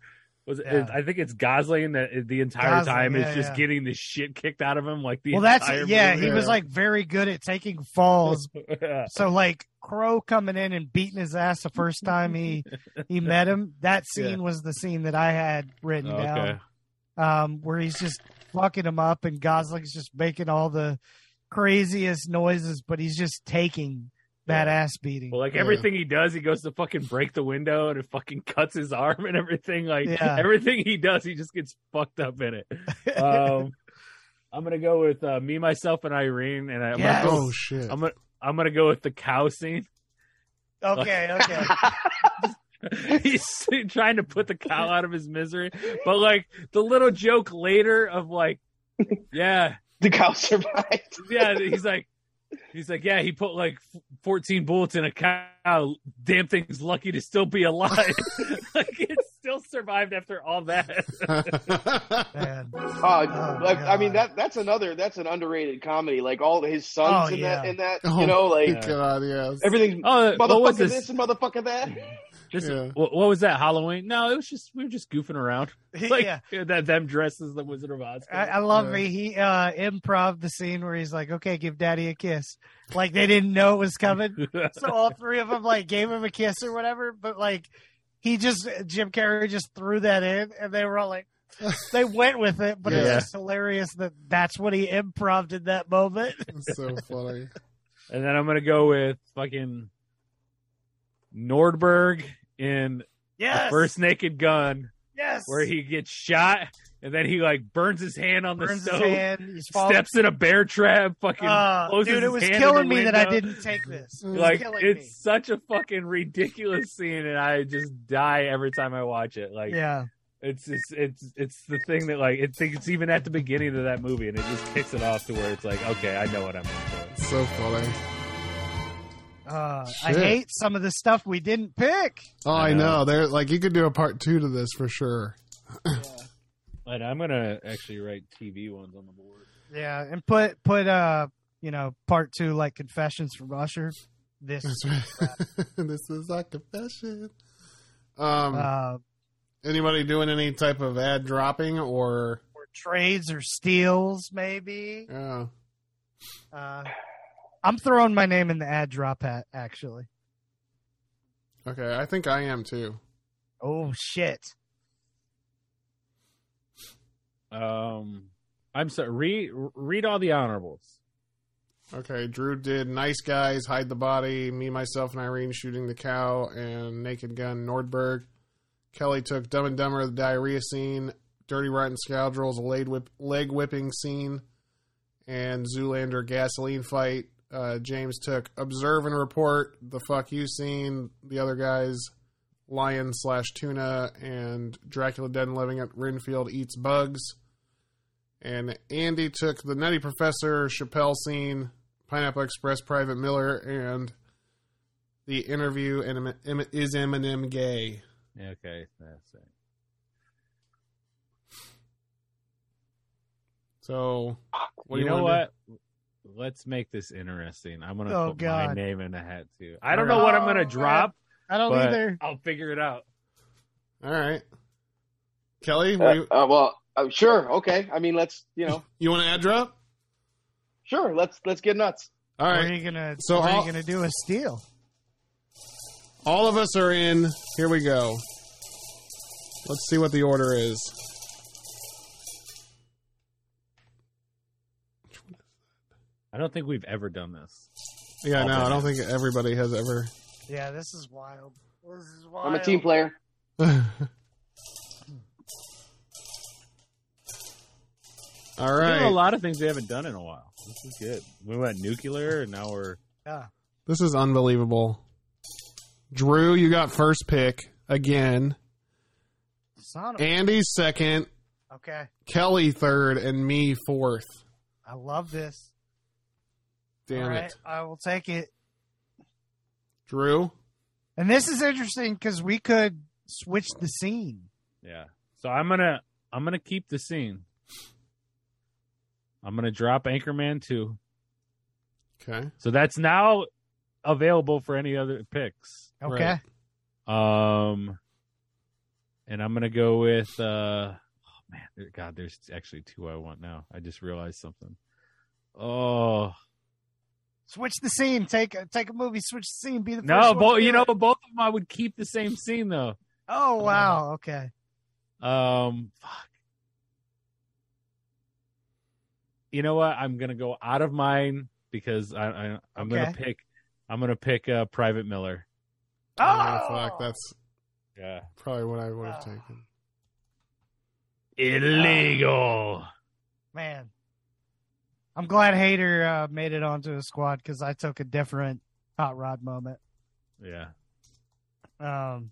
Was,
Yeah.
I think it's Gosling that the entire
Gosling,
time
yeah,
is just
yeah.
getting the shit kicked out of him. Like the
Well, that's
entire
yeah.
movie.
He was like very good at taking falls.
Yeah.
So like Crow coming in and beating his ass the first time he he met him. That scene
Yeah.
was the scene that I had written
Okay.
down, um, where he's just fucking him up and Gosling's just making all the craziest noises, but he's just taking that
Yeah.
ass beating.
Well, like
Yeah.
everything he does, he goes to fucking break the window and it fucking cuts his arm and everything. Like
Yeah.
everything he does, he just gets fucked up in it. Um, I'm gonna go with uh, me, myself, and Irene, and I, I'm,
Yes.
gonna
oh
go,
shit!
I'm gonna I'm gonna go with the cow scene.
okay, okay.
He's trying to put the cow out of his misery, but like the little joke later of like, yeah,
the cow survived.
yeah, he's like, he's like, yeah, he put like f- 14 bullets in a cow. Damn thing's lucky to still be alive. like it still survived after all that.
Man.
Uh, like, I mean
Oh, God.
that that's another that's an underrated comedy. Like all his sons
Oh,
in that
yeah.
in that
Oh,
you know like
yeah.
God, yes.
everything.
Oh, what
Motherfucker
was
this?
this?
and motherfucker that.
This-
Yeah.
what, what was that? Halloween? No, it was just we were just goofing around. Like
yeah.
that them dresses the Wizard of Oz.
I, I love
Yeah.
me. He uh improv the scene where he's like, "Okay, give Daddy a kiss," like they didn't know it was coming. so all three of them like gave him a kiss or whatever, but like he just Jim Carrey just threw that in, and they were all like, they went with it. But it's
Yeah.
just hilarious that that's what he improv in that moment.
That's so funny.
and then I'm gonna go with fucking Nordberg in
Yes,
the first Naked Gun.
yes,
where he gets shot and then he like burns his hand on the
burns his
stove,
hand, he's falling.
steps in a bear trap, fucking
Uh,
closes
dude, it
his
was
hand in
killing
a
me that I
window.
didn't take this. It was
Like
killing
it's such a fucking ridiculous scene, and I just die every time I watch it. Like
me. yeah,
it's just it's it's the thing that like it think it's even at the beginning of that movie, and it just kicks it off to where it's like, okay, I know what I'm in for.
So funny.
uh, I
Shit.
hate some of the stuff we didn't pick.
Oh, I know. There, like, you could do a part two to this for sure.
And I'm gonna actually write TV ones on the board.
Yeah, and put put uh you know part two like confessions from Usher. This
That's right. this is our confession. Um,
uh
anybody doing any type of ad dropping or?
or trades or steals maybe.
Uh,
Uh, I'm throwing my name in the ad drop hat actually.
okay, I think I am too.
Oh shit!
Um, I'm sorry. Read read all the honorables.
Okay, Drew did Nice Guys, Hide the Body, Me, Myself, and Irene Shooting the Cow, and Naked Gun, Nordberg. Kelly took Dumb and Dumber, the diarrhea scene, Dirty Rotten Scoundrels, a leg, whip, leg whipping scene, and Zoolander gasoline fight. Uh, James took Observe and Report, the fuck you scene, the other guys, Lion slash Tuna, and Dracula Dead and Living at Renfield Eats Bugs. And Andy took the Nutty Professor, Chappelle scene, Pineapple Express, Private Miller, and the interview. And Em- Em- is Eminem gay?
Okay, that's it.
So What
you,
do
know
wanna
what? Let's make this interesting. I'm gonna
Oh,
put my
God.
name in a hat too. I don't know what I'm
Oh,
gonna
man.
drop,
I don't
but
either.
I'll figure it out.
do? All right, Kelly,
Uh,
you,
uh, well, uh, sure, okay. I mean, let's you know,
you want to add drop?
sure, let's let's get nuts.
All
What
right,
are you gonna?
So
what are
I'll-
you gonna do? A steal?
All of us are in. Here we go. Let's see what the order is.
I don't think we've ever done this.
Yeah,
I'll
no,
bet
I don't
it.
think everybody has ever.
Yeah, this is wild. This is wild.
I'm a team player.
All
We've done a
right.
lot of things we haven't done in a while. This is good. We went nuclear, and now we're
This is unbelievable. Drew, you got first pick again.
Son of a-
Andy second.
okay,
Kelly third, and me fourth.
I love this.
Damn
All
it,
right, I will take it.
Drew.
And this is interesting because we could switch the scene.
yeah. So I'm gonna I'm gonna keep the scene. I'm gonna drop Anchorman two.
Okay.
So that's now available for any other picks.
Okay.
Right.
Um, and I'm gonna go with uh, oh man, there- God, there's actually two I want now. I just realized something. Oh
Switch the scene. Take a, take a movie. Switch the scene. Be the
no,
first one
both
to do
you know,
it.
both of them I would keep the same scene though.
Oh wow. Okay.
Um, fuck. You know what? I'm gonna go out of mine because I, I I'm gonna
Okay.
pick I'm gonna pick uh, Private Miller.
Oh, fuck,
Oh!
that's
Yeah,
probably what I would have
Oh.
taken.
illegal.
man. I'm glad Hater uh, made it onto a squad because I took a different hot rod moment.
Yeah.
Um,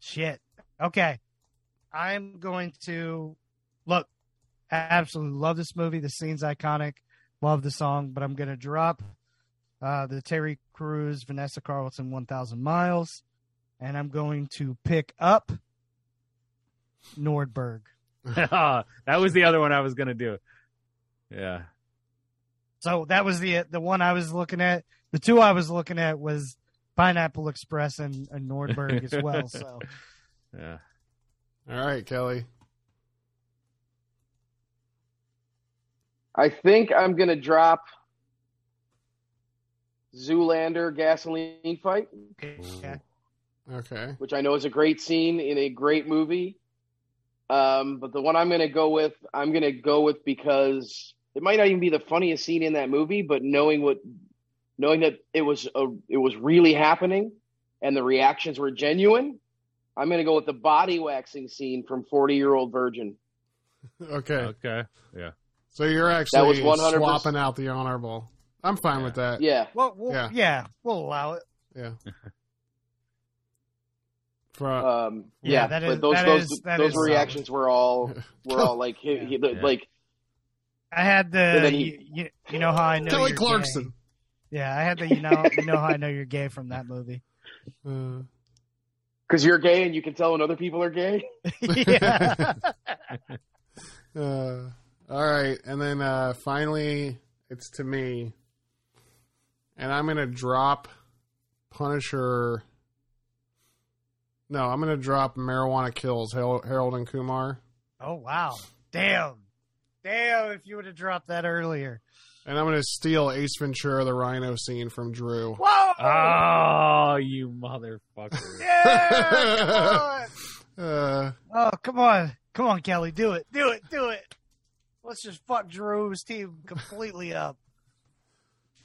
shit. Okay. I'm going to look. I absolutely love this movie. The scene's iconic. Love the song, but I'm going to drop uh, the Terry Crews, Vanessa Carlton, 1,000 Miles, and I'm going to pick up Nordberg.
that was the other one I was gonna do. Yeah.
So that was the the one I was looking at. The two I was looking at was Pineapple Express and, and Nordberg as well. So
Yeah.
All right, Kelly.
I think I'm gonna drop Zoolander gasoline fight,
yeah.
Okay.
which I know is a great scene in a great movie. Um, but the one I'm gonna go with, I'm gonna go with because it might not even be the funniest scene in that movie, but knowing what, knowing that it was a, it was really happening, and the reactions were genuine, I'm gonna go with the body waxing scene from Forty Year Old Virgin.
Okay.
Okay.
So you're actually
Uh, was 100%
swapping out the honorable. I'm fine with that.
Yeah,
Well, we'll
Yeah.
yeah. we'll allow it.
For,
Uh,
um,
Yeah,
yeah,
that
but
is-
those
that
those
is- that
those
is um, solid.
reactions were all were all like he, he-
Yeah.
like
I had
And
the
then
you, you, you know how I know
Kelly
you're
Clarkson.
gay. Yeah, I had the you know you know how I know you're gay from that movie.
Uh,
because you're gay and you can tell when other people are gay.
yeah.
Uh, all right, and then uh, finally, it's to me, and I'm gonna drop Punisher. No, I'm gonna drop Marijuana Kills Har- Harold and Kumar,
Oh wow. Damn. Damn, if you would have dropped that earlier.
and I'm gonna steal Ace Ventura: The Rhino scene from Drew.
Whoa.
Oh, you motherfucker.
yeah. Come on.
Uh,
Oh, come on. Come on, Kelly. Do it. Do it. Do it. Let's just fuck Drew's team completely up.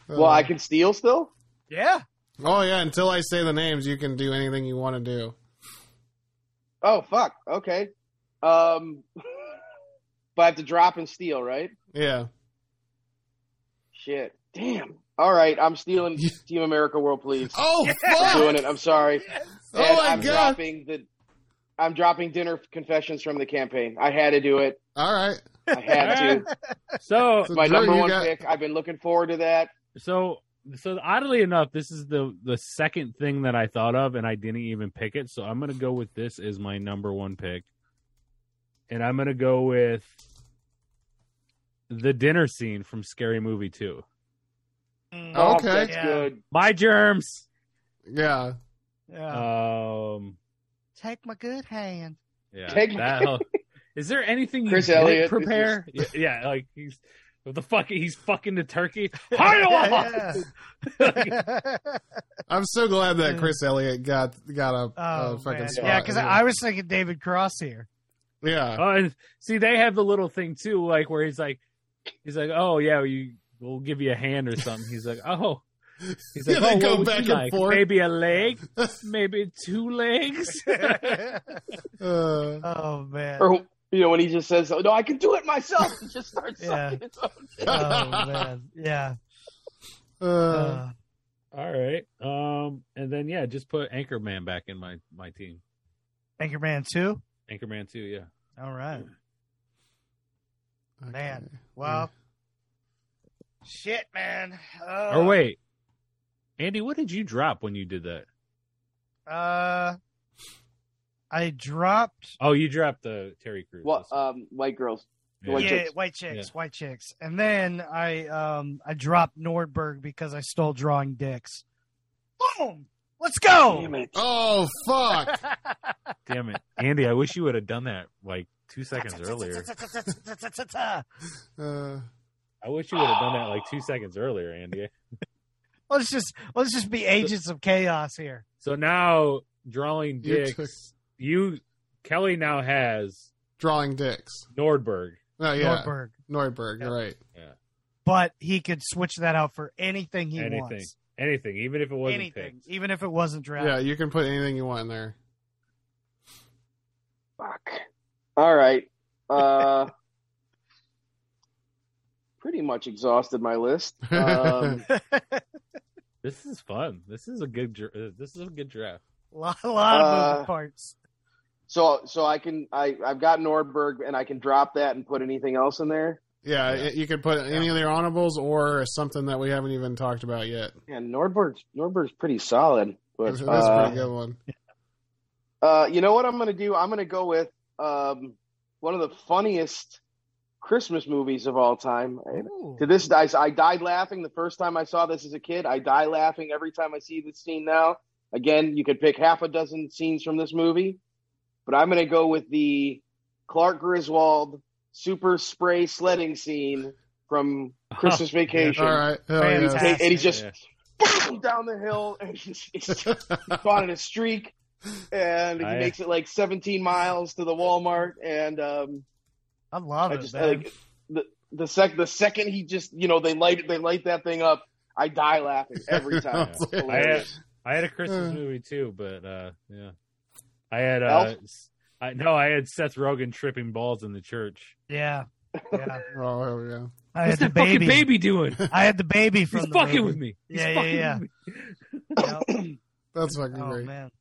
Uh,
Well, I can steal still.
Yeah.
oh yeah, until I say the names, you can do anything you want to do.
Oh fuck. Okay. Um, but I have to drop and steal, right?
Yeah,
Shit. Damn. All right, I'm stealing Team America World Police.
Oh,
I'm doing it. I'm sorry.
Oh,
And
my
I'm
God.
Dropping the, I'm dropping dinner confessions from the campaign. I had to do it.
all right.
I had to.
So
So
My
Drew,
number
you
one
got-
pick. I've been looking forward to that.
so so oddly enough, this is the the second thing that I thought of and I didn't even pick it. So I'm gonna go with this as my number one pick. And I'm gonna go with the dinner scene from Scary Movie 2.
Oh.
Oh,
Okay.
that's
Mm. Yeah.
good.
My germs.
Yeah.
Uh,
Yeah.
Um,
Take my good hand.
yeah.
Take-
that hel- is there anything you
Chris
did
Elliott, this
prepare? Yeah, yeah, like he's what the fuck he's fucking the turkey. Hi-ya!
I'm so glad that Chris Elliott got got a,
Oh,
a fucking
man.
spot.
yeah, because I was thinking David Cross here.
yeah.
Oh, and see, they have the little thing too, like where he's like, he's like, oh yeah, you, we'll give you a hand or something. He's like, oh, he's like,
Yeah, they
oh,
go
what would
back
you
and
like?
forth.
maybe a leg, maybe two legs.
Uh,
oh man.
Or you know when he just says, oh, "No, I can do it myself," and just starts
Yeah.
sucking his own.
Oh man. Yeah.
uh,
Uh,
All right, um, and then yeah, just put Anchorman back in my my team.
Anchorman two.
Anchorman too, yeah.
All right.
okay.
Oh, man. Well. Shit, man. Uh,
or Oh, wait, Andy, what did you drop when you did that?
Uh, I dropped.
Oh, you dropped the Terry Crews.
What? Um, white girls.
Yeah.
White
yeah,
chicks.
white chicks, white chicks, and then I um I dropped Nordberg because I stole drawing dicks. Boom! Let's go.
Damn it.
Oh fuck.
Damn it, Andy! I wish you would have done that like two seconds earlier.
Uh,
I wish you would have done that like two seconds earlier, Andy.
let's just let's just be agents of chaos here.
So now drawing
You
dicks,
took-
you Kelly now has
drawing dicks.
Nordberg.
Oh yeah. Nordberg.
Nordberg,
you're right.
but he could switch that out for anything he
anything,
wants.
anything, even if it wasn't
Anything,
picked.
even if it wasn't draft.
Yeah, you can put anything you want in there.
Fuck. All right. Uh, pretty much exhausted my list. Um,
This is fun. This is a good. dr- uh, This is a good draft.
A lot, a lot of
Uh,
moving parts.
so so I can I I've got Nordberg and I can drop that and put anything else in there.
Yeah, it- you could put any of their honorables or something that we haven't even talked about yet.
And Nordberg's Nordberg's pretty solid. But,
That's, that's a
uh,
pretty good one.
uh, you know what I'm gonna do? I'm gonna go with um, one of the funniest Christmas movies of all time.
Ooh.
To this, I, I died laughing the first time I saw this as a kid. I die laughing every time I see this scene now. Again, you could pick half a dozen scenes from this movie, but I'm going to go with the Clark Griswold super spray sledding scene from Christmas Vacation.
All right. Hell
Fantastic.
and, and he's just
Yeah.
boom, down the hill, and he's, he's
yes.
caught in a streak, and he
I-
makes it like 17 miles to the Walmart, and um,
I love
I
it.
just
man.
like the the sec the second he just you know they light they light that thing up, I die laughing every time. It's
Yeah.
hilarious.
I had a Christmas
Uh.
movie too, but uh, yeah, I had uh,
Elf?
s- I no, I had Seth Rogen tripping balls in the church.
yeah, yeah.
Oh, hell yeah.
I
What's
had the
that fucking
baby.
baby doing?
I had the baby from
He's
the
fucking
movie.
with me. He's
Yeah, yeah,
fucking
yeah.
with me.
Yep.
That's fucking
Oh
great.
man!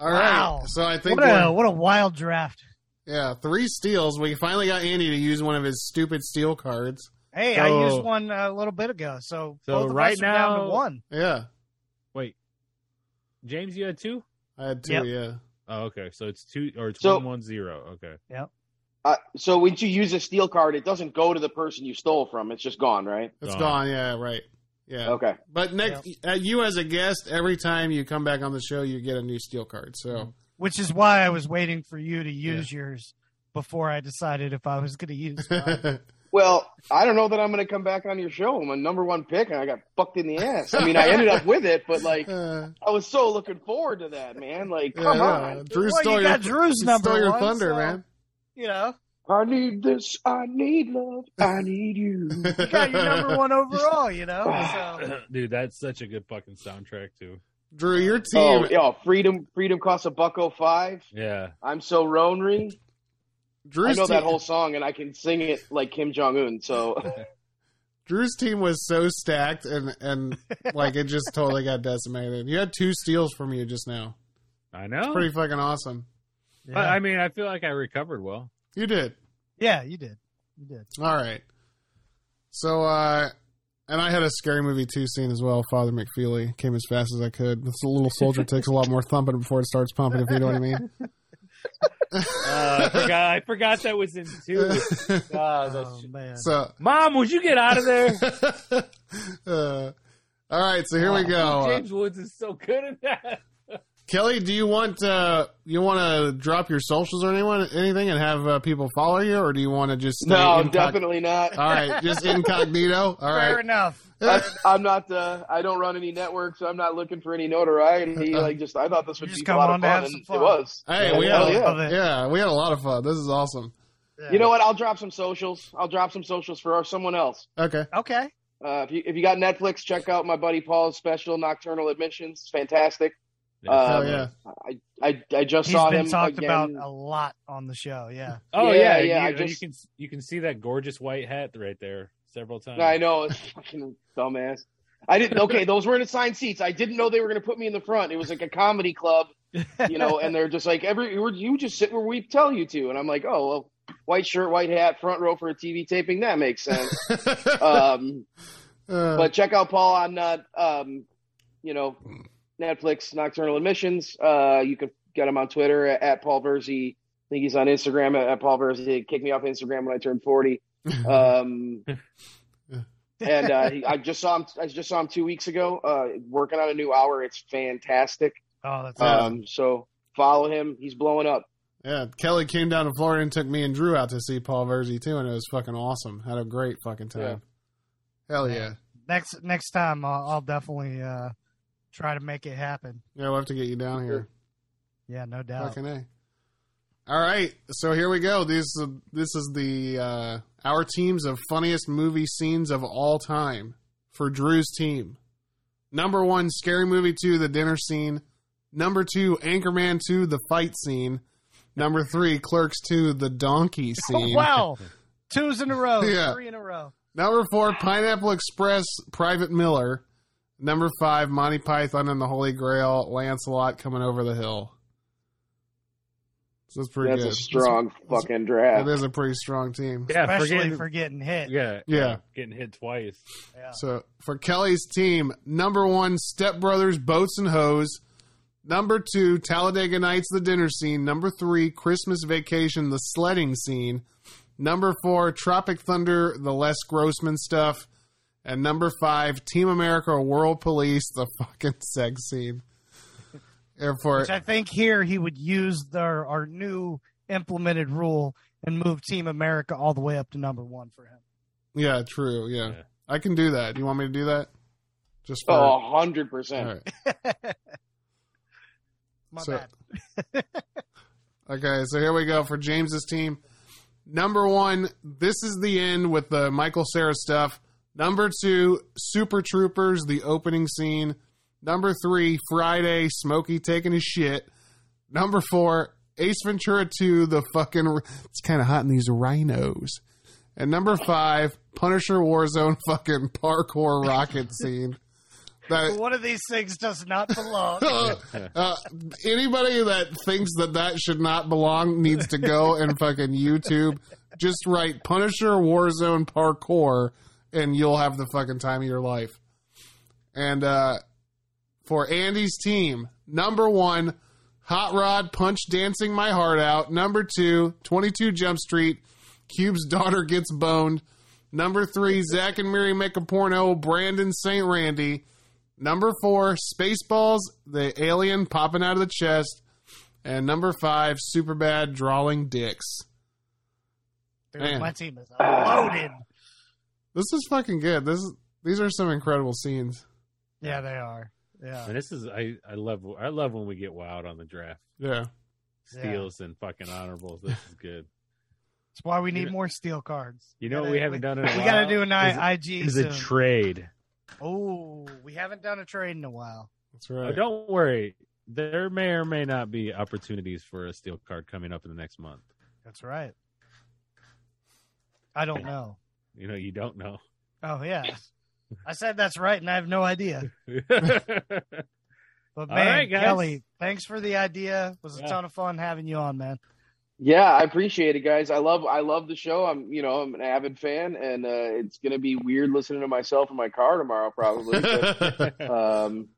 All right.
Wow.
So I think
What a
we're-
what a wild draft.
yeah, three steals. We finally got Andy to use one of his stupid steal cards.
Hey,
So-
I used one uh, a little bit ago, so,
So
both of
right
us are down
now-
to one.
Yeah,
Wait, James, you had two.
I had two.
Yep.
Yeah.
Oh, okay. So it's two or it's
So-
one one zero. Okay.
Uh, so when you use a steal card, it doesn't go to the person you stole from. It's just gone, right?
it's
Gone.
gone. Yeah. Right. Yeah.
Okay.
But Nick, uh, you as a guest, every time you come back on the show, you get a new steal card. So
which is why I was waiting for you to use yours before I decided if I was going to use mine.
Well, I don't know that I'm going to come back on your show. I'm a number one pick, and I got fucked in the ass. I mean, I ended up with it, but like,
Uh,
I was so looking forward to that, man. Like,
yeah,
come
yeah.
on,
Drew
Well,
stole
you
your,
got Drew's
he
number
stole your
one,
thunder,
so,
man.
You know,
I need this. I need love. I need you.
you got your number one overall. You know, so
Dude, that's such a good fucking soundtrack too.
Drew, your team.
Oh, yeah, freedom. Freedom costs a buck oh five.
Yeah.
I'm so lonely.
Drew's
I know
team,
that whole song, and I can sing it like Kim Jong Un. So
Drew's team was so stacked, and and like it just totally got decimated. You had two steals from you just now.
I
Oh.
know.
Pretty fucking awesome.
yeah.
But, I mean, I feel like I recovered well.
You did.
Yeah, you did, you did.
All right. So, uh, and I had a scary movie two scene as well. Father McFeely came as fast as I could. This little soldier takes a lot more thumping before it starts pumping, if you know what I mean.
Uh, I forgot. I forgot that was in two.
Uh,
God,
Oh,
that's-
man.
so,
Mom, would you get out of there?
uh, all right. So here we go. Uh,
James Woods is so good at that.
Kelly, do you want uh, you want to drop your socials or anyone anything and have uh, people follow you, or do you want to just stay
No,
incog-
definitely not.
All right, just incognito. All
Fair
right,
enough.
That's, I'm not. Uh, I don't run any networks. So I'm not looking for any notoriety. Like, just I thought this would
Uh-huh. Just
be a
come
lot
on
of
to have
fun,
some
and
fun. Uh,
it was.
hey, we
Hell
had
yeah.
Love it.
yeah, we had a lot of fun. This is awesome.
Yeah.
You know what? I'll drop some socials. I'll drop some socials for someone else.
Okay,
Okay.
Uh, if you if you got Netflix, check out my buddy Paul's special Nocturnal Admissions. It's fantastic.
oh
Um,
yeah,
I, I I just
He's
saw
been
him
talked
again.
about a lot on the show. Yeah.
Oh yeah,
Yeah,
You,
yeah, I
you
just-
can you can see that gorgeous white hat right there several times.
I know it's fucking dumbass. I didn't. Okay, those weren't assigned seats. I didn't know they were going to put me in the front. It was like a comedy club, you know, and they're just like every you you just sit where we tell you to, and I'm like, oh, well, white shirt, white hat, front row for a TV taping. That makes sense. um,
Uh,
but check out Paul on, uh, um, you know, Netflix Nocturnal Admissions. Uh, you can get him on Twitter at, at Paul Verzi. I think he's on Instagram at, at Paul Verzi. He kicked me off Instagram when I turned forty. Um, and uh, he, I just saw him. I just saw him two weeks ago uh, working on a new hour. It's fantastic.
Oh, that's
Uh,
Um, so follow him. He's blowing up.
yeah, Kelly came down to Florida and took me and Drew out to see Paul Verzi too, and it was fucking awesome. Had a great fucking time. Hell yeah,
next next time I'll, I'll definitely uh, try to make it happen.
yeah, we'll have to get you down here.
Yeah, no doubt.
Fucking a. All right, so here we go. This this is the uh, our teams of funniest movie scenes of all time for Drew's team. Number one, Scary Movie two, the dinner scene. Number two, Anchorman two, the fight scene. Number three, Clerks two, the donkey
Oh,
scene.
wow, twos in a row,
Yeah.
three in a row.
Number four, Pineapple Express, Private Miller. Number five, Monty Python and the Holy Grail, Lancelot coming over the hill. So that's pretty
That's
good.
a strong fucking draft.
It is a pretty strong team.
Yeah,
Especially
forgetting,
for getting hit.
yeah,
Yeah.
getting hit twice.
Yeah.
So for Kelly's team, number one, Step Brothers, Boats and Hoes. Number two, Talladega Nights, the dinner scene. Number three, Christmas Vacation, the sledding scene. Number four, Tropic Thunder, the Les Grossman stuff. And number five, Team America, World Police, the fucking sex scene. Airport.
Which I think here he would use their our new implemented rule and move Team America all the way up to number one for him.
Yeah, true. Yeah.
Yeah.
I can do that. Do you want me to do that? Just for.
Oh, hundred percent.
All right.
My
So-
bad.
Okay, so here we go for James's team. Number one, this is the end with the Michael Sarah stuff. Number two, Super Troopers, the opening scene. Number three, Friday, Smokey taking his shit. Number four, Ace Ventura 2, the fucking. It's kind of hot in these rhinos. And number five, Punisher Warzone fucking parkour rocket scene. That,
One of these things does not belong.
uh, anybody that thinks that that should not belong needs to go and fucking YouTube. Just write Punisher Warzone Parkour, and you'll have the fucking time of your life. And uh, for Andy's team, number one, Hot Rod Punch Dancing My Heart Out. Number two, 22 Jump Street, Cube's Daughter Gets Boned. Number three, Zach and Mary Make a Porno, Brandon St. Randy. Number four, Spaceballs, the alien popping out of the chest. And number five, Superbad drawing dicks.
Dude,
Man.
my team is loaded.
This is fucking good. This is, these are some incredible scenes.
Yeah, they are. Yeah.
And this is I I love I love when we get wild on the draft
Yeah.
steals and fucking honorables. This is good.
That's why we need
You-
more steel cards.
You know what we haven't done in a
We
while?
got to do an
is-
I- IG.
Is a
soon.
trade.
Oh, we haven't done a trade in a while.
That's
Oh,
right.
don't worry, there may or may not be opportunities for a steel card coming up in the next month.
That's right. I don't know.
You know, you don't know.
Oh yeah, I said that's right, and I have no idea. But
All
man,
right, guys.
Kelly, thanks for the idea. It was a
Yeah.
ton of fun having you on, man.
Yeah, I appreciate it, guys. I love I love the show. I'm you know I'm an avid fan, and uh, it's gonna be weird listening to myself in my car tomorrow, probably. But, um,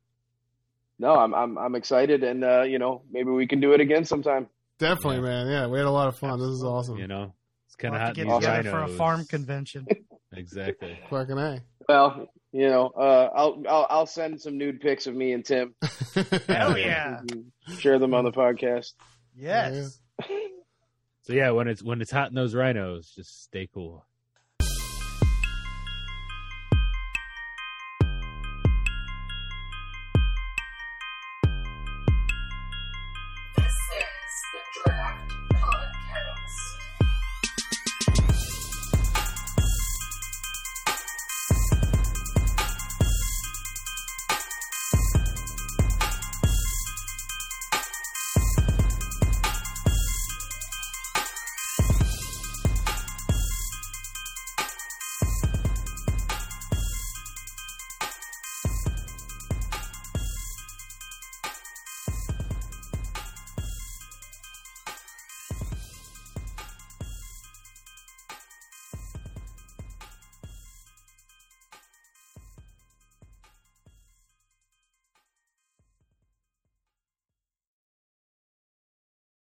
no, I'm I'm I'm excited, and uh, you know maybe we can do it again sometime.
Definitely,
Yeah.
man. Yeah, we had a lot of fun. This is awesome.
You know, it's
We'll
kind of
have
hot.
to
in
get
these
together for a
rhinos.
farm convention.
Exactly.
Fucking a.
Well, you know, uh, I'll, I'll I'll send some nude pics of me and Tim.
Hell
Oh, Yeah.
yeah.
Share them on the podcast.
Yes.
So yeah, when it's when it's hot in those rhinos, just stay cool.